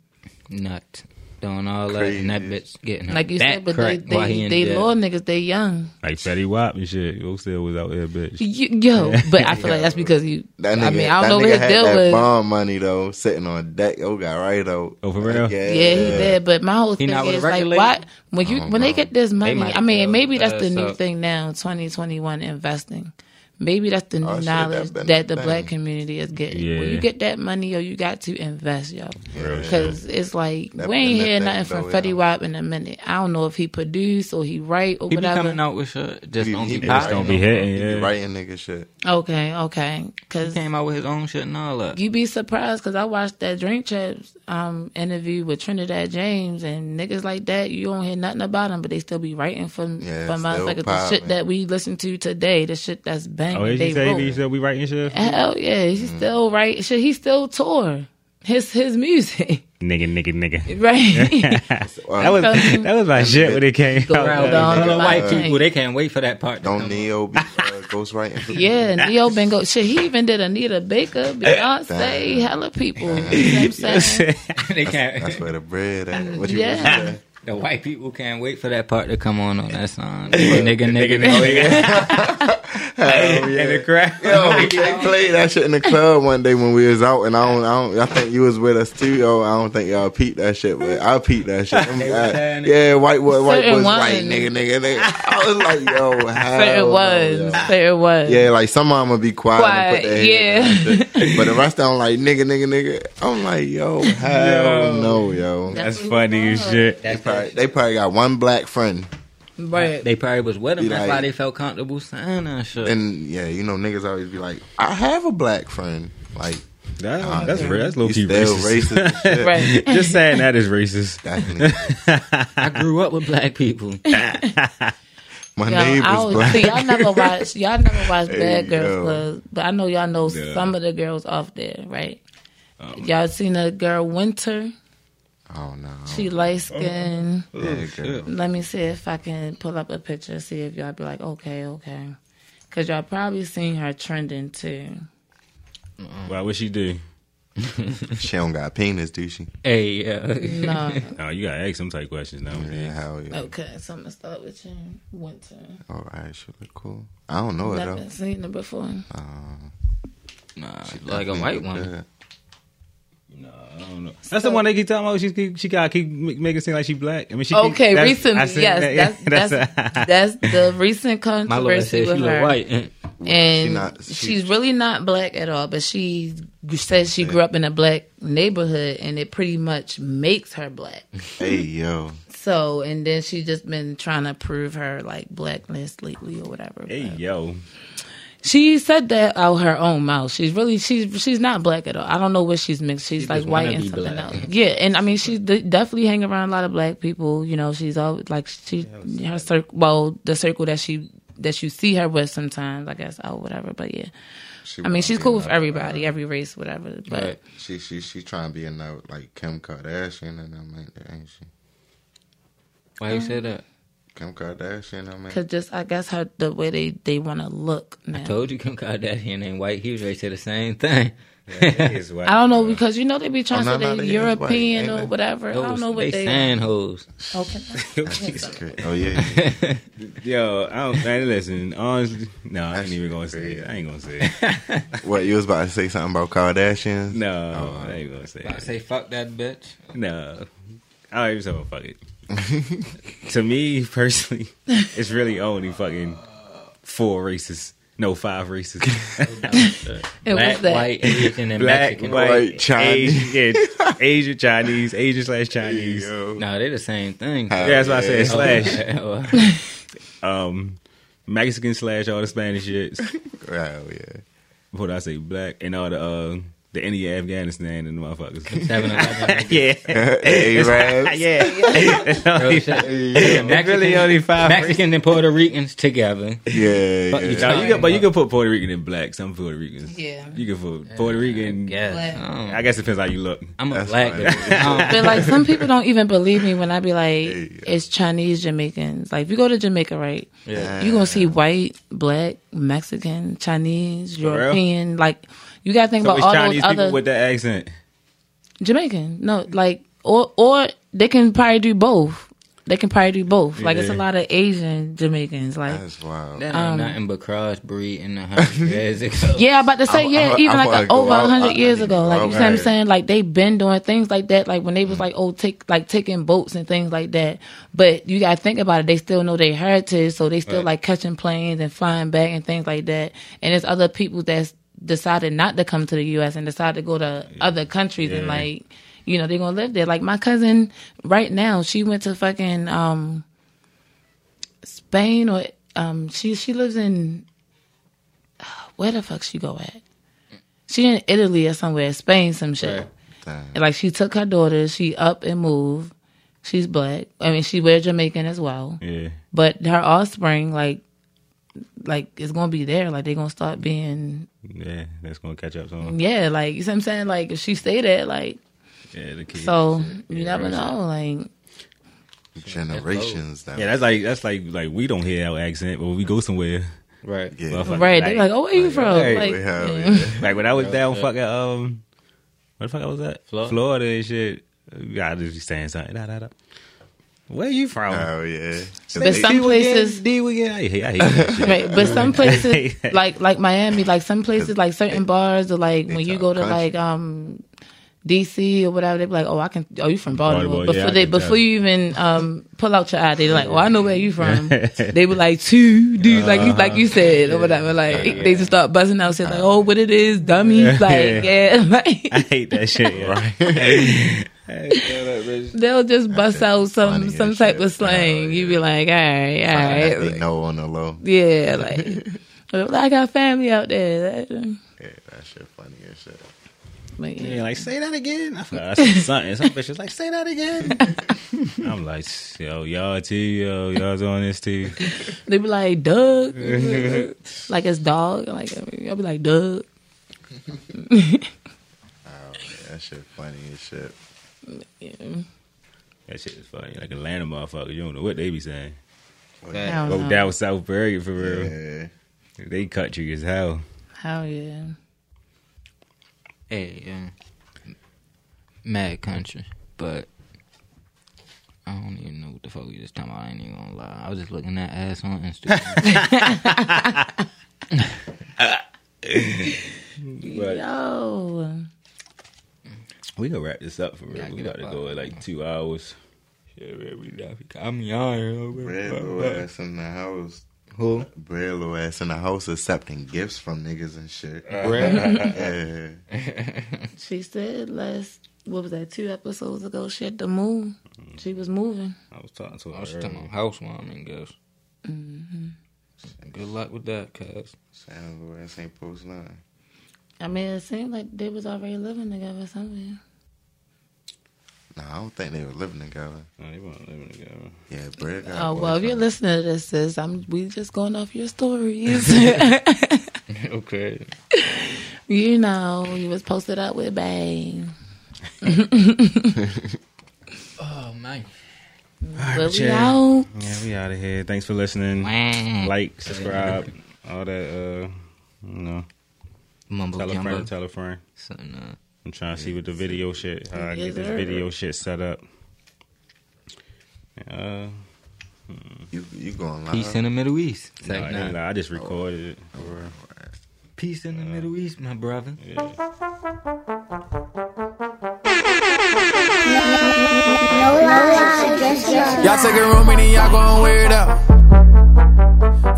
A: Nut. Doing all that and that bitch getting her
B: Like you
A: back
B: said, but they
A: cracked while he
B: they,
A: in
B: they
A: jail.
B: little niggas, they young.
C: Like Fetty Wap and shit. Yo still was out there, bitch.
B: You, yo, but I feel like that's because you.
M: That nigga,
B: I mean, I
M: that
B: don't know what
M: nigga
B: his
M: had
B: deal
M: that
B: was.
M: bomb money though, sitting on deck. Yo, got right though.
C: Oh, for real?
M: Yeah,
B: Yeah, he did. But my whole
M: He
B: thing
M: not with
B: is
M: the
B: like,
M: record
B: why
M: label?
B: when you
M: I don't
B: when they
M: know.
B: get this money?
M: might
B: I mean, maybe that's the
M: us
B: new
M: up.
B: thing now, twenty twenty one investing. Maybe that's the new
M: Oh, shit, that
B: knowledge
M: been
B: that,
M: the
B: the
M: thing.
B: black community is getting. When
M: Yeah.
B: you get that money, yo, you got to invest, yo,
M: Real shit.
B: because it's like
M: That
B: we
M: been
B: ain't
M: the
B: hear
M: thing,
B: nothing from
M: though,
B: Fetty
M: yeah.
B: Wap in a minute. I don't know if he produced or he write or
A: He be
B: whatever.
A: coming out with shit. Just
M: He-
A: don't
M: he
A: be
M: be
A: popping.
M: writing them. He be writing nigga shit.
B: Okay, okay. Cause
A: he came out with his own shit and all that.
B: You be surprised because I watched that Drink Champs um, interview with Trinidad James and niggas like that. You don't hear nothing about them, but they still be writing from
C: Yeah,
B: from
C: still
B: motherfuckers. The
C: popping.
B: shit that we listen to today, the shit that's banging.
C: Oh, did
B: they
C: you say
B: wrote.
C: he still be writing shit?
B: Hell yeah, he
C: Mm-hmm.
B: still write. Shit, he still tour his his music.
C: Nigga, nigga, nigga.
B: Right.
C: that was that was my shit when it came out.
A: Around all the white people, they can't wait for that part.
M: Don't Neo be uh, ghostwriting. for-
B: Yeah, Neo Bingo. Shit, he even did Anita Baker, Beyonce, hella people. You know what I'm saying?
A: they can't.
M: That's where the bread at. What you
B: Yeah.
M: yeah.
A: The white people can't wait for that part to come on on that song. nigga, nigga,
M: oh,
C: Oh,
A: nigga.
M: Hell yeah.
A: In the crowd.
M: Yo, they played that shit in the club one day when we was out, and I don't, I don't, I think you was with us too. Yo, I don't think y'all peeped that shit, but I peeped that shit. I'm-
A: They were
M: I-
A: saying it.
M: yeah, white boy, white
A: Certain
M: boys,
A: ones.
M: white nigga, nigga, nigga. I was like, yo, hell
K: Fair
M: Oh, no,
K: was.
M: yo.
K: Fair was.
M: Yeah, like some of them would be quiet, and
K: Quiet.
M: put their head
K: Yeah.
M: But the rest of them like nigga, nigga, nigga. I'm like, yo, hell
C: Yo.
M: no, yo.
C: That's That's funny as shit.
M: They probably, they probably got one black friend.
K: Right.
A: They probably was with him.
M: Be
A: That's
M: like-
A: why they felt comfortable saying that shit.
M: And yeah, you know, niggas always be like, I have a black friend. Like,
B: Oh,
M: nah,
C: that's
M: man,
C: real. That's low
M: you
C: key
M: still
C: racist.
M: racist and shit.
K: Right.
C: Just saying that is racist.
A: I grew up with black people.
M: My
K: Yo, I always- See, y'all never watch y'all never watch
A: Hey,
K: Bad Girls
A: yo.
K: Club, but I know y'all know
A: Yeah.
K: some of the girls off there, right? y'all seen a girl Winter?
M: Oh no.
K: She light skinned.
M: Oh, yeah, girl.
K: Let me see if I can pull up a picture, see if y'all be like, okay, okay. Cause y'all probably seen her trending too.
C: Why would she do?
M: she don't got a penis, do she?
A: Hey, yeah.
K: No.
C: No, you gotta ask some type of questions now.
M: Yeah, hell yeah.
K: Okay, so I'm gonna start with you. Winter.
M: All right, she look cool. I don't know her
K: Never
M: though.
K: seen her before.
M: Um,
A: Nah,
M: she
A: like a
M: definitely
A: white
M: look
A: woman.
M: good.
C: I don't know. That's the one they keep talking about. She keep, she gotta keep ma- making it seem like she black. I mean, she keep-
K: okay,
C: that's- I
K: recently,
C: seen
K: yes,
C: that, yeah,
K: that's that's that's, the recent
A: My lawyer
K: controversy
A: said she
K: with
A: look
K: her.
A: white.
K: and
A: She not- she-
K: Mm, she's really not black at all. But she says she grew up in a black neighborhood, and it pretty much makes her black.
M: Hey yo,
K: So, and then she just been trying to prove her like blackness lately or whatever.
C: Hey yo,
K: She said that out her own mouth. She's really she's she's not black at all. I don't know what she's mixed. She's like
A: just
K: white
A: wanna
K: and
A: be
K: something
A: black.
K: else. Yeah, and I mean she de- definitely hang around a lot of black people. You know, she's always like she her circle. Well, the circle that she that you see her with sometimes, I guess, or whatever. But yeah,
M: She
K: I mean
M: wanna
K: she's
M: be
K: cool with
M: another,
K: everybody, every race, whatever. But
M: but she she she trying to be another like Kim Kardashian and I'm like that ain't she?
A: Why you
B: uh,
A: say that?
M: Kim Kardashian, I mean.
K: cause just I guess her the way they they want to look now.
A: I told you Kim Kardashian ain't white. He was ready to say the same thing.
K: I don't know because you know they be trying
A: Oh,
K: to
A: no, no,
K: say they
A: they is white,
K: European
A: ain't
K: or
A: they?
K: whatever. I don't know what
A: they,
K: they.
A: saying hoes.
K: Okay.
M: Oh yeah. yeah.
C: yo, I don't man, listen. Honestly, no, I ain't even gonna say it. I ain't gonna say it.
M: what you was about to say something about Kardashians?
C: No,
K: Oh,
C: I ain't gonna say
A: I
C: it.
A: say fuck that bitch.
C: No, I don't even say fuck it. to me personally, it's really only fucking four races. No, five races.
A: It was Black, that. white, Asian, and
C: Black,
A: Mexican.
C: white,
A: White, Chinese.
C: Chinese, Asian, yeah, Asian, Chinese, Asian slash Chinese.
A: No, they the same thing.
C: Yeah, that's why I said
A: Oh,
C: slash. um, Mexican slash all the Spanish shits.
M: Oh yeah.
C: What I say, black and all the uh, the India, Afghanistan, and the motherfuckers.
A: 7-Eleven.
C: yeah,
A: It's-
C: Arabs.
A: yeah.
C: It's only- it's really only five.
A: Mexican and Puerto Ricans together.
M: Yeah,
C: Fuck you,
A: yeah.
C: Now, you can, but you can put Puerto Rican and black. Some Puerto Ricans.
K: Yeah.
C: You can put Puerto Rican.
K: Black.
C: Yeah. I guess it depends how you look.
A: I'm a
C: black.
K: but like some people don't even believe me when I be like, it's Chinese Jamaicans. Like if you go to Jamaica, right?
A: Yeah.
K: You gonna see white, black, Mexican, Chinese,
C: real?
K: European. Like you gotta think
C: so
K: about
C: it's
K: all
C: Chinese
K: those
C: people
K: other
C: with that accent.
K: Jamaican. No, like or or they can probably do both. They can probably do both. Like it's a
A: Yeah.
K: lot of Asian Jamaicans. Like
M: That's wild.
A: That ain't
K: Um,
A: nothing but crossbreed in the hundred years ago.
K: Yeah, I'm about to say,
A: I-
K: yeah,
A: I-
K: even
A: I wanna
K: like a,
A: go
K: over
A: out- I-
K: hundred
A: I
K: years
A: need
K: ago.
A: to
K: Like
A: go
K: you see
A: out.
K: what I'm
A: Right.
K: saying? Like they've been doing things like that, like when they
O: Mm.
K: was like, oh, take like taking boats and things like that. But you gotta think about it, they still know their heritage, so they still
O: Right.
K: like catching planes and flying back and things like that. And there's other people that's decided not to come to the US and decide to go to other countries and
O: Yeah.
K: like you know, they're gonna live there. Like my cousin right now, she went to fucking um Spain or um she she lives in where the fuck she go at? She in Italy or somewhere, Spain, some shit. And, Like she took her daughter, she up and moved. She's black. I mean, she wears Jamaican as well.
C: Yeah.
K: But her offspring, like, like is gonna be there. Like they're gonna start being,
C: Yeah, that's gonna catch up soon.
K: yeah. Like you see what I'm saying. Like if she stay there, like
C: Yeah, the kids.
K: so
C: Shit.
K: you never
C: real shit.
K: know. Like
M: Generations. That
C: Yeah, that's like that's like like we don't hear our accent, but when we go somewhere.
A: Right.
C: Yeah.
K: Right, they like, oh, where you from? Like, yeah.
C: Like, when I was
A: Yeah.
C: down fucking um where the fuck I was at?
A: Florida.
C: and shit. I just be saying something. Da, da, da. Where you from?
M: Oh yeah.
K: But some places,
C: D weekend. I hate, I hate that shit.
K: right, but some places, like like Miami, like some places, like certain bars, or like when you go to
C: country.
K: like um DC or whatever, they be like, "Oh, I can. Oh, you from Baltimore?"
C: Baltimore, yeah,
K: before
C: I
K: they
C: can tell.
K: before you even um pull out your eye, they like, "Oh, I know where you from." they were like, two dudes, like you like you said or whatever." Like they just start buzzing out, saying like, "Oh, what it is, dummy!" Like yeah, like
C: I hate that shit. yeah.
K: they'll just bust out some some type of slang. You be like, "All right, all right."
M: They know on the low.
K: Yeah, like I got family out there. That-
M: Yeah, that shit funny as shit.
K: But yeah.
C: Yeah, like say that again. I forgot I said something. Some bitches like say that again. I'm like, yo, y'all too, yo, y'all's on this too.
K: They be like Doug, like it's dog. Like I'll be like Doug.
M: Oh man, that shit funny as shit.
C: That shit is funny. Like Atlanta motherfuckers, you don't know what they be saying.
K: I don't
C: Go
K: know.
C: down South Bergen for real. They country as hell.
K: Hell yeah.
A: Hey, um, mad country, but I don't even know what the fuck we just talking about. I ain't even gonna lie. I was just looking at ass on Instagram.
K: Yo.
C: We gonna wrap this up for real. we gotta go at like two hours. Yeah, we I'm
M: Brad Lil ass in the house. Who? Brad Lil ass in the house accepting gifts from niggas and shit.
A: Brad?
M: yeah.
K: She said last what was that two episodes ago? She had to move. She was moving.
C: I was talking to her.
A: I was
C: earlier.
A: talking about housewarming gifts.
K: hmm
C: Mm-hmm.
A: Good luck with that, cuz.
M: Sounds Lil ass ain't post nine.
K: I mean, it seemed like they was already living together somewhere.
M: Nah, I don't think they were living together.
C: No, they weren't living together.
M: Yeah, Brad got.
K: Oh
M: a
K: well, if you're
M: boyfriend.
K: listening to this, sis, I'm we just going off your stories.
A: okay.
K: you know, you was posted up with babe.
A: Oh man.
K: But we out.
C: Yeah, we out of here. Thanks for listening.
A: Wah.
C: Like, subscribe, all that. Uh, you know,
A: Mumble
C: tell a
A: jumbo.
C: friend, tell a friend.
A: So, nah.
C: I'm trying to see what the video shit. How I
K: Yes,
C: get this
K: sir.
C: video shit set up. Uh,
M: you you going live?
A: Oh. Peace in the Middle East. It's
C: no,
A: like,
C: I
A: nah.
C: ain't lie, I just recorded it.
A: Peace in the Middle East, my brother.
D: No lies, just yours.
E: Y'all take a room and then y'all gon' wear it out.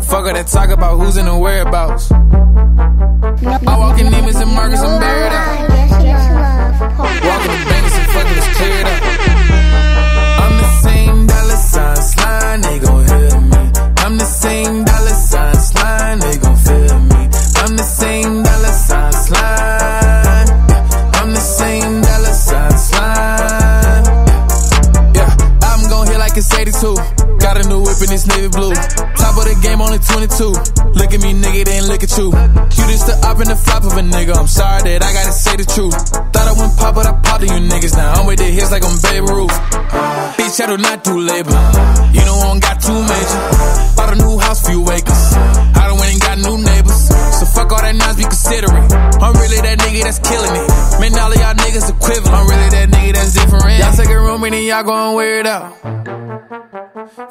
E: Fuck all that talk about who's in the whereabouts. I walk in Neiman's and Marcus, I'm buried out. Walk in the banks and fucking is cleared up. I'm the same dollar sign slime, they gon' hear me. I'm the same dollar sign slime, they gon' feel me. I'm the same dollar sign slime. I'm the same dollar sign slime. Yeah, I'm gon' hit like it's 82. Got a new whip and it's navy blue. Top of the game, only 22. Look at me, nigga, then look at you. You just the up and the flop of a nigga. I'm sorry that I gotta say the truth. Thought I wouldn't pop, but I popped to you niggas. Now I'm with the hits like I'm Babe Ruth. Bitch, I do not do labor. You know I don't got too major. Bought a new house, few acres. I done went and got new neighbors. So fuck all that nonsense, be considering. I'm really that nigga that's killing it. Man, all of y'all niggas equivalent. I'm really that nigga that's different. Y'all take a room and then y'all gon' wear it out.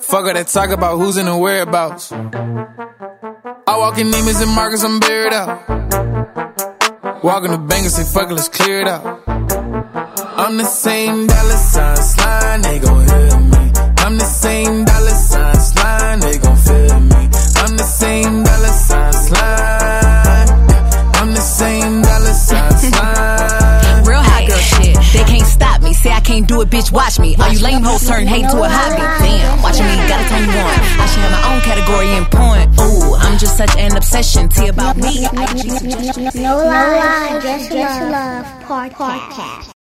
E: Fuck all that talk about who's in the whereabouts. I walk in Neiman's and Marcus, I'm buried out. Walk in the bank and say, fuck it, let's clear it out. I'm the same dollar sign, slime, they gon' hear me. I'm the same dollar sign, slime, they gon' feel me. I'm the same dollar sign, slime. I'm the same dollar sign, slime.
B: Real hot girl shit. They can't stop me. Say I can't do it, bitch. Watch me. All you lame hoes turn hate to a hobby. Damn, watching me gotta turn you on. I should have my own category in porn. Ooh, I'm just such an obsession. Tea about me.
D: No lies, just love. Podcast.